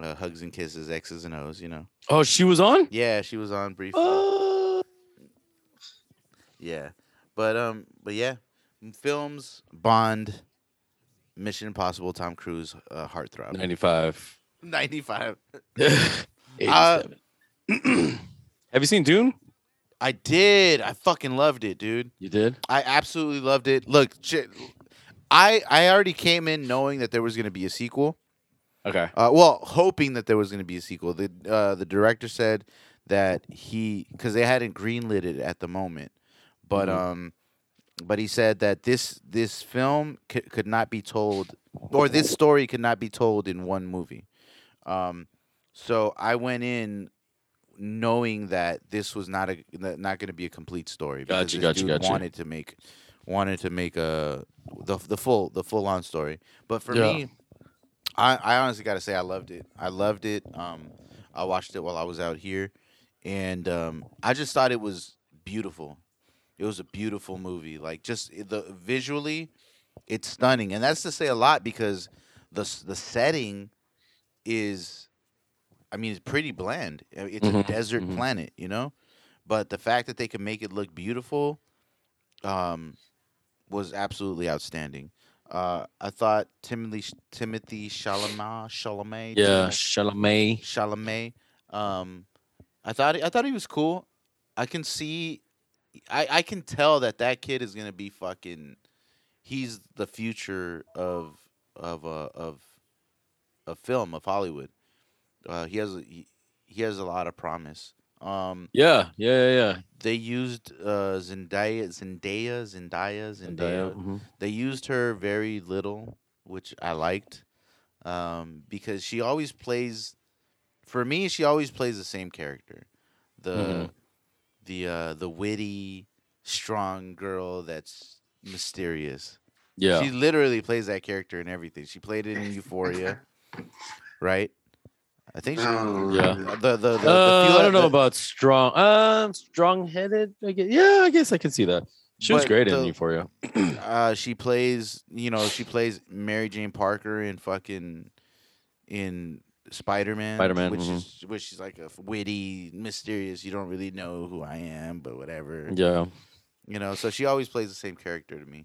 Speaker 1: Uh, hugs and kisses, X's and O's. You know.
Speaker 2: Oh, she was on.
Speaker 1: Yeah, she was on briefly.
Speaker 2: Oh,
Speaker 1: Yeah, but um, but yeah, m- films Bond, Mission Impossible, Tom Cruise, uh, Heartthrob,
Speaker 2: 95.
Speaker 1: ninety five.
Speaker 2: 87.
Speaker 1: Uh,
Speaker 2: Have you seen Dune?
Speaker 1: I did. I fucking loved it, dude.
Speaker 2: You did.
Speaker 1: I absolutely loved it. Look, shit, I I already came in knowing that there was gonna be a sequel.
Speaker 2: Okay.
Speaker 1: Uh, well, hoping that there was going to be a sequel. The uh, the director said that he because they hadn't greenlit it at the moment, but
Speaker 2: Mhm.
Speaker 1: um, but he said that this this film c- could not be told or this story could not be told in one movie. Um, so I went in knowing that this was not a that not going to be a complete story. because
Speaker 2: Gotcha,
Speaker 1: this
Speaker 2: gotcha,
Speaker 1: dude
Speaker 2: gotcha.
Speaker 1: Wanted to make wanted to make a the the full the full on story. But for
Speaker 2: Yeah.
Speaker 1: me, I, I honestly gotta say I loved it. I loved it. Um, I watched it while I was out here, and um, I just thought it was beautiful. It was a beautiful movie. Like just i- the visually, it's stunning, and that's to say a lot because the s- the setting is, I mean, it's pretty bland. I- It's a
Speaker 2: Mhm,
Speaker 1: desert
Speaker 2: mhm.
Speaker 1: planet, you know, but the fact that they can make it look beautiful, um, was absolutely outstanding. Uh, I thought Timothy Timothy Chalamet Chalamet
Speaker 2: Yeah,
Speaker 1: Timothée
Speaker 2: Chalamet.
Speaker 1: Chalamet. Um, I thought I thought he was cool. I can see, I I can tell that that kid is gonna be fucking. He's the future of of uh, of of film of Hollywood. Uh, he has a- he, he has a lot of promise. Um,
Speaker 2: Yeah, yeah, yeah,
Speaker 1: they used uh, Zendaya Zendaya Zendaya
Speaker 2: yeah.
Speaker 1: Zendaya
Speaker 2: Mm-hmm.
Speaker 1: they used her very little, which I liked, um, because she always plays. For me, she always plays the same character, the
Speaker 2: Mhm.
Speaker 1: the uh, the witty, strong girl that's mysterious.
Speaker 2: Yeah.
Speaker 1: She literally plays that character in everything. She played it in Euphoria, right? I think she.
Speaker 3: Oh,
Speaker 2: Yeah.
Speaker 1: The the, the, the
Speaker 2: Uh,
Speaker 1: few-
Speaker 2: I don't know
Speaker 1: the-
Speaker 2: about strong. Um, strong-headed. I guess. Yeah, I guess I can see that. She was
Speaker 1: But
Speaker 2: great
Speaker 1: the-
Speaker 2: in Euphoria.
Speaker 1: uh, she plays, you know, she plays Mary Jane Parker in fucking in Spider Man.
Speaker 2: Spider-Man,
Speaker 1: which
Speaker 2: mhm.
Speaker 1: is which is like a f- witty, mysterious. You don't really know who I am, but whatever.
Speaker 2: Yeah.
Speaker 1: You know, so she always plays the same character to me.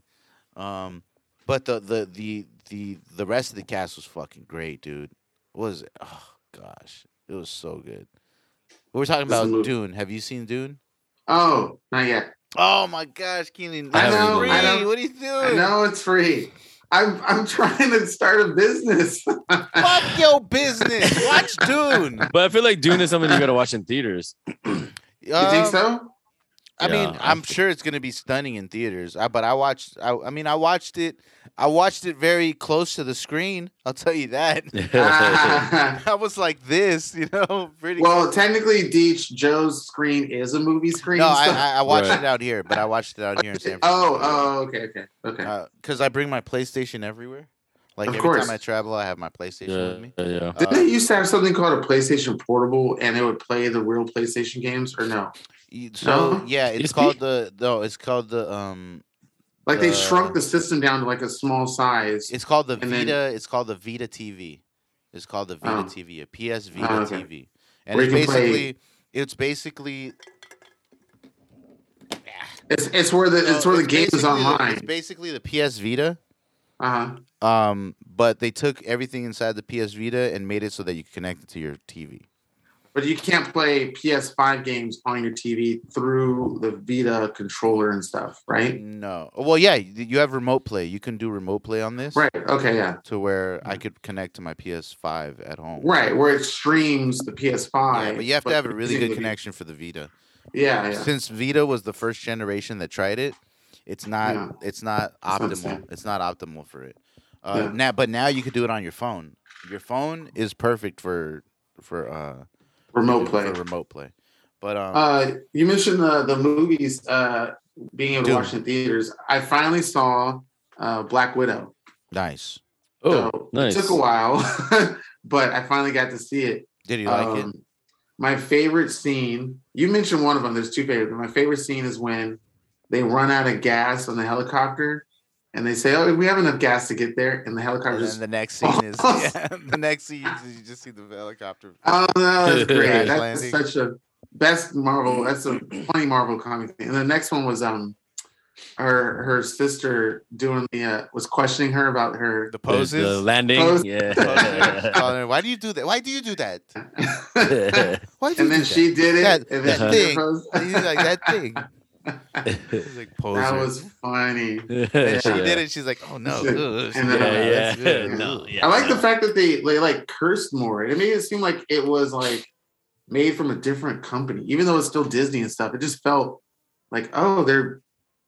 Speaker 1: Um, but the the the the the rest of the cast was fucking great, dude. What was it? Oh gosh, it was so good. We were talking
Speaker 3: This
Speaker 1: about
Speaker 3: movie-
Speaker 1: Dune. Have you seen Dune?
Speaker 3: Oh, not yet.
Speaker 1: Oh my gosh, Keenan!
Speaker 2: I
Speaker 1: it's
Speaker 2: know, I
Speaker 1: free.
Speaker 3: know.
Speaker 1: What are you doing?
Speaker 3: I know it's free. I'm I'm trying to start a business.
Speaker 1: Fuck your business. Watch Dune.
Speaker 2: But I feel like Dune is something you gotta watch in theaters.
Speaker 3: You think
Speaker 1: Um,
Speaker 3: so?
Speaker 1: I mean,
Speaker 2: Yeah, I
Speaker 1: I'm sure it's gonna be stunning in theaters. I, but I watched. I, I mean, I watched it. I watched it very close to the screen. I'll tell you that.
Speaker 3: Ah.
Speaker 1: I was like this, you know, pretty.
Speaker 3: well, technically, Deech Joe's screen is a movie screen.
Speaker 1: no,
Speaker 3: so-
Speaker 1: I, I, I watched
Speaker 2: Right.
Speaker 1: it out here, but I watched it out here in San
Speaker 3: oh,
Speaker 1: Francisco.
Speaker 3: oh, okay, okay, okay.
Speaker 1: because I bring my PlayStation everywhere. Like
Speaker 3: Of
Speaker 1: every
Speaker 3: course.
Speaker 1: time I travel, I have my PlayStation
Speaker 2: Yeah,
Speaker 1: with me.
Speaker 2: yeah, yeah.
Speaker 1: Uh,
Speaker 3: Didn't they used to have something called a PlayStation Portable, and it would play the real PlayStation games, or no?
Speaker 1: y- so
Speaker 3: No?
Speaker 1: yeah, it's
Speaker 2: USB?
Speaker 1: called the no, it's called the um,
Speaker 3: Like they
Speaker 1: Uh,
Speaker 3: shrunk the system down to like a small size.
Speaker 1: It's called the
Speaker 3: And
Speaker 1: Vita.
Speaker 3: then-
Speaker 1: it's called the Vita TV. It's called the Vita
Speaker 3: Oh.
Speaker 1: TV, a PS Vita
Speaker 3: Oh, okay.
Speaker 1: TV, and
Speaker 3: Where
Speaker 1: it's
Speaker 3: you can play-
Speaker 1: basically it's basically
Speaker 3: It's it's where the it's
Speaker 1: so
Speaker 3: where the game is
Speaker 1: uh, basically the-
Speaker 3: online.
Speaker 1: It's basically the PS Vita,
Speaker 3: Uh huh.
Speaker 1: um, but they took everything inside the PS Vita and made it so that you could connect it to your TV.
Speaker 3: But you can't play PS5 games on your TV through the Vita controller and stuff, right?
Speaker 1: No, well, yeah, you you have remote play. You can do remote play on this,
Speaker 3: Right. Okay. Yeah.
Speaker 1: To where I could connect to my PS5 at home.
Speaker 3: Right. Where it streams the PS5.
Speaker 1: Yeah, but you have to have a really
Speaker 3: using
Speaker 1: good
Speaker 3: the-
Speaker 1: connection for the Vita.
Speaker 3: Yeah. yeah.
Speaker 1: since Vita was the first generation that tried it, it's not
Speaker 3: Yeah.
Speaker 1: it's not
Speaker 3: what I'm
Speaker 1: optimal.
Speaker 3: saying.
Speaker 1: It's not optimal for it. Uh,
Speaker 3: Yeah.
Speaker 1: Now, but now you could do it on your phone. Your phone is perfect for for uh,
Speaker 3: Remote
Speaker 1: for
Speaker 3: play.
Speaker 1: remote play. But um,
Speaker 3: Uh, you mentioned the the movies uh, being able to
Speaker 1: Dude.
Speaker 3: watch in theaters. I finally saw uh, Black Widow.
Speaker 1: nice.
Speaker 2: Oh,
Speaker 3: So
Speaker 2: nice.
Speaker 3: It took a while, but I finally got to see it.
Speaker 1: Did you like it?
Speaker 3: Um, My favorite scene, you mentioned one of them, there's two favorites. but My favorite scene is when they run out of gas on the helicopter and they say, Oh, we have enough gas to get there. And the helicopter
Speaker 1: And
Speaker 3: just,
Speaker 1: then the next scene is yeah, the next scene is you just see the helicopter.
Speaker 3: Oh, no, that's great.
Speaker 1: Crash
Speaker 3: that's
Speaker 1: landing.
Speaker 3: such a best Marvel, that's a funny Marvel comic thing. And the next one was, um, her her sister doing the uh, was questioning her about her
Speaker 1: The
Speaker 5: The-
Speaker 1: poses.
Speaker 5: The landing.
Speaker 3: Pose.
Speaker 1: Poses.
Speaker 5: Yeah.
Speaker 1: Calling her, Why do you do that? Why do you do that? Why do you do
Speaker 3: and then
Speaker 1: that?
Speaker 3: she did it
Speaker 1: That-
Speaker 3: and then
Speaker 1: that
Speaker 3: she did
Speaker 1: thing.
Speaker 3: her pose.
Speaker 1: He's like that thing. He's like poser.
Speaker 3: that was funny
Speaker 1: And she
Speaker 2: Yeah.
Speaker 1: did it. She's like, oh no.
Speaker 3: And then-
Speaker 1: ugh,
Speaker 3: and
Speaker 1: ugh,
Speaker 3: then-
Speaker 1: that's
Speaker 5: Yeah,
Speaker 1: good,
Speaker 5: no,
Speaker 1: ugh."
Speaker 5: yeah.
Speaker 3: I like the fact that they, they like cursed more. It made it seem like it was like made from a different company, even though it's still Disney and stuff. It just felt like oh, they're,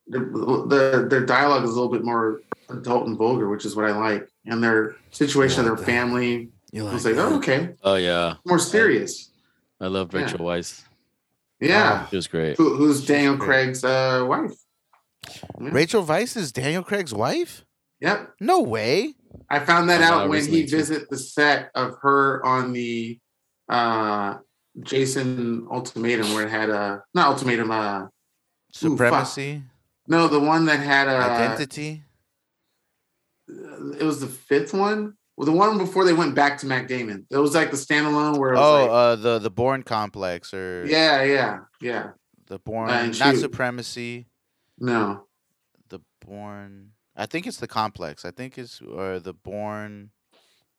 Speaker 3: they're the their dialogue is a little bit more adult and vulgar, which is what I like. And their situation of their family
Speaker 5: You
Speaker 3: I
Speaker 5: like
Speaker 3: was like,
Speaker 5: that?
Speaker 3: oh, okay,
Speaker 2: Oh yeah,
Speaker 3: more serious.
Speaker 2: I love
Speaker 3: Yeah.
Speaker 2: Rachel Weisz.
Speaker 3: Yeah,
Speaker 2: She was great.
Speaker 3: Who, who's Daniel
Speaker 1: great.
Speaker 3: Craig's uh, wife?
Speaker 1: Rachel Vice is Daniel Craig's wife?
Speaker 3: Yep,
Speaker 1: No way.
Speaker 3: I found that
Speaker 1: Oh,
Speaker 2: Found
Speaker 3: out
Speaker 2: out
Speaker 3: when
Speaker 2: recently,
Speaker 3: he
Speaker 2: too.
Speaker 3: visited the set of her on the uh Jason Ultimatum, where it had a not Ultimatum, uh
Speaker 1: Supremacy,
Speaker 3: no, the one that had a
Speaker 1: identity.
Speaker 3: it was the fifth one, well, the one before they went back to Matt Damon. It was like the standalone where it
Speaker 1: Oh,
Speaker 3: was like,
Speaker 1: uh, the the Born complex or
Speaker 3: yeah, yeah, yeah,
Speaker 1: the Born
Speaker 3: and
Speaker 1: not
Speaker 3: shoot.
Speaker 1: supremacy.
Speaker 3: no,
Speaker 1: The Born. I think it's the complex. I think it's or the Born.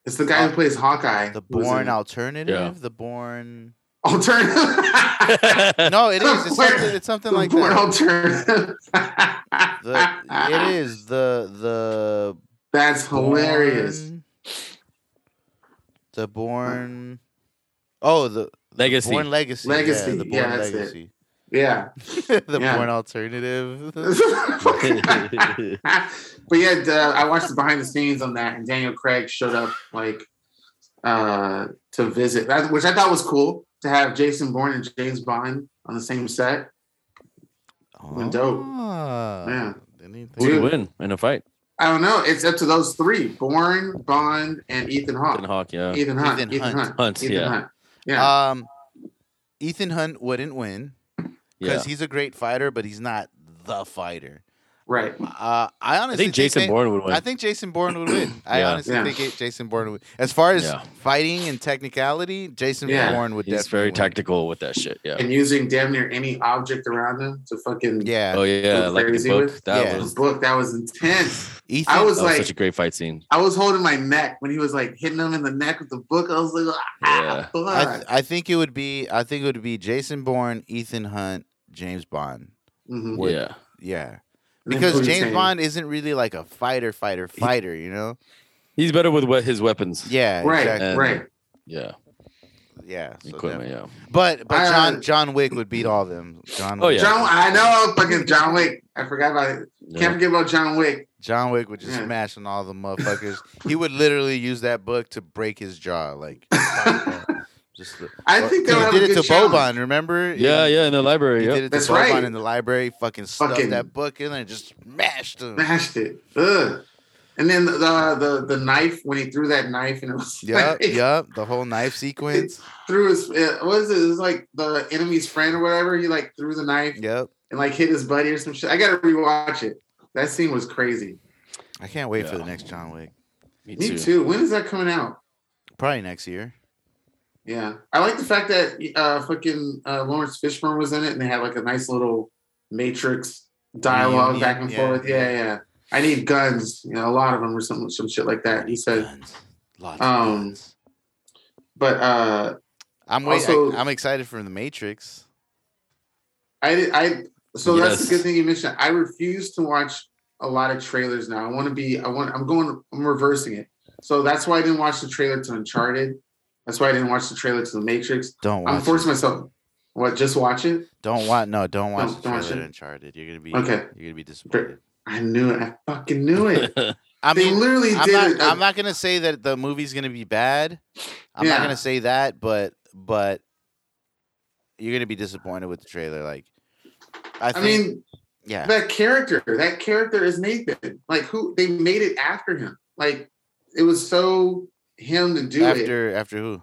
Speaker 3: it's the guy who plays Hawkeye,
Speaker 1: Uh, The
Speaker 3: who was
Speaker 1: Born
Speaker 3: in-
Speaker 1: alternative. The Born.
Speaker 3: alternative,
Speaker 1: No, it is. It's
Speaker 3: Where-
Speaker 1: something. It's something
Speaker 3: The
Speaker 1: like
Speaker 3: Born
Speaker 1: that.
Speaker 3: alternative.
Speaker 1: The, it is the the
Speaker 3: That's hilarious.
Speaker 1: Born- the Born. Oh, the
Speaker 2: Legacy.
Speaker 1: Born Legacy.
Speaker 3: Legacy,
Speaker 1: Yeah, the Born
Speaker 3: yeah, that's it.
Speaker 1: Legacy.
Speaker 3: Yeah.
Speaker 1: the
Speaker 3: Yeah.
Speaker 1: Born Alternative.
Speaker 3: but yeah, the, I watched the behind the scenes on that, and Daniel Craig showed up like uh to visit, that- which I thought was cool to have Jason Bourne and James Bond on the same set. Went dope.
Speaker 1: Ah,
Speaker 3: Yeah.
Speaker 2: Who would
Speaker 1: Anything.
Speaker 3: Dude.
Speaker 2: win in a fight?
Speaker 3: I don't know; it's up to those three: Bourne, Bond, and Ethan
Speaker 2: Ethan
Speaker 3: Hawke.
Speaker 2: Hawk, yeah.
Speaker 3: Ethan Hunt.
Speaker 1: Ethan
Speaker 3: Ethan Hunt.
Speaker 1: Hunt.
Speaker 2: Hunt,
Speaker 3: Ethan
Speaker 2: yeah.
Speaker 3: Hunt. Yeah.
Speaker 1: Um, Ethan Hunt wouldn't win
Speaker 2: yeah.
Speaker 1: because he's a great fighter, but he's not the fighter.
Speaker 3: right.
Speaker 1: Uh, I honestly
Speaker 2: I think Jason
Speaker 1: they-
Speaker 2: Bourne would win.
Speaker 1: I think Jason Bourne would win. I
Speaker 2: Yeah.
Speaker 1: honestly
Speaker 3: Yeah.
Speaker 1: think it, Jason Bourne would. As far as
Speaker 2: Yeah.
Speaker 1: fighting and technicality, Jason
Speaker 3: Yeah.
Speaker 1: Bourne would
Speaker 2: he's
Speaker 1: definitely.
Speaker 2: very
Speaker 1: win.
Speaker 2: tactical with that shit. Yeah.
Speaker 3: And using damn near any object around him to fucking
Speaker 1: Yeah,
Speaker 2: Oh yeah,
Speaker 3: Go
Speaker 2: like the
Speaker 3: crazy
Speaker 2: book.
Speaker 3: with-
Speaker 2: That
Speaker 1: Yeah.
Speaker 2: was that
Speaker 3: book that was intense.
Speaker 1: Ethan.
Speaker 3: I was
Speaker 2: was
Speaker 3: like,
Speaker 2: such a great fight scene.
Speaker 3: I was holding my neck when he was like hitting him in the neck with the book. I was like, ah,
Speaker 1: I,
Speaker 3: fuck.
Speaker 1: th- I think it would be. I think it would be Jason Bourne, Ethan Hunt, James Bond.
Speaker 3: Mhm.
Speaker 1: Would-
Speaker 2: Yeah.
Speaker 1: Yeah,
Speaker 3: And then
Speaker 1: because
Speaker 3: Pooh
Speaker 1: James
Speaker 3: Tang.
Speaker 1: Bond isn't really like a fighter, fighter, fighter. You know?
Speaker 2: He's better with what his weapons.
Speaker 1: Yeah,
Speaker 3: right,
Speaker 1: exactly.
Speaker 2: And-
Speaker 3: right.
Speaker 2: Yeah.
Speaker 1: Yeah, so
Speaker 2: Uh, Equipment, yeah.
Speaker 1: definitely. But but
Speaker 3: I-
Speaker 1: John John Wick would beat all them. John.
Speaker 2: Oh,
Speaker 1: Wick.
Speaker 2: yeah.
Speaker 3: John, I know, fucking John Wick. I forgot about it.
Speaker 2: yeah.
Speaker 3: Can't forget about John Wick.
Speaker 1: John Wick would just
Speaker 3: Yeah.
Speaker 1: smash on all the motherfuckers. he would literally use that book to break his jaw, like. Just the-
Speaker 3: I think they'll
Speaker 1: he
Speaker 3: have
Speaker 1: did
Speaker 3: a
Speaker 1: it to
Speaker 3: good challenge.
Speaker 1: Boban. Remember?
Speaker 2: Yeah, yeah, in the library.
Speaker 1: He
Speaker 2: Yeah.
Speaker 1: did it to
Speaker 3: That's
Speaker 1: Boban
Speaker 3: right.
Speaker 1: in the library. Fucking stuffed
Speaker 3: Fucking-
Speaker 1: that book in there and just smashed him.
Speaker 3: Smashed it. Ugh. And then the, the the knife when he threw that knife and it was
Speaker 1: Yep,
Speaker 3: like,
Speaker 1: yep. The whole knife sequence.
Speaker 3: threw his uh, what is it? It was like the enemy's friend or whatever. He like threw the knife
Speaker 1: Yep.
Speaker 3: and like hit his buddy or some shit. I gotta rewatch it. That scene was crazy.
Speaker 1: I can't wait for
Speaker 2: Yeah.
Speaker 1: the next John Wick.
Speaker 2: Me
Speaker 3: Me
Speaker 2: too.
Speaker 3: too. When is that coming out?
Speaker 1: Probably next year.
Speaker 3: Yeah, I like the fact that uh, fucking uh, Lawrence Fishburne was in it, and they had like a nice little Matrix dialogue
Speaker 1: Reunion,
Speaker 3: back and
Speaker 1: yeah.
Speaker 3: forth. Yeah, yeah. I need guns, you know, a lot of them or some some shit like that. He said,
Speaker 1: Guns. Lots
Speaker 3: um,
Speaker 1: of guns.
Speaker 3: but uh,
Speaker 1: I'm wait,
Speaker 3: also-
Speaker 1: I, am excited for the Matrix.
Speaker 3: I I so that's
Speaker 2: Yes.
Speaker 3: a good thing you mentioned. I refuse to watch a lot of trailers now. I want to be. I want. I'm going. I'm reversing it. So that's why I didn't watch the trailer to Uncharted. That's why I didn't watch the trailer to The Matrix.
Speaker 1: Don't watch.
Speaker 3: I'm forcing
Speaker 1: it.
Speaker 3: myself. What? Just watch it.
Speaker 1: Don't watch. No, don't watch
Speaker 3: No,
Speaker 1: the
Speaker 3: don't watch
Speaker 1: trailer
Speaker 3: it.
Speaker 1: Uncharted. You're gonna be.
Speaker 3: Okay.
Speaker 1: You're gonna be disappointed.
Speaker 3: I knew it. I fucking knew it.
Speaker 1: I
Speaker 3: they
Speaker 1: mean,
Speaker 3: literally
Speaker 1: I'm
Speaker 3: did
Speaker 1: not,
Speaker 3: it. uh,
Speaker 1: I'm not gonna say that the movie's gonna be bad. I'm not
Speaker 3: Yeah.
Speaker 1: gonna say that, but but you're gonna be disappointed with the trailer. Like, I,
Speaker 3: I
Speaker 1: think,
Speaker 3: mean,
Speaker 1: yeah,
Speaker 3: that character, that character is Nathan. Like who they made it after him. Like it was so him to do it.
Speaker 1: after after who?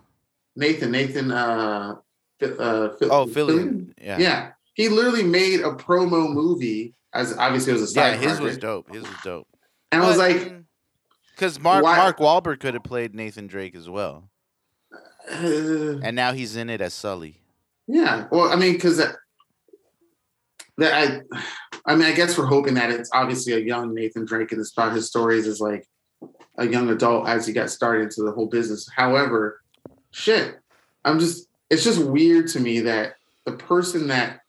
Speaker 3: Nathan, Nathan, uh, Fi- uh, Fi-
Speaker 1: Oh,
Speaker 3: Fillion?
Speaker 1: Philly. Yeah.
Speaker 3: Yeah. he literally made a promo movie. As obviously it was a
Speaker 1: Yeah,
Speaker 3: side
Speaker 1: his was
Speaker 3: project.
Speaker 1: dope. His was dope.
Speaker 3: and I was like,
Speaker 1: because Mark
Speaker 3: why-
Speaker 1: Mark Wahlberg could have played Nathan Drake as well,
Speaker 3: uh,
Speaker 1: and now he's in it as Sully.
Speaker 3: Yeah. Well, I mean, because that, that I, I mean, I guess we're hoping that it's obviously a young Nathan Drake, and it's about his stories as like a young adult as he got started into the whole business. However, shit, I'm just, it's just weird to me that the person that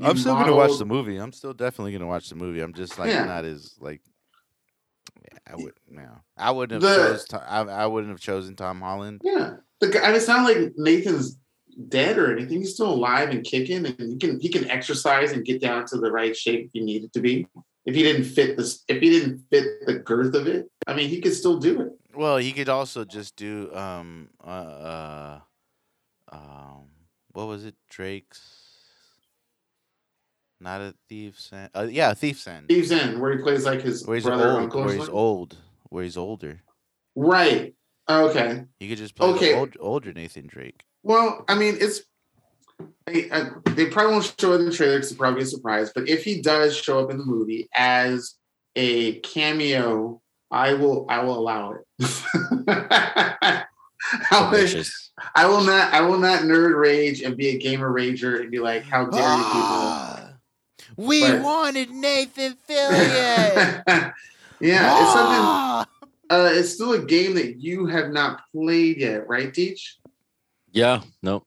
Speaker 3: you
Speaker 1: I'm still gonna watch
Speaker 3: modeled-
Speaker 1: the movie. I'm still definitely gonna watch the movie. I'm just like
Speaker 3: Yeah.
Speaker 1: not as like. Yeah, I would no. I wouldn't have
Speaker 3: The-
Speaker 1: chose. To, I, I wouldn't have chosen Tom Holland.
Speaker 3: Yeah, the guy. It's not like Nathan's dead or anything. He's still alive and kicking, and he can he can exercise and get down to the right shape if he needed to be. If he didn't fit this, if he didn't fit the girth of it, I mean, he could still do it.
Speaker 1: Well, he could also just do um uh, uh um what was it Drake's not a thief's end. Uh, yeah, a thief's end.
Speaker 3: Steve's in where he plays like his
Speaker 1: Where he's
Speaker 3: brother,
Speaker 1: old.
Speaker 3: uncle, or
Speaker 1: where he's
Speaker 3: something.
Speaker 1: old. Where he's older.
Speaker 3: right? Okay.
Speaker 1: You could just play the
Speaker 3: Okay.
Speaker 1: old, older Nathan Drake.
Speaker 3: Well, I mean, it's they, uh, they probably won't show it in the trailer because it's probably a surprise. But if he does show up in the movie as a cameo, I will I will allow it. I, will,
Speaker 2: Delicious.
Speaker 3: I will not I will not nerd rage and be a gamer rager and be like, how dare you
Speaker 1: Ah,
Speaker 3: people?
Speaker 1: we
Speaker 3: But-
Speaker 1: wanted Nathan
Speaker 3: yeah, it's
Speaker 1: Ah.
Speaker 3: something. Uh, it's still a game that you have not played yet, right, Deech?
Speaker 2: Yeah. No.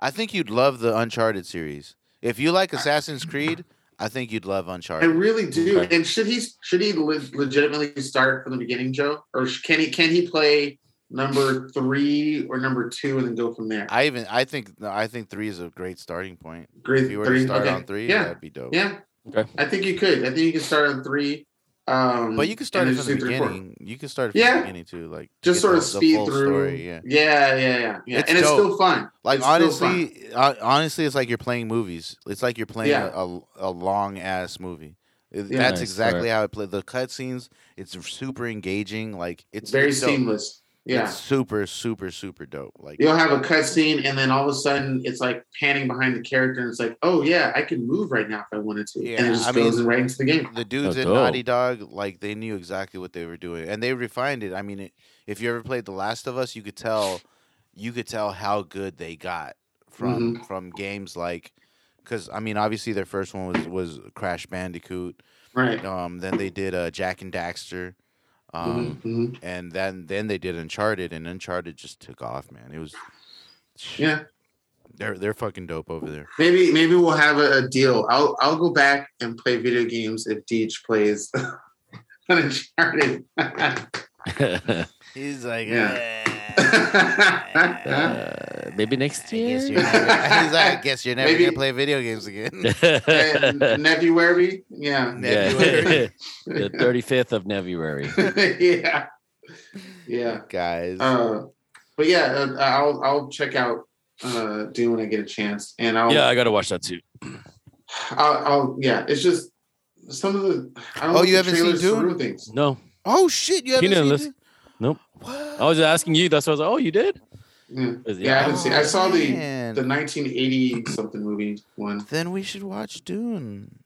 Speaker 1: I think you'd love the Uncharted series. If you like Assassin's Creed, I think you'd love
Speaker 3: I
Speaker 1: Uncharted.
Speaker 3: really do.
Speaker 2: Okay.
Speaker 3: And should he should he le- legitimately start from the beginning, Joe, or sh- can he can he play number three or number two and then go from there?
Speaker 1: I even I think I think three is a great starting point.
Speaker 3: Great
Speaker 1: If you were to start on three,
Speaker 3: yeah,
Speaker 1: that'd be dope.
Speaker 3: yeah.
Speaker 2: Okay.
Speaker 3: I think you could. I think you can start on three. Um,
Speaker 1: But you could start
Speaker 3: and
Speaker 1: it
Speaker 3: then
Speaker 1: from
Speaker 3: just
Speaker 1: the
Speaker 3: do three, four.
Speaker 1: beginning. You could start it from the
Speaker 3: Yeah.
Speaker 1: beginning too, like to
Speaker 3: Just
Speaker 1: get
Speaker 3: sort of
Speaker 1: the- the
Speaker 3: speed
Speaker 1: full
Speaker 3: through.
Speaker 1: story, yeah.
Speaker 3: yeah, yeah, yeah, yeah.
Speaker 1: It's
Speaker 3: and it's
Speaker 1: dope.
Speaker 3: still fun.
Speaker 1: Like
Speaker 3: It's still fun.
Speaker 1: honestly, uh, honestly, it's like you're playing movies. It's like you're playing
Speaker 3: Yeah.
Speaker 1: a, a long ass movie. It-
Speaker 3: Yeah.
Speaker 1: That's
Speaker 2: Nice,
Speaker 1: exactly
Speaker 2: alright.
Speaker 1: how it played. The cutscenes, it's super engaging. Like it's
Speaker 3: It's very
Speaker 1: it's dope.
Speaker 3: seamless. Yeah.
Speaker 1: It's super, super, super dope. Like
Speaker 3: You'll have a cutscene, and then all of a sudden, it's like panning behind the character, and it's like, oh yeah, I can move right now if I wanted to, and
Speaker 1: Yeah,
Speaker 3: it just
Speaker 1: I
Speaker 3: goes
Speaker 1: mean-
Speaker 3: right into the game.
Speaker 1: the dudes
Speaker 2: Oh,
Speaker 1: at
Speaker 2: dope.
Speaker 1: Naughty Dog, like they knew exactly what they were doing, and they refined it. I mean, it, if you ever played The Last of Us, you could tell, you could tell how good they got from
Speaker 3: Mm-hmm.
Speaker 1: from games like, because I mean, obviously their first one was was Crash Bandicoot.
Speaker 3: Right.
Speaker 1: Um, then they did uh, Jack and Daxter. Um,
Speaker 3: Mhm, mhm.
Speaker 1: and then then they did Uncharted, and Uncharted just took off, man. It was
Speaker 3: Yeah.
Speaker 1: they're they're fucking dope over there.
Speaker 3: Maybe maybe we'll have a, a deal. I'll I'll go back and play video games if Deej plays Uncharted.
Speaker 1: He's like, "Ah,
Speaker 3: Yeah.
Speaker 2: Uh, maybe next year.
Speaker 1: He's like, I guess you're never
Speaker 3: Maybe-
Speaker 1: gonna play video games again.
Speaker 3: And Nebuary? Yeah.
Speaker 1: February.
Speaker 2: Yeah. the 35th of February.
Speaker 3: yeah. Yeah.
Speaker 1: Guys,
Speaker 3: Uh, but yeah, uh, I'll I'll check out uh do when I get a chance. And I'll
Speaker 2: Yeah, I gotta watch that too.
Speaker 3: I'll, I'll yeah, it's just some of the I don't
Speaker 1: Oh,
Speaker 3: know if
Speaker 1: you
Speaker 3: the
Speaker 1: haven't seen
Speaker 3: trailers
Speaker 1: Dune?
Speaker 3: threw things.
Speaker 2: No,
Speaker 1: oh shit, you haven't
Speaker 2: Keenan,
Speaker 1: seen
Speaker 2: listen-
Speaker 1: it?
Speaker 2: Nope.
Speaker 1: What?
Speaker 2: I was asking you. That's why I was like, oh, you did?
Speaker 3: Yeah.
Speaker 2: Is-
Speaker 3: Yeah, I haven't seen- I saw the-
Speaker 1: man.
Speaker 3: The 1980 something movie one.
Speaker 1: Then we should watch Dune.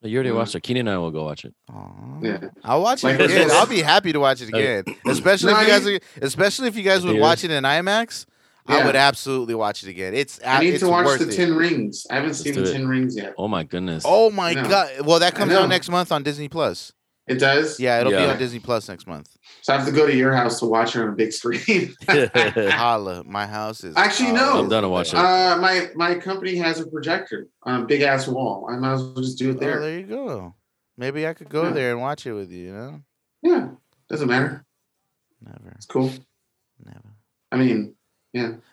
Speaker 2: You already
Speaker 3: Mm.
Speaker 2: watched it. Keenan and I will go watch it.
Speaker 1: Aw.
Speaker 3: Yeah.
Speaker 1: I'll watch it
Speaker 3: Like,
Speaker 1: again.
Speaker 3: it's-
Speaker 1: I'll be happy to watch it again, especially
Speaker 3: No,
Speaker 1: if you guys,
Speaker 3: I
Speaker 1: are- especially if you guys would
Speaker 2: Theaters.
Speaker 1: watch it in IMAX. I
Speaker 3: Yeah.
Speaker 1: would absolutely watch it again. It's
Speaker 3: I need
Speaker 1: it's
Speaker 3: to watch
Speaker 1: worth
Speaker 3: the
Speaker 1: it.
Speaker 3: Ten Rings. I haven't seen
Speaker 2: do
Speaker 3: the
Speaker 2: it.
Speaker 3: Ten Rings yet.
Speaker 2: Oh my goodness.
Speaker 1: Oh my
Speaker 3: No.
Speaker 1: god! Well, that
Speaker 3: I
Speaker 1: comes out
Speaker 3: know.
Speaker 1: next month on Disney Plus.
Speaker 3: It does.
Speaker 1: Yeah, it'll be
Speaker 2: Yeah.
Speaker 1: on Disney Plus next month.
Speaker 3: So I have to go to your house to watch it on a big screen.
Speaker 2: I'm
Speaker 1: Holla, my house is
Speaker 3: Actually,
Speaker 1: holla.
Speaker 3: no.
Speaker 2: done to watch it.
Speaker 3: uh, my my company has a projector on a big ass wall. I might as well just do
Speaker 1: Oh,
Speaker 3: it there.
Speaker 1: there you go. Maybe I could go
Speaker 3: Yeah.
Speaker 1: there and watch it with you. You know,
Speaker 3: Yeah, doesn't matter.
Speaker 1: never,
Speaker 3: It's cool.
Speaker 1: never.
Speaker 3: I mean,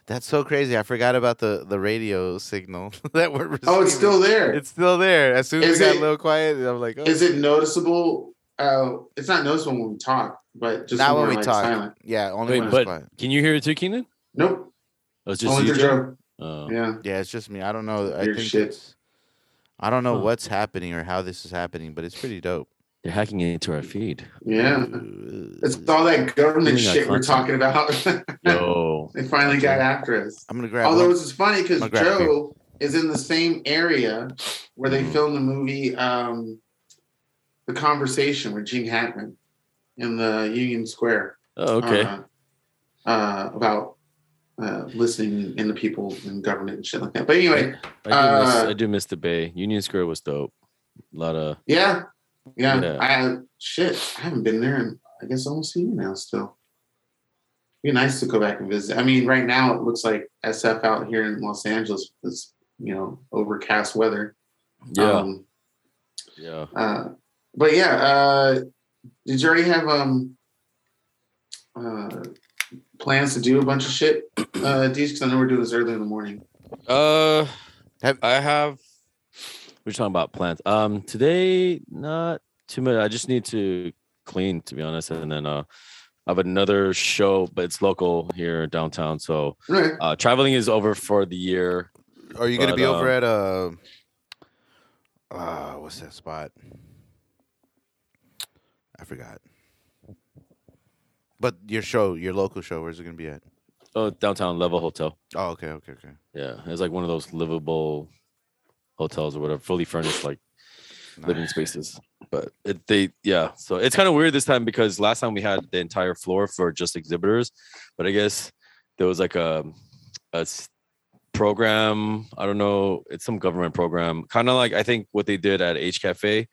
Speaker 1: That's so crazy. I forgot about the the radio signal that we're. Receiving.
Speaker 3: oh, it's still there.
Speaker 1: It's still there. As soon as
Speaker 3: Is
Speaker 1: we got a
Speaker 3: it-
Speaker 1: little quiet, I'm like, oh.
Speaker 3: Is it noticeable? Uh, it's not noticeable when we talk, but just
Speaker 1: not when
Speaker 3: when, we're,
Speaker 1: we
Speaker 3: like,
Speaker 1: talk.
Speaker 3: silent.
Speaker 1: Yeah, only
Speaker 2: Wait,
Speaker 1: when
Speaker 2: but-
Speaker 1: it's quiet.
Speaker 2: Can you hear it too, Keenan?
Speaker 3: Nope.
Speaker 2: Oh, it's
Speaker 3: Only
Speaker 2: you
Speaker 3: through
Speaker 2: two?
Speaker 3: Joe.
Speaker 2: Oh.
Speaker 3: Yeah.
Speaker 1: Yeah, it's just me. I don't know. I
Speaker 3: Weird
Speaker 1: think
Speaker 3: shit.
Speaker 1: it's. I don't know
Speaker 2: Huh.
Speaker 1: what's happening or how this is happening, but it's pretty dope.
Speaker 2: They're hacking into our feed.
Speaker 3: Yeah. It's all that government
Speaker 2: Yeah,
Speaker 3: shit we're
Speaker 2: content.
Speaker 3: talking about.
Speaker 2: Yo.
Speaker 3: they finally got after us.
Speaker 1: I'm gonna grab.
Speaker 3: Although
Speaker 1: Although,
Speaker 3: it's funny because
Speaker 1: I'll grab a beer.
Speaker 3: Joe is in the same area where they filmed the movie um, The Conversation with Gene Hackman in the Union Square.
Speaker 2: Oh, okay.
Speaker 3: Uh, uh, about uh, listening in the people and government and shit like that. But anyway,
Speaker 2: I, do miss,
Speaker 3: uh,
Speaker 2: I do miss the Bay. Union Square was dope. A lot of
Speaker 3: yeah, yeah.
Speaker 2: Yeah.
Speaker 3: I shit, I haven't been there in I guess almost a year now. Still, be nice to go back and visit. I mean, right now it looks like SF out here in Los Angeles is you know overcast weather.
Speaker 2: yeah,
Speaker 3: Um,
Speaker 2: yeah.
Speaker 3: uh, but yeah, uh, did you already have um uh, plans to do a bunch of shit, uh, Deej? Because I know we're doing this early in the morning.
Speaker 2: Uh,
Speaker 1: Have-
Speaker 2: I have. We're talking about plants. Um, today not too much. I just need to clean, to be honest, and then uh, I have another show, but it's local here downtown. So
Speaker 3: Right.
Speaker 2: uh, traveling is over for the year.
Speaker 1: are you gonna
Speaker 2: but,
Speaker 1: be over
Speaker 2: uh,
Speaker 1: at uh, uh, what's that spot? I forgot. But your show, your local show, where's it gonna be at?
Speaker 2: Oh, downtown Level Hotel.
Speaker 1: Oh, okay, okay, okay.
Speaker 2: Yeah, it's like one of those livable hotels or whatever, fully furnished, like living
Speaker 1: Nice.
Speaker 2: spaces. But it, they, yeah. So it's kind of weird this time because last time we had the entire floor for just exhibitors, but I guess there was like a, a s- program. I don't know. It's some government program, kind of like I think what they did at H Cafe,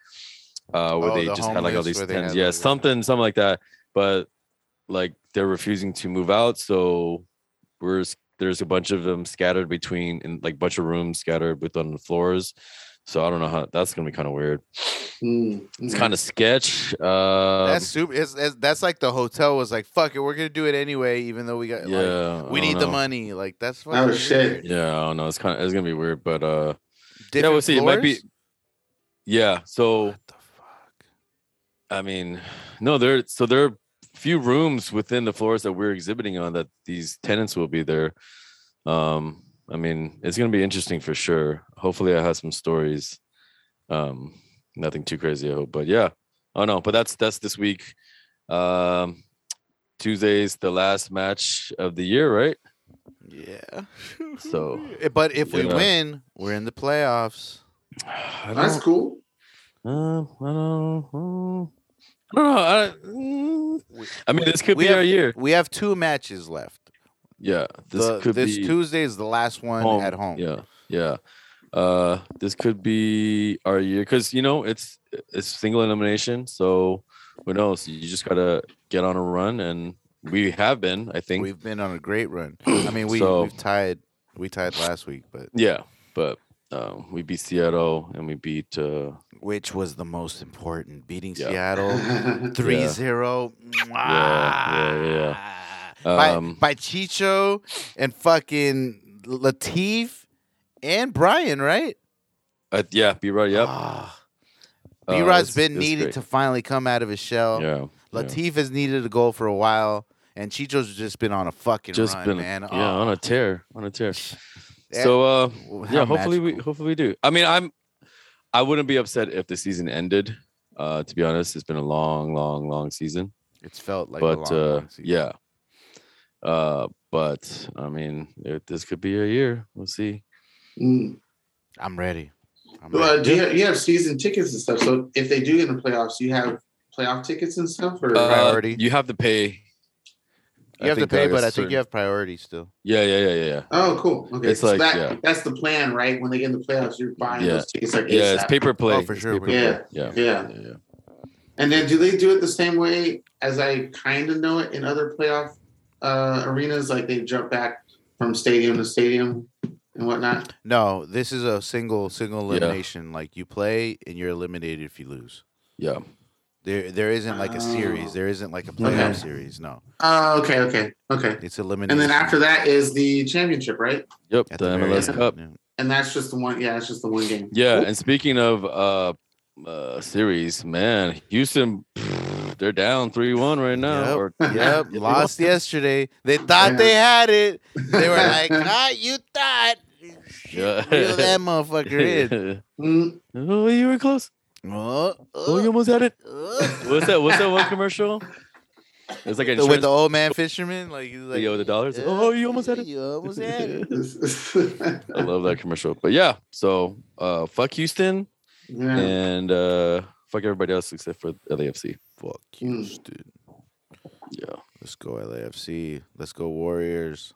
Speaker 2: uh, where
Speaker 1: Oh,
Speaker 2: they
Speaker 1: the
Speaker 2: just had like all
Speaker 1: homeless,
Speaker 2: these
Speaker 1: where they
Speaker 2: tents.
Speaker 1: had,
Speaker 2: Yeah,
Speaker 1: like, the-
Speaker 2: something, something like that. But like they're refusing to move out, so we're s- there's a bunch of them scattered between in like bunch of rooms scattered within the floors. So I don't know how that's gonna be kind of weird. Mm.
Speaker 3: Mm.
Speaker 2: It's kind of sketch. Uh,
Speaker 1: That's super. It's, it's, that's like the hotel was like, "Fuck it, we're gonna do it anyway," even though we got
Speaker 2: yeah,
Speaker 1: like,
Speaker 2: I
Speaker 1: we
Speaker 2: don't
Speaker 1: need the
Speaker 2: know.
Speaker 1: money. Like that's
Speaker 3: Oh,
Speaker 1: fucking
Speaker 3: shit.
Speaker 1: weird.
Speaker 2: Yeah, I don't know. It's kind of it's gonna be weird, but uh, yeah,
Speaker 1: Different
Speaker 2: we'll see. It might be.
Speaker 1: floors?
Speaker 2: Yeah. So
Speaker 1: What the fuck?
Speaker 2: I mean, no, there. So there are few rooms within the floors that we're exhibiting on that these tenants will be there. Um, I mean, it's gonna be interesting for sure. Hopefully, I have some stories. Um, nothing too crazy, I hope. But yeah, oh no, but that's that's this week. Um, Tuesday's the last match of the year, right?
Speaker 1: Yeah.
Speaker 2: So-
Speaker 1: Eh, but if we
Speaker 2: Yeah.
Speaker 1: win, we're in the playoffs.
Speaker 2: I
Speaker 3: That's
Speaker 2: don't-
Speaker 3: cool.
Speaker 2: Uh, I don't know. I don't know. I, mm,
Speaker 1: We-
Speaker 2: I mean, this could
Speaker 1: we
Speaker 2: be
Speaker 1: have-
Speaker 2: our year.
Speaker 1: We have two matches left.
Speaker 2: Yeah, this
Speaker 1: The-
Speaker 2: could
Speaker 1: this
Speaker 2: be
Speaker 1: Tuesday is the last one
Speaker 2: home.
Speaker 1: at home.
Speaker 2: Yeah, yeah. Uh, this could be our year because you know it's it's single elimination. So who knows? You just gotta get on a run, and we have been. I think.
Speaker 1: We've been on a great run. I mean, we
Speaker 2: So-
Speaker 1: we've tied we tied last week, but
Speaker 2: yeah, but um, we beat Seattle and we beat. Uh,
Speaker 1: which was the most important? Beating
Speaker 2: Yeah.
Speaker 1: Seattle.
Speaker 2: Oh.
Speaker 1: 3 0.
Speaker 2: Yeah, yeah, Um,
Speaker 1: by, by Chicho and fucking Latif and Brian, right?
Speaker 2: uh, yeah, B Rod. Yep.
Speaker 1: Ah.
Speaker 2: Uh,
Speaker 1: B Rod's
Speaker 2: it's-
Speaker 1: been
Speaker 2: it's
Speaker 1: needed
Speaker 2: great.
Speaker 1: to finally come out of his shell.
Speaker 2: Yeah. yeah.
Speaker 1: Latif has needed a goal for a while, and Chicho's just been on a fucking
Speaker 2: just
Speaker 1: run,
Speaker 2: been
Speaker 1: man. Ah.
Speaker 2: yeah on a tear on a tear
Speaker 1: Yeah.
Speaker 2: so uh
Speaker 1: Oh, how
Speaker 2: yeah hopefully we
Speaker 1: magical.
Speaker 2: hopefully we do i mean i'm i wouldn't be upset if the season ended uh to be honest it's been a long long long season
Speaker 1: It's felt like
Speaker 2: but
Speaker 1: a long,
Speaker 2: uh
Speaker 1: long season.
Speaker 2: yeah uh but i mean it, this could be a year we'll see
Speaker 3: Mm.
Speaker 1: I'm ready. I'm
Speaker 3: Well,
Speaker 1: ready.
Speaker 3: uh, do you, you have season tickets and stuff? So if they do get in the playoffs, you have playoff tickets and stuff, or
Speaker 2: Uh,
Speaker 1: Priority.
Speaker 2: you have to pay
Speaker 1: You have to
Speaker 2: think
Speaker 1: pay,
Speaker 2: like a
Speaker 1: but I think
Speaker 2: certain-
Speaker 1: you have priority still.
Speaker 2: yeah yeah yeah yeah yeah
Speaker 3: oh, cool. Okay,
Speaker 2: It's
Speaker 3: so
Speaker 2: like,
Speaker 3: that,
Speaker 2: yeah.
Speaker 3: that's the plan, right? When they get in the playoffs, you're buying
Speaker 2: Yeah.
Speaker 3: those tickets like
Speaker 2: yeah it's
Speaker 3: ASAP.
Speaker 2: paper play
Speaker 1: Oh, for
Speaker 2: It's
Speaker 1: sure,
Speaker 2: paper
Speaker 1: for
Speaker 2: play.
Speaker 3: sure.
Speaker 2: yeah
Speaker 3: Yeah.
Speaker 2: yeah, yeah.
Speaker 3: And then do they do it the same way as I kind of know it in other playoff uh, arenas? Like they jump back from stadium to stadium and whatnot.
Speaker 1: No, this is a single single
Speaker 2: Yeah.
Speaker 1: elimination. Like you play and you're eliminated if you lose.
Speaker 2: yeah.
Speaker 1: There there isn't like a
Speaker 3: Oh.
Speaker 1: series. There isn't like a
Speaker 3: Okay.
Speaker 1: playoff series. No.
Speaker 3: Oh, okay, okay, okay.
Speaker 1: It's eliminated.
Speaker 3: And then after that is the championship, right?
Speaker 2: yep the mls cup
Speaker 3: And that's just the one. Yeah, it's just the one game.
Speaker 2: Yeah, and speaking of uh, uh series, man, Houston, they're down three one right now.
Speaker 1: Yep.
Speaker 2: Or,
Speaker 1: Yep,
Speaker 2: they
Speaker 1: lost yesterday. They thought they had it. They were like, "Ah, you thought."
Speaker 2: Yeah.
Speaker 1: Reel that motherfucker in.
Speaker 3: Mm,
Speaker 2: oh, you were close.
Speaker 1: Oh,
Speaker 2: Oh, you
Speaker 1: oh,
Speaker 2: almost had it.
Speaker 1: oh.
Speaker 2: What's that? What's that one commercial? It's like an
Speaker 1: With the
Speaker 2: insurance
Speaker 1: old man fisherman, like he's like,
Speaker 2: video with the dollars.
Speaker 1: "Yeah,
Speaker 2: Oh, you almost had it.
Speaker 1: You almost had it.
Speaker 2: I love that commercial. But yeah, so uh, fuck Houston
Speaker 1: Mm.
Speaker 3: yeah.
Speaker 2: and uh, fuck everybody else except for LAFC.
Speaker 1: Fuck
Speaker 3: Mm.
Speaker 1: Houston.
Speaker 2: Hmm. Yeah.
Speaker 1: Let's go LAFC. Let's go Warriors.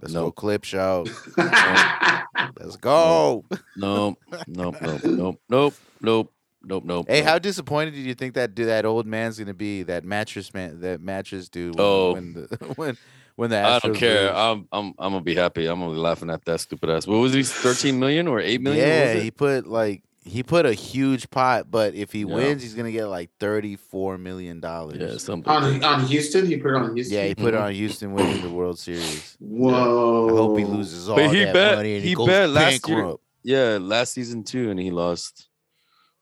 Speaker 1: Let's go
Speaker 2: Nope.
Speaker 1: Clip Show. Let's go.
Speaker 2: Nope. Nope. Nope. Nope. Nope. Nope. Nope. Nope.
Speaker 1: Hey,
Speaker 2: nope.
Speaker 1: how disappointed do you think that dude, that old man's gonna be? That mattress man, that mattress dude. When,
Speaker 2: Oh.
Speaker 1: when the when when the
Speaker 2: I don't
Speaker 1: Astros
Speaker 2: care. Uh,
Speaker 1: lose.
Speaker 2: I'm I'm I'm gonna be happy. I'm gonna be laughing at that stupid ass. What was he? Thirteen million or eight million? What
Speaker 1: yeah,
Speaker 2: was it?
Speaker 1: he put like he put a huge pot, but if he
Speaker 2: Yeah.
Speaker 1: wins, he's gonna get like thirty four million dollars.
Speaker 2: yeah, something.
Speaker 3: on on Houston, he put it on Houston.
Speaker 1: Yeah, he put it
Speaker 2: Mhm.
Speaker 1: on Houston winning the World Series.
Speaker 3: Whoa!
Speaker 1: I hope he loses all
Speaker 2: Oh. But he
Speaker 1: that
Speaker 2: bet-
Speaker 1: money and
Speaker 2: he
Speaker 1: he goes
Speaker 2: bet last year.
Speaker 1: bankrupt.
Speaker 2: yeah, last season too, and he lost.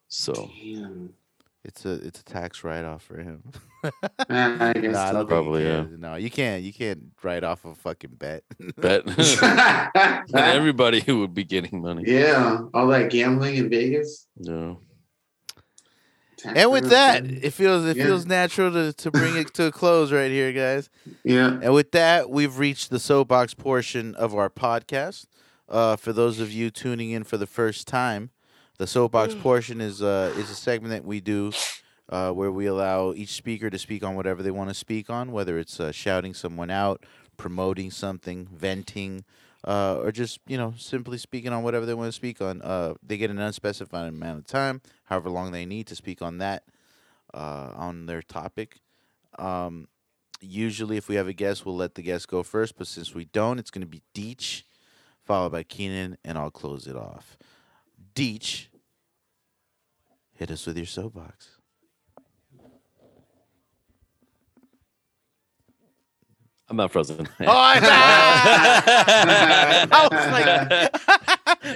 Speaker 2: So
Speaker 3: Damn.
Speaker 1: It's a it's a tax write off for him.
Speaker 3: Nah, I guess.
Speaker 1: Nah, I don't
Speaker 3: so.
Speaker 1: think you
Speaker 2: Probably, yeah.
Speaker 1: can. No, you can't. You can't write off a fucking bet.
Speaker 2: bet and everybody who would be getting money.
Speaker 3: yeah, all that gambling in Vegas.
Speaker 2: Yeah.
Speaker 1: and with that,
Speaker 2: Mm.
Speaker 1: it feels it
Speaker 3: Yeah.
Speaker 1: feels natural to, to bring it to a close right here, guys.
Speaker 3: yeah,
Speaker 1: And with that, we've reached the soapbox portion of our podcast. Uh, for those of you tuning in for the first time, the soapbox portion is uh, is a segment that we do uh, where we allow each speaker to speak on whatever they want to speak on, whether it's uh, shouting someone out, promoting something, venting, uh, or just you know simply speaking on whatever they want to speak on. Uh, they get an unspecified amount of time, however long they need to speak on that uh, on their topic. Um, usually, if we have a guest, we'll let the guest go first. But since we don't, it's going to be Deech, followed by Keenan, and I'll close it off. Deech, hit us with your soapbox.
Speaker 2: I'm not frozen.
Speaker 1: Oh, I was like,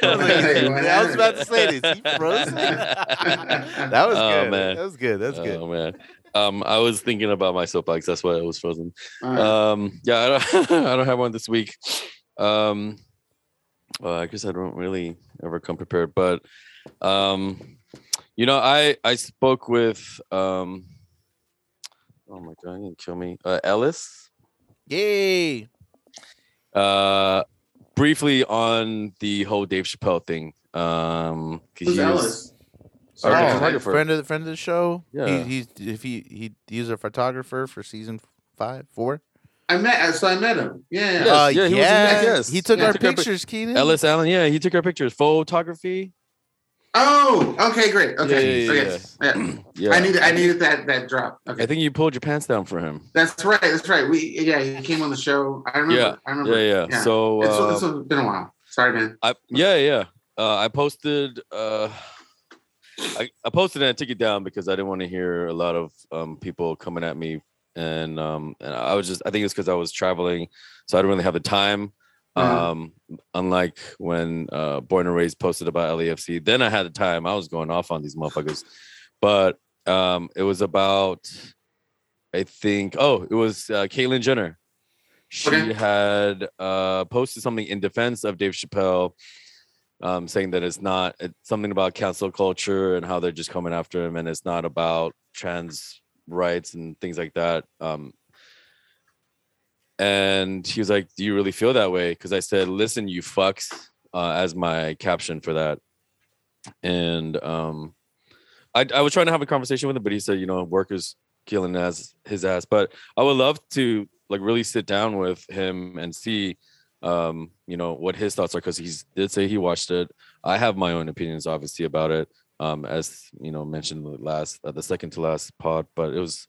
Speaker 1: I was, like, I was about to say this. He froze. that was
Speaker 2: Oh,
Speaker 1: good.
Speaker 2: man.
Speaker 1: That was good. That's good.
Speaker 2: Oh man. Um, I was thinking about my soapbox. That's why I was frozen.
Speaker 3: All right.
Speaker 2: Um, yeah, I don't, I don't have one this week. Um, well, I guess I don't really ever come prepared, but um, you know, I I spoke with um, oh my god, you kill me, uh, Ellis
Speaker 1: Yay!
Speaker 2: uh briefly on the whole Dave Chappelle thing. Um 'cause
Speaker 3: who's
Speaker 2: he was-
Speaker 3: Ellis? Oh,
Speaker 2: Our
Speaker 3: Sorry.
Speaker 2: photographer.
Speaker 1: friend of the friend of the show. He,
Speaker 2: Yeah.
Speaker 1: he's if he he he's a photographer for season five four.
Speaker 3: I met. uh, So I met him. Yeah.
Speaker 2: Yes,
Speaker 1: Uh,
Speaker 2: yeah, he was in that, yes.
Speaker 1: He took
Speaker 3: Yeah,
Speaker 1: our
Speaker 2: took our pic-
Speaker 1: pictures, Keenan.
Speaker 2: Ellis Allen, yeah, he took our pictures. Photography.
Speaker 3: Oh. Okay. Great. Okay.
Speaker 2: Yeah, yeah, yeah,
Speaker 3: okay. Yeah.
Speaker 2: Yeah.
Speaker 3: I needed. I needed that. That drop. Okay.
Speaker 2: I think you pulled your pants down for him.
Speaker 3: that's right. That's right. We. Yeah. He came on the show. I remember. I
Speaker 2: Yeah,
Speaker 3: remember.
Speaker 2: yeah.
Speaker 3: Yeah.
Speaker 2: So
Speaker 3: It's,
Speaker 2: uh,
Speaker 3: it's been a while. Sorry, man.
Speaker 2: I yeah, yeah. Uh, I posted uh I, I posted and I took it down because I didn't want to hear a lot of um people coming at me and um and I was just I think it's because I was traveling, so I didn't really have the time.
Speaker 3: Uh-huh.
Speaker 2: Um unlike when uh Born and Raised posted about LAFC, then I had the time. I was going off on these motherfuckers. But um it was about I think oh, it was uh Caitlyn Jenner. She
Speaker 3: Okay.
Speaker 2: had uh posted something in defense of Dave Chappelle um, saying that it's not it's something about cancel culture and how they're just coming after him, and it's not about trans rights and things like that. Um, and he was like, "Do you really feel that way?" Because I said, "Listen, you fucks," uh, as my caption for that. And um, I, I was trying to have a conversation with him, but he said, "You know, workers killing ass his ass." But I would love to like really sit down with him and see um, you know, what his thoughts are because he did say he watched it. I have my own opinions, obviously, about it. Um, as you know, mentioned in the last, uh, the second to last pod, but it was,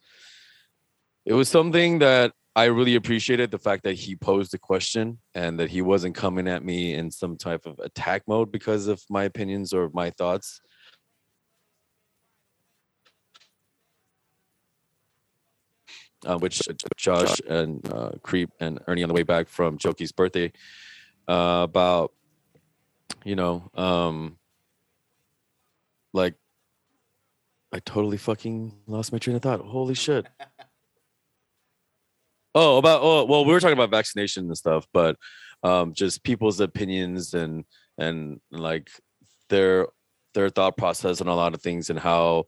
Speaker 2: it was something that I really appreciated the fact that he posed the question and that he wasn't coming at me in some type of attack mode because of my opinions or my thoughts. Uh, which Josh and uh, Creep and Ernie on the way back from Jokey's birthday uh, about, you know, um, like I totally fucking lost my train of thought. Holy shit. Oh, about oh well, we were talking about vaccination and stuff, but um, just people's opinions and and like their their thought process on a lot of things and how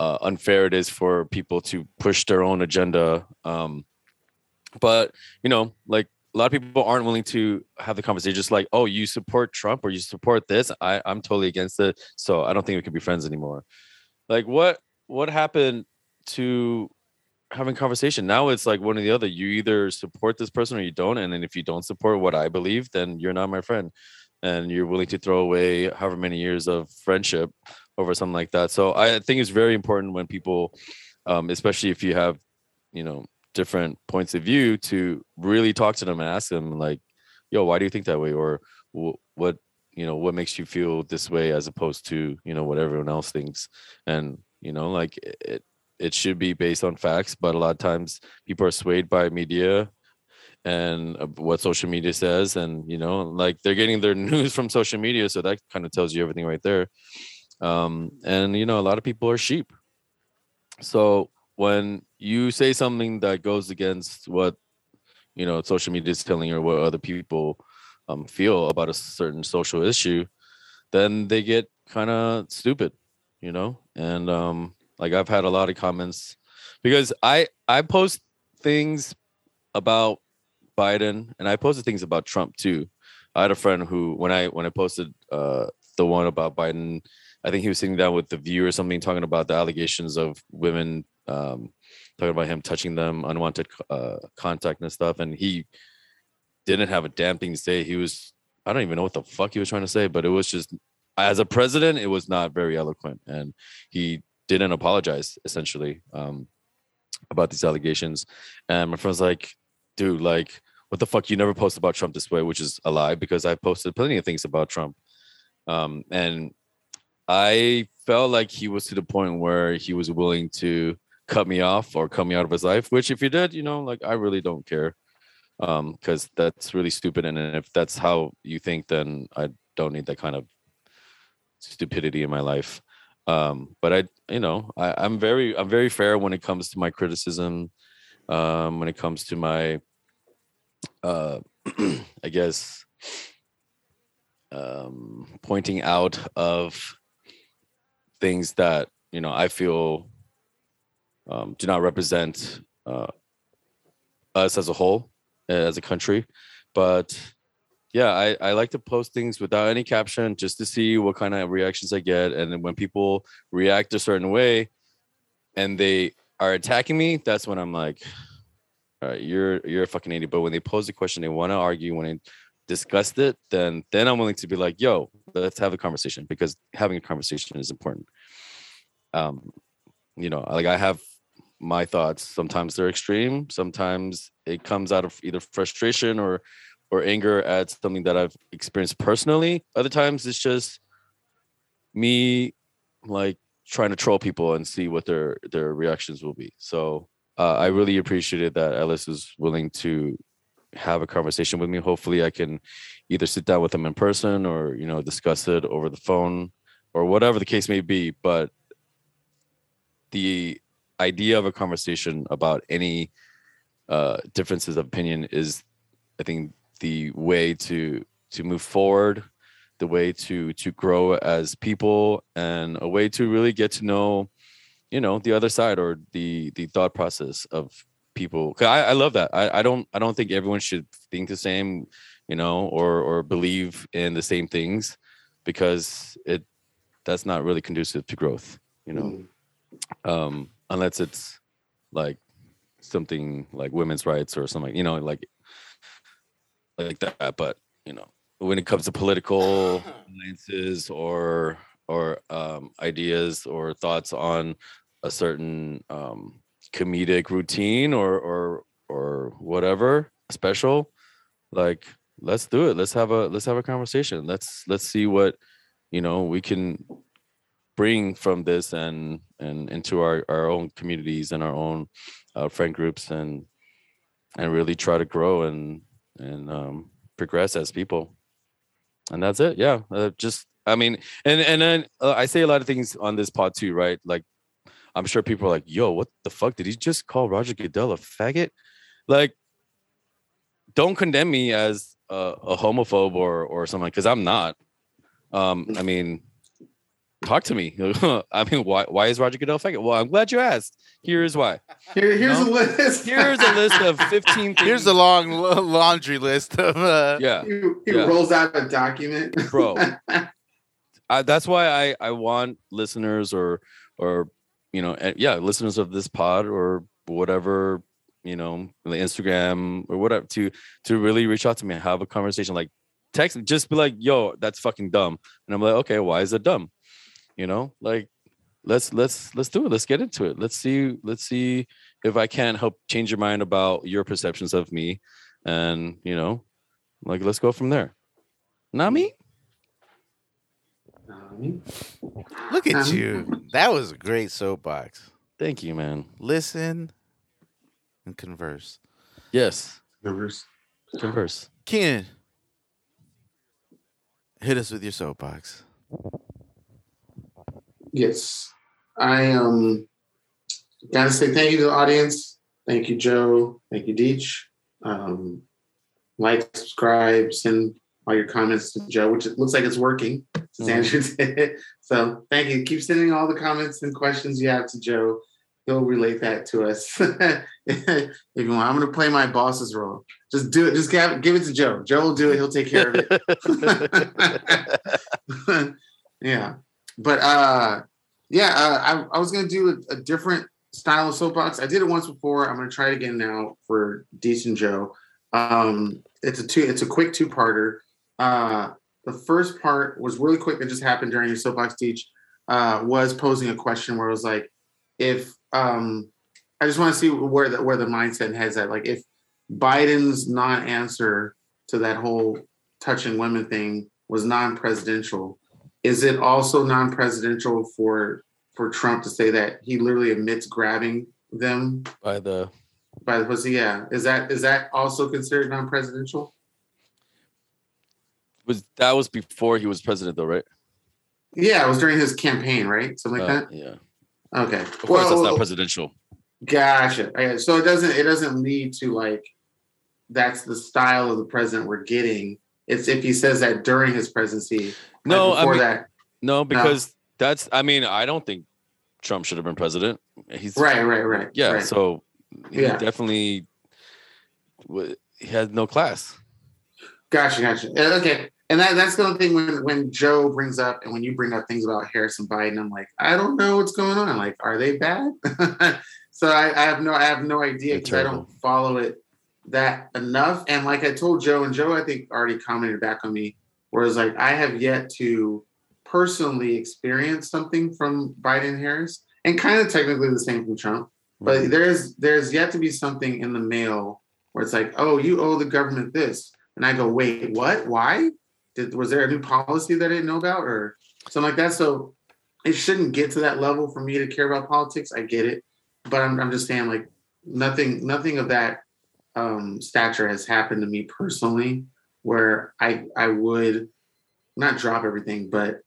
Speaker 2: uh, unfair it is for people to push their own agenda. Um, but you know, like a lot of people aren't willing to have the conversation. Just like, oh, you support Trump or you support this? I I'm totally against it. So I don't think we can be friends anymore. Like what what happened to having conversation now it's like one or the other you either support this person or you don't and then if you don't support what i believe then you're not my friend and you're willing to throw away however many years of friendship over something like that so i think it's very important when people um, especially if you have you know different points of view to really talk to them and ask them like yo why do you think that way or "Wh- what you know what makes you feel this way as opposed to you know what everyone else thinks and you know like it it should be based on facts, but a lot of times people are swayed by media and uh, what social media says, and you know, like they're getting their news from social media, so that kind of tells you everything right there. Um, and you know, a lot of people are sheep. So when you say something that goes against what you know social media is telling you or what other people um, feel about a certain social issue, then they get kind of stupid, you know, and um, like i've had a lot of comments because i i post things about biden and i posted things about trump too i had a friend who when i when i posted uh the one about biden i think he was sitting down with the view or something talking about the allegations of women um talking about him touching them unwanted uh contact and stuff and he didn't have a damn thing to say he was i don't even know what the fuck he was trying to say but it was just as a president it was not very eloquent and he didn't apologize essentially um, about these allegations. And my friend's like, dude, like, what the fuck? You never post about Trump this way, which is a lie because I posted plenty of things about Trump. Um, and I felt like he was to the point where he was willing to cut me off or cut me out of his life, which if you did, you know, like I really don't care. Um, cause that's really stupid. And if that's how you think, then I don't need that kind of stupidity in my life um but i you know I, i'm very i'm very fair when it comes to my criticism um when it comes to my uh i guess um pointing out of things that you know i feel um do not represent uh us as a whole uh, as a country but yeah I, I like to post things without any caption just to see what kind of reactions i get and then when people react a certain way and they are attacking me that's when i'm like all right you're you're a fucking idiot but when they pose a question they want to argue when they discussed it then then i'm willing to be like yo let's have a conversation because having a conversation is important um you know like i have my thoughts sometimes they're extreme sometimes it comes out of either frustration or or anger at something that I've experienced personally. Other times it's just me like trying to troll people and see what their their reactions will be. So uh, I really appreciated that Ellis was willing to have a conversation with me. Hopefully I can either sit down with him in person or you know discuss it over the phone or whatever the case may be, but the idea of a conversation about any uh, differences of opinion is I think the way to to move forward, the way to to grow as people, and a way to really get to know, you know, the other side or the the thought process of people. 'Cause I, I love that. I, I don't I don't think everyone should think the same, you know, or or believe in the same things, because it that's not really conducive to growth, you know um, unless it's like something like women's rights or something, you know, like like that. But you know, when it comes to political alliances or or um, ideas or thoughts on a certain um, comedic routine or or or whatever special, like let's do it. Let's have a let's have a conversation. Let's let's see what you know we can bring from this and and into our our own communities and our own uh, friend groups and and really try to grow and and um, progress as people and that's it yeah uh, just i mean and and then uh, i say a lot of things on this pod too right like i'm sure people are like yo what the fuck did he just call roger goodell a faggot like don't condemn me as a, a homophobe or or something because i'm not um i mean talk to me. I mean, why why is Roger Goodell faggot? Well, I'm glad you asked. Here's why.
Speaker 3: Here, here's
Speaker 2: No.
Speaker 3: a list.
Speaker 2: Here's a list of 15 things.
Speaker 1: Here's a long la- laundry list of. Uh,
Speaker 2: yeah,
Speaker 3: He, he
Speaker 2: Yeah.
Speaker 3: rolls out a document.
Speaker 2: bro. I, that's why I I want listeners or or you know eh, yeah listeners of this pod or whatever you know the Instagram or whatever to to really reach out to me and have a conversation like text me, just be like yo that's fucking dumb and I'm like okay why is it dumb you know like let's let's let's do it let's get into it let's see let's see if I can help change your mind about your perceptions of me and you know like let's go from there not me
Speaker 1: Look at
Speaker 3: Um.
Speaker 1: you. That was a great soapbox.
Speaker 2: thank you man
Speaker 1: Listen and converse.
Speaker 2: Yes.
Speaker 3: Numbers.
Speaker 2: Converse.
Speaker 1: Keenan, hit us with your soapbox.
Speaker 3: Yes. I um gotta say thank you to the audience. Thank you, Joe. Thank you, Deech. Um, like, subscribe, send all your comments to Joe, which it looks like it's working. Since Andrew did it. So thank you. Keep sending all the comments and questions you have to Joe. He'll relate that to us if you want. I'm gonna play my boss's role. Just do it. Just give, give it to Joe. Joe will do it. He'll take care of it. yeah. But uh yeah, uh, I, I was gonna do a, a different style of soapbox. I did it once before. I'm gonna try it again now for Decent Joe. Um it's a two it's a quick two-parter. Uh the first part was really quick that just happened during your soapbox teach, uh, was posing a question where it was like, if um I just want to see where the where the mindset heads at. Like if Biden's non-answer to that whole touching women thing was non-presidential is it also non-presidential for for trump to say that he literally admits grabbing them
Speaker 2: By the
Speaker 3: by the pussy yeah is that is that also considered non-presidential
Speaker 2: was that was before he was president though, right?
Speaker 3: yeah it was during his campaign right something like
Speaker 2: Uh,
Speaker 3: that
Speaker 2: Yeah.
Speaker 3: okay
Speaker 2: Of course that's not presidential.
Speaker 3: Gotcha. Okay, so it doesn't it doesn't lead to like that's the style of the president we're getting. It's if he says that during his presidency. like
Speaker 2: No, I
Speaker 3: before
Speaker 2: mean-
Speaker 3: that.
Speaker 2: No, because that's I mean, I don't think Trump should have been president. He's
Speaker 3: Right, right, right.
Speaker 2: Yeah,
Speaker 3: right.
Speaker 2: so he
Speaker 3: Yeah.
Speaker 2: definitely wa- he had no class.
Speaker 3: Gotcha, gotcha. Yeah, Okay. And that, that's the only thing when, when Joe brings up and when you bring up things about Harrison Biden, I'm like, I don't know what's going on. Like, are they bad? so I, I have no I have no idea
Speaker 2: They're
Speaker 3: because I don't follow it that enough. And like I told Joe, and Joe I think already commented back on me, whereas like I have yet to personally experience something from Biden and Harris, and kind of technically the same from Trump. But there's there's yet to be something in the mail where it's like, oh, you owe the government this, and I go, wait, what? Why? Did, was there a new policy that I didn't know about, or something like that? So it shouldn't get to that level for me to care about politics. I get it, but I'm, I'm just saying, like nothing nothing of that um, stature has happened to me personally, where I I would not drop everything, but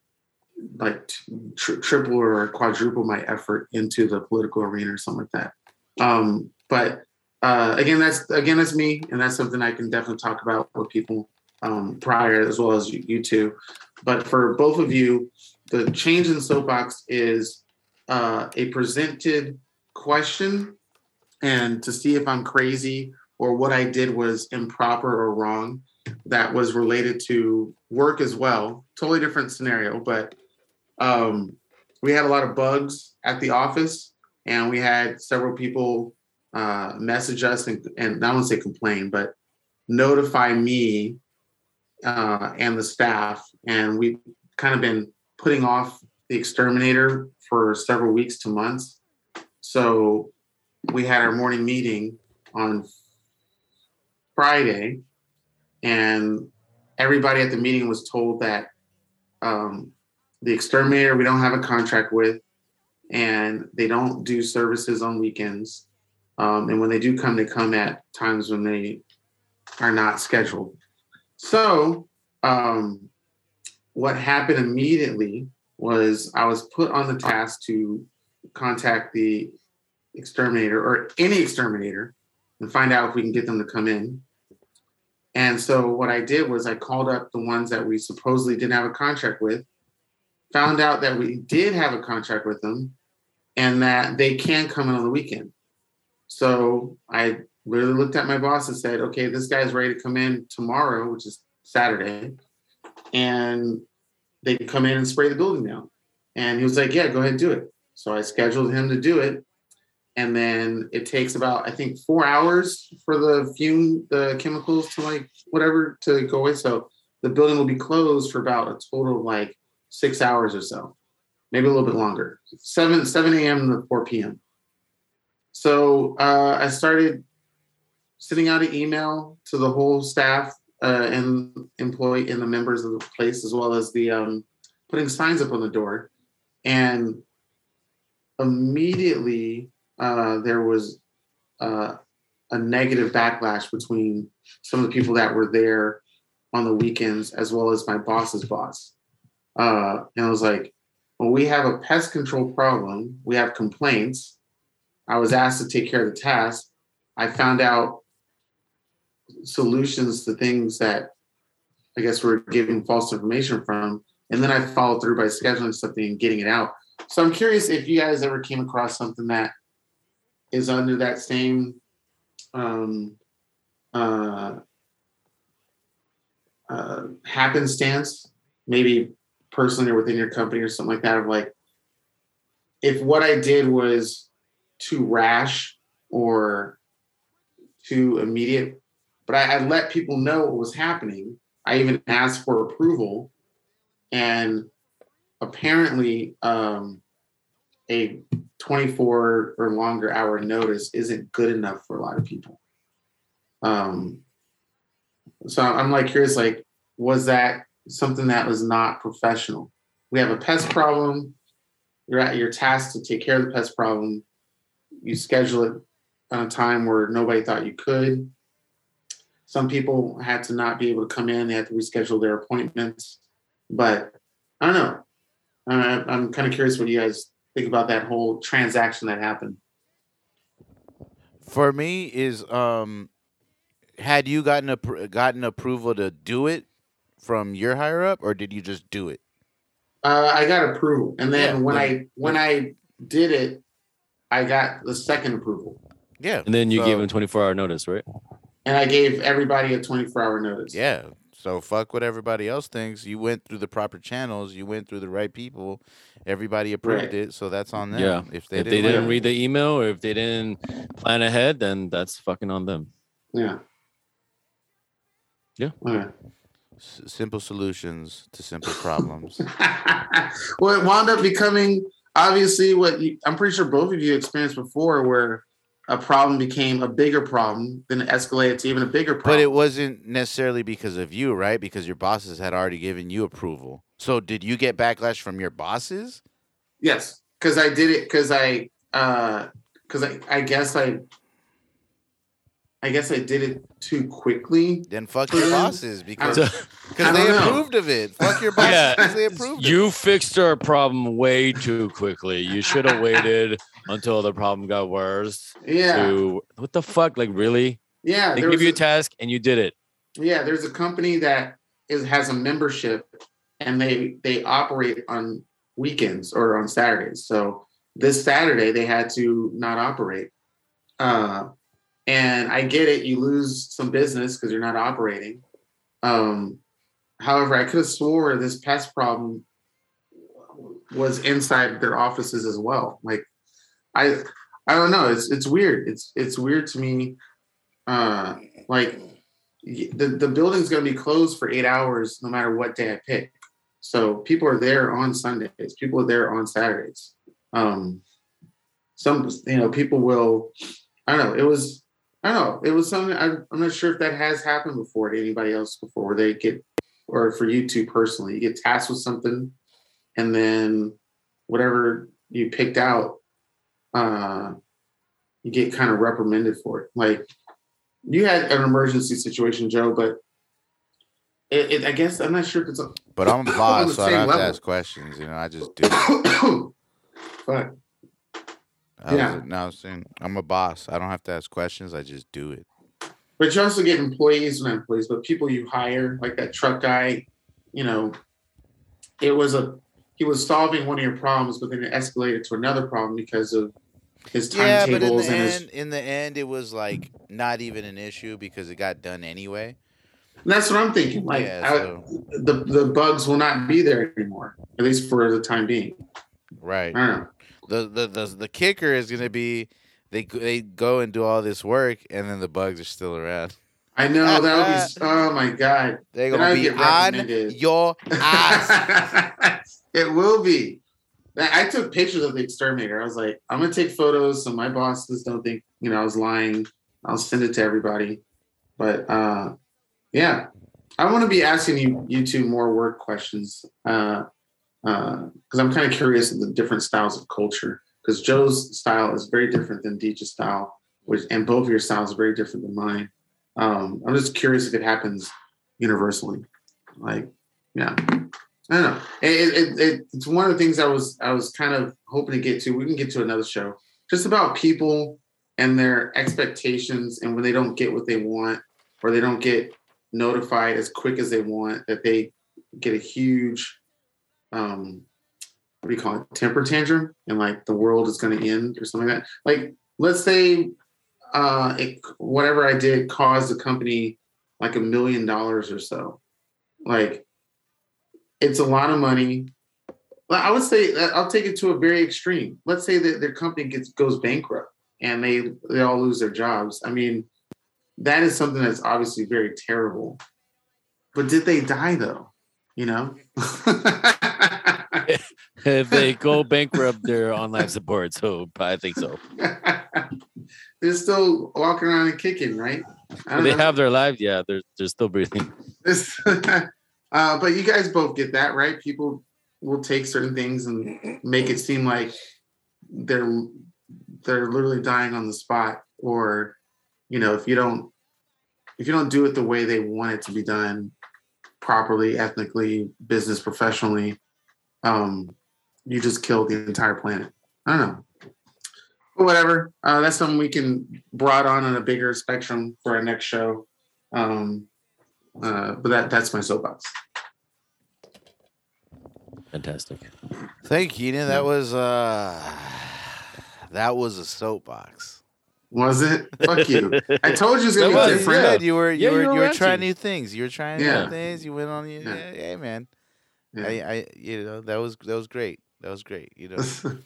Speaker 3: like tri- triple or quadruple my effort into the political arena or something like that. Um, but uh, again, that's again that's me, and that's something I can definitely talk about with people um, prior as well as you, you two. But for both of you, the change in soapbox is uh, a presented question, and to see if I'm crazy or what I did was improper or wrong. That was related to work as well. Totally different scenario, but um, we had a lot of bugs at the office, and we had several people uh, message us and, and I don't want to say complain, but notify me uh, and the staff. And we've kind of been putting off the exterminator for several weeks to months. So we had our morning meeting on Friday, and everybody at the meeting was told that um, the exterminator we don't have a contract with, and they don't do services on weekends. Um, and when they do come, they come at times when they are not scheduled. So, um, what happened immediately was I was put on the task to contact the exterminator or any exterminator and find out if we can get them to come in. And so, what I did was I called up the ones that we supposedly didn't have a contract with found out that we did have a contract with them and that they can come in on the weekend. So I literally looked at my boss and said, okay, this guy's ready to come in tomorrow, which is Saturday, and they can come in and spray the building down. And he was like, yeah, go ahead and do it. So I scheduled him to do it. And then it takes about, I think, four hours for the fume, the chemicals to like whatever to go away. So the building will be closed for about a total of like six hours or so, maybe a little bit longer. Seven seven a.m. to four p.m. So uh, I started sending out an email to the whole staff uh, and employee and the members of the place, as well as the um, putting signs up on the door, and immediately uh, there was. Uh, a negative backlash between some of the people that were there on the weekends, as well as my boss's boss. Uh, and I was like, well, we have a pest control problem. We have complaints. I was asked to take care of the task. I found out solutions to things that I guess we're giving false information from. And then I followed through by scheduling something and getting it out. So I'm curious if you guys ever came across something that is under that same um, uh, uh, happenstance, maybe personally or within your company or something like that, of like, if what I did was too rash or too immediate, but I, I let people know what was happening. I even asked for approval, and apparently, um, a 24 or longer hour notice isn't good enough for a lot of people. Um, so I'm like curious, like, was that something that was not professional? We have a pest problem. You're at your task to take care of the pest problem. You schedule it on a time where nobody thought you could. Some people had to not be able to come in. They had to reschedule their appointments. But I don't know. Uh, I'm kind of curious what you guys think about that whole transaction that happened.
Speaker 1: For me, is um, had you gotten appro- gotten approval to do it from your higher up, or did you just do it?
Speaker 3: Uh, I got approval, and then
Speaker 1: Yeah,
Speaker 3: when
Speaker 1: yeah.
Speaker 3: I when I did it, I got the second approval,
Speaker 1: Yeah,
Speaker 2: And then you gave
Speaker 1: So-
Speaker 2: him 24 hour notice, right?
Speaker 3: and I gave everybody a 24 hour notice.
Speaker 1: Yeah. So fuck what everybody else thinks. You went through the proper channels. You went through the right people. Everybody approved
Speaker 3: Right.
Speaker 1: it. So that's on them.
Speaker 2: Yeah.
Speaker 1: If they
Speaker 2: if
Speaker 1: didn't,
Speaker 2: they didn't
Speaker 1: like it.
Speaker 2: read the email or if they didn't plan ahead, then that's fucking on them.
Speaker 3: yeah,
Speaker 2: Yeah.
Speaker 3: Okay.
Speaker 1: S- simple solutions to simple problems.
Speaker 3: well, it wound up becoming obviously what you, I'm pretty sure both of you experienced before, where a problem became a bigger problem, then it escalated to even a bigger problem.
Speaker 1: but it wasn't necessarily because of you, right? Because your bosses had already given you approval. So did you get backlash from your bosses?
Speaker 3: Yes, because I did it because I because I I guess I I guess I did it too quickly.
Speaker 1: Then fuck your
Speaker 3: Um,
Speaker 1: bosses because
Speaker 2: So,
Speaker 1: because
Speaker 3: I
Speaker 1: they
Speaker 3: don't know.
Speaker 1: approved of it. Fuck your bosses
Speaker 2: Yeah.
Speaker 1: 'cause they approved of it.
Speaker 2: you fixed our problem way too quickly. You should have waited until the problem got worse.
Speaker 3: Yeah,
Speaker 2: To what the fuck? Like really?
Speaker 3: yeah.
Speaker 2: They
Speaker 3: There
Speaker 2: give
Speaker 3: was
Speaker 2: you
Speaker 3: a,
Speaker 2: a task and you did it.
Speaker 3: yeah, there's a company that is has a membership, and they they operate on weekends or on Saturdays. So this Saturday they had to not operate. Uh, and I get it. You lose some business because you're not operating. Um, however, I could have swore this pest problem was inside their offices as well. Like, I, I don't know. It's it's weird. It's it's weird to me. Uh, like, y- the the building's going to be closed for eight hours no matter what day I pick. So people are there on Sundays. People are there on Saturdays. Um, some you know people will. I don't know. It was. I don't know. It was something. I, I'm not sure if that has happened before to anybody else before. Where they get, or for you two personally, you get tasked with something, and then whatever you picked out, uh, you get kind of reprimanded for it. Like you had an emergency situation, Joe, but it, it, I guess I'm not sure if it's
Speaker 1: But I'm a
Speaker 3: On the
Speaker 1: boss, so I don't
Speaker 3: same
Speaker 1: have
Speaker 3: level.
Speaker 1: to ask questions. You know, I just do. it.
Speaker 3: but
Speaker 1: I
Speaker 3: Yeah.
Speaker 1: was, no, I was saying I'm a boss. I don't have to ask questions. I just do it.
Speaker 3: but you also get employees not employees, but people you hire, like that truck guy, you know, it was a he was solving one of your problems, but then it escalated to another problem because of his
Speaker 1: Yeah, but in the
Speaker 3: timetables and his.
Speaker 1: end, in the end, it was like not even an issue because it got done anyway.
Speaker 3: And that's what I'm thinking. Like
Speaker 1: Yeah,
Speaker 3: I-
Speaker 1: so-
Speaker 3: the the bugs will not be there anymore, at least for the time being. I
Speaker 1: Right.
Speaker 3: don't know.
Speaker 1: The the the, the kicker is gonna be they g- they go and do all this work and then the bugs are still around.
Speaker 3: I know that would be. s- Oh my god,
Speaker 1: They're
Speaker 3: Then
Speaker 1: gonna
Speaker 3: I
Speaker 1: be
Speaker 3: get
Speaker 1: on
Speaker 3: recommended.
Speaker 1: your ass.
Speaker 3: it will be. I I took pictures of the exterminator. I was like, I'm gonna take photos so my bosses don't think you know I was lying. I'll send it to everybody. But uh, yeah, I want to be asking you you two more work questions because uh, uh 'cause I'm kind of curious of the different styles of culture. Because Joe's style is very different than Deej's style, which and both of your styles are very different than mine. Um, I'm just curious if it happens universally, like yeah. I don't know. It, it, it, it's one of the things I was I was kind of hoping to get to. We can get to another show just about people and their expectations and when they don't get what they want or they don't get notified as quick as they want that they get a huge um what do you call it temper tantrum and like the world is going to end or something like that like let's say uh it, whatever i did caused the company like a million dollars or so like it's a lot of money. Well, I would say uh, I'll take it to a very extreme. Let's say that their company gets goes bankrupt and they they all lose their jobs. I mean, that is something that's obviously very terrible. But did they die though? You know.
Speaker 5: if they go bankrupt, they're on life support. So I think so.
Speaker 3: They're still walking around and kicking, right? I don't
Speaker 5: They
Speaker 3: know.
Speaker 5: have their lives. Yeah, they're they're still breathing.
Speaker 3: This- uh, but you guys both get that, right? People will take certain things and make it seem like they're they're literally dying on the spot, or you know, if you don't if you don't do it the way they want it to be done, properly, ethnically, business professionally, um, you just killed the entire planet. I don't know. But whatever. Uh, that's something we can broad on on a bigger spectrum for our next show. Um, uh, but that that's my soapbox.
Speaker 5: Fantastic.
Speaker 1: Thank you, Keenan. That was uh that was a soapbox.
Speaker 3: Was it? Fuck you! I told you it's
Speaker 5: That
Speaker 3: gonna
Speaker 5: was,
Speaker 3: be
Speaker 1: You
Speaker 3: different.
Speaker 1: said you were you
Speaker 5: Yeah,
Speaker 1: were
Speaker 5: you
Speaker 1: you
Speaker 5: were
Speaker 1: were, trying
Speaker 5: ranting.
Speaker 1: new things. You were trying
Speaker 3: Yeah.
Speaker 1: new things. You went on. You,
Speaker 3: Yeah.
Speaker 1: yeah. Hey, man.
Speaker 3: Yeah.
Speaker 1: I, I you know that was that was great. That was great. You know,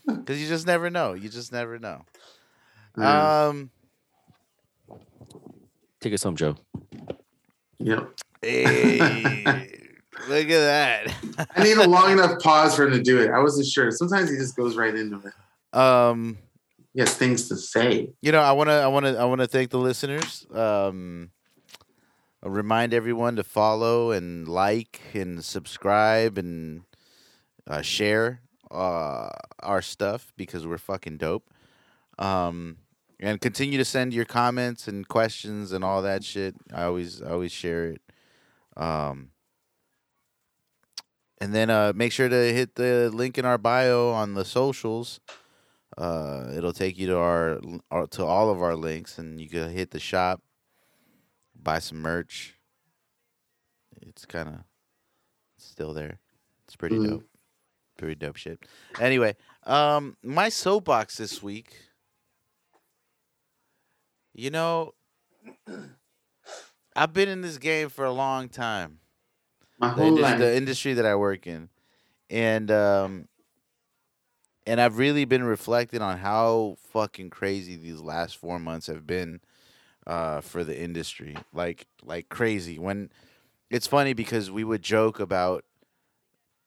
Speaker 1: because you just never know. You just never know.
Speaker 3: Uh,
Speaker 1: Um.
Speaker 5: Take us home, Joe.
Speaker 3: yep.
Speaker 1: Hey, look at
Speaker 3: I need a long enough pause for him to do it. I wasn't sure. Sometimes he just goes right into it.
Speaker 1: that. Um.
Speaker 3: He has things to say.
Speaker 1: You know, I wanna, I wanna, I wanna thank the listeners. Um. Remind everyone to follow and like and subscribe and uh, share uh, our stuff because we're fucking dope. Um, and continue to send your comments and questions and all that shit. I always I always share it. Um, and then uh, make sure to hit the link in our bio on the socials. Uh, it'll take you to our, our to all of our links, and you can hit the shop, buy some merch. It's kind of still there. It's pretty
Speaker 3: Mhm.
Speaker 1: dope. Pretty dope shit. Anyway, um, my soapbox this week. You know, I've been in this game for a long time
Speaker 3: My
Speaker 1: the,
Speaker 3: whole
Speaker 1: indus-
Speaker 3: life.
Speaker 1: the industry that I work in, and um, and I've really been reflecting on how fucking crazy these last four months have been uh, for the industry, like like crazy. When it's funny because we would joke about,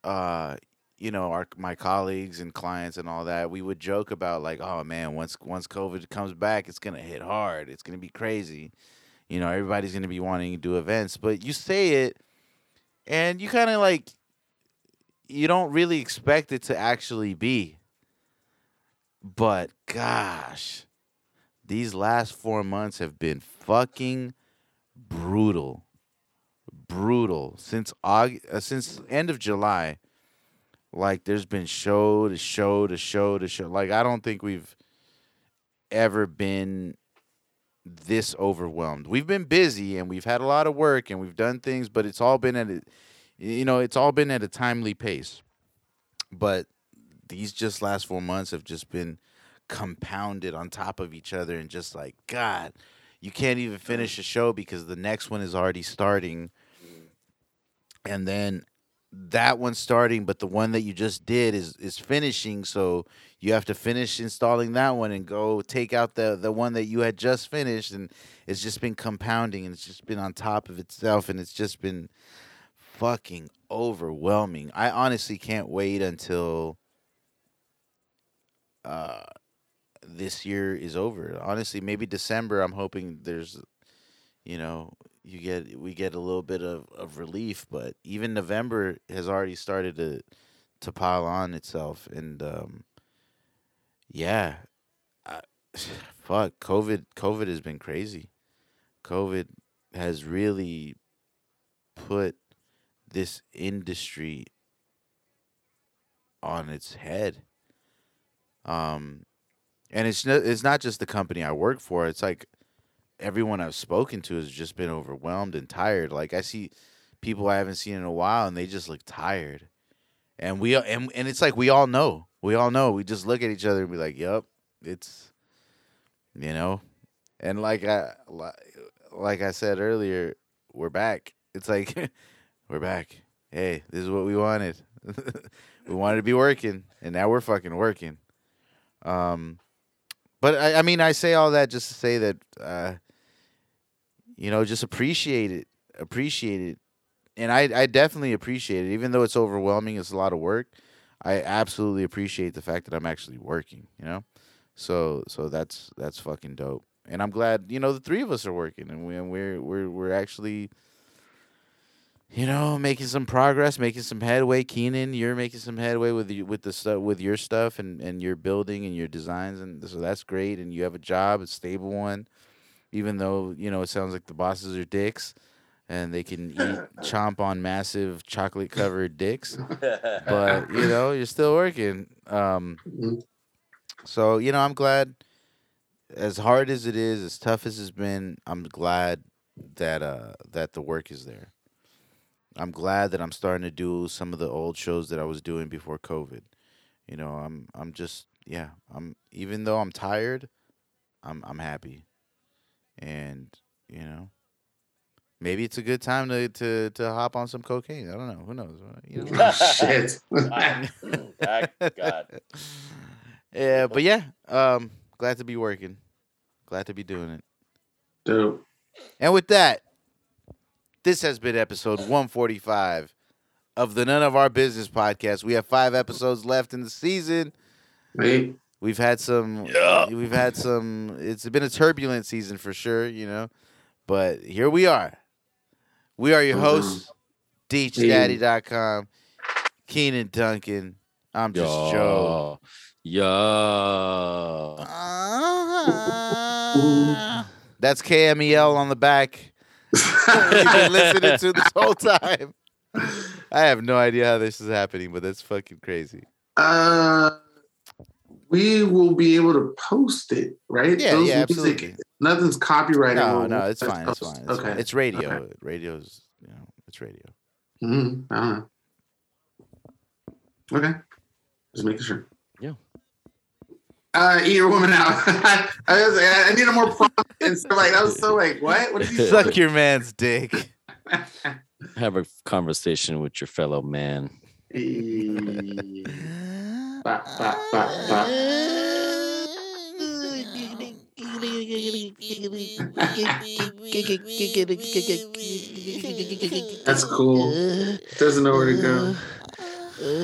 Speaker 1: uh, you know, our my colleagues and clients and all that. We would joke about like, oh man, once once COVID comes back, it's gonna hit hard. It's gonna be crazy. You know, everybody's gonna be wanting to do events, but you say it, and you kind of like you don't really expect it to actually be but gosh these last 4 months have been fucking brutal brutal since august, uh, since end of july like there's been show to show to show to show like i don't think we've ever been this overwhelmed we've been busy and we've had a lot of work and we've done things but it's all been at a, you know it's all been at a timely pace but these just last four months have just been compounded on top of each other and just like god you can't even finish a show because the next one is already starting and then that one's starting but the one that you just did is is finishing so you have to finish installing that one and go take out the the one that you had just finished and it's just been compounding and it's just been on top of itself and it's just been fucking overwhelming. I honestly can't wait until uh this year is over. Honestly, maybe December I'm hoping there's you know, you get we get a little bit of, of relief, but even November has already started to to pile on itself and um yeah. I, fuck, COVID COVID has been crazy. COVID has really put this industry on its head. Um, and it's no, it's not just the company I work for. It's like everyone I've spoken to has just been overwhelmed and tired. Like I see people I haven't seen in a while, and they just look tired. And we and and it's like we all know. We all know. We just look at each other and be like, "Yep, it's," you know. And like I li- like I said earlier, we're back. It's like we're back. Hey, this is what we wanted. we wanted to be working, and now we're fucking working. Um, but I, I mean, I say all that just to say that, uh, you know, just appreciate it, appreciate it, and I, I definitely appreciate it. Even though it's overwhelming, it's a lot of work. I absolutely appreciate the fact that I'm actually working. You know, so so that's that's fucking dope, and I'm glad you know the three of us are working, and we and we're we're we're actually you know, making some progress, making some headway. Keenan, you're making some headway with the, with the stuff with your stuff and and your building and your designs, and so that's great. And you have a job, a stable one, even though you know it sounds like the bosses are dicks, and they can eat chomp on massive chocolate covered dicks. But you know, you're still working. Um,
Speaker 3: Mhm.
Speaker 1: so you know, I'm glad. As hard as it is, as tough as it's been, I'm glad that uh that the work is there. I'm glad that I'm starting to do some of the old shows that I was doing before COVID. You know, I'm I'm just yeah, I'm even though I'm tired, I'm I'm happy. And, you know, maybe it's a good time to to to hop on some cocaine. I don't know, who knows. You know?
Speaker 3: Oh, Shit.
Speaker 5: I- I- God.
Speaker 1: yeah, but yeah, um glad to be working. Glad to be doing it.
Speaker 3: Dope.
Speaker 1: And with that, this has been episode 145 of the None of Our Business podcast. We have five episodes left in the season.
Speaker 3: Right?
Speaker 1: We've had some.
Speaker 2: Yeah.
Speaker 1: We've had some. It's been a turbulent season for sure, you know. But here we are. We are your hosts, DeechDaddy.com, Keenan Duncan. I'm just Joe.
Speaker 2: Yo. Yo.
Speaker 1: Ah. That's KMEL on the back. You've been listening to this whole time. I have no idea how this is happening, but that's fucking crazy.
Speaker 3: Uh, we will be able to post it, right?
Speaker 1: Yeah, yeah, absolutely.
Speaker 3: Nothing's copyrighted.
Speaker 1: No,
Speaker 3: We'll-
Speaker 1: no, it's
Speaker 3: let's
Speaker 1: fine. It's
Speaker 3: post.
Speaker 1: fine. It's,
Speaker 3: okay.
Speaker 1: fine. it's radio. Radio's, you know, it's radio.
Speaker 3: Mhm, I don't know. Okay. Just making sure.
Speaker 5: Yeah.
Speaker 3: Uh, eat your woman out. I, was, I I need a more prompt. And so, like, I was so like, what? What did you say?
Speaker 1: Suck your man's dick.
Speaker 2: Have a conversation with your fellow man.
Speaker 3: Ba, ba, ba, ba. That's cool. Doesn't know where to go.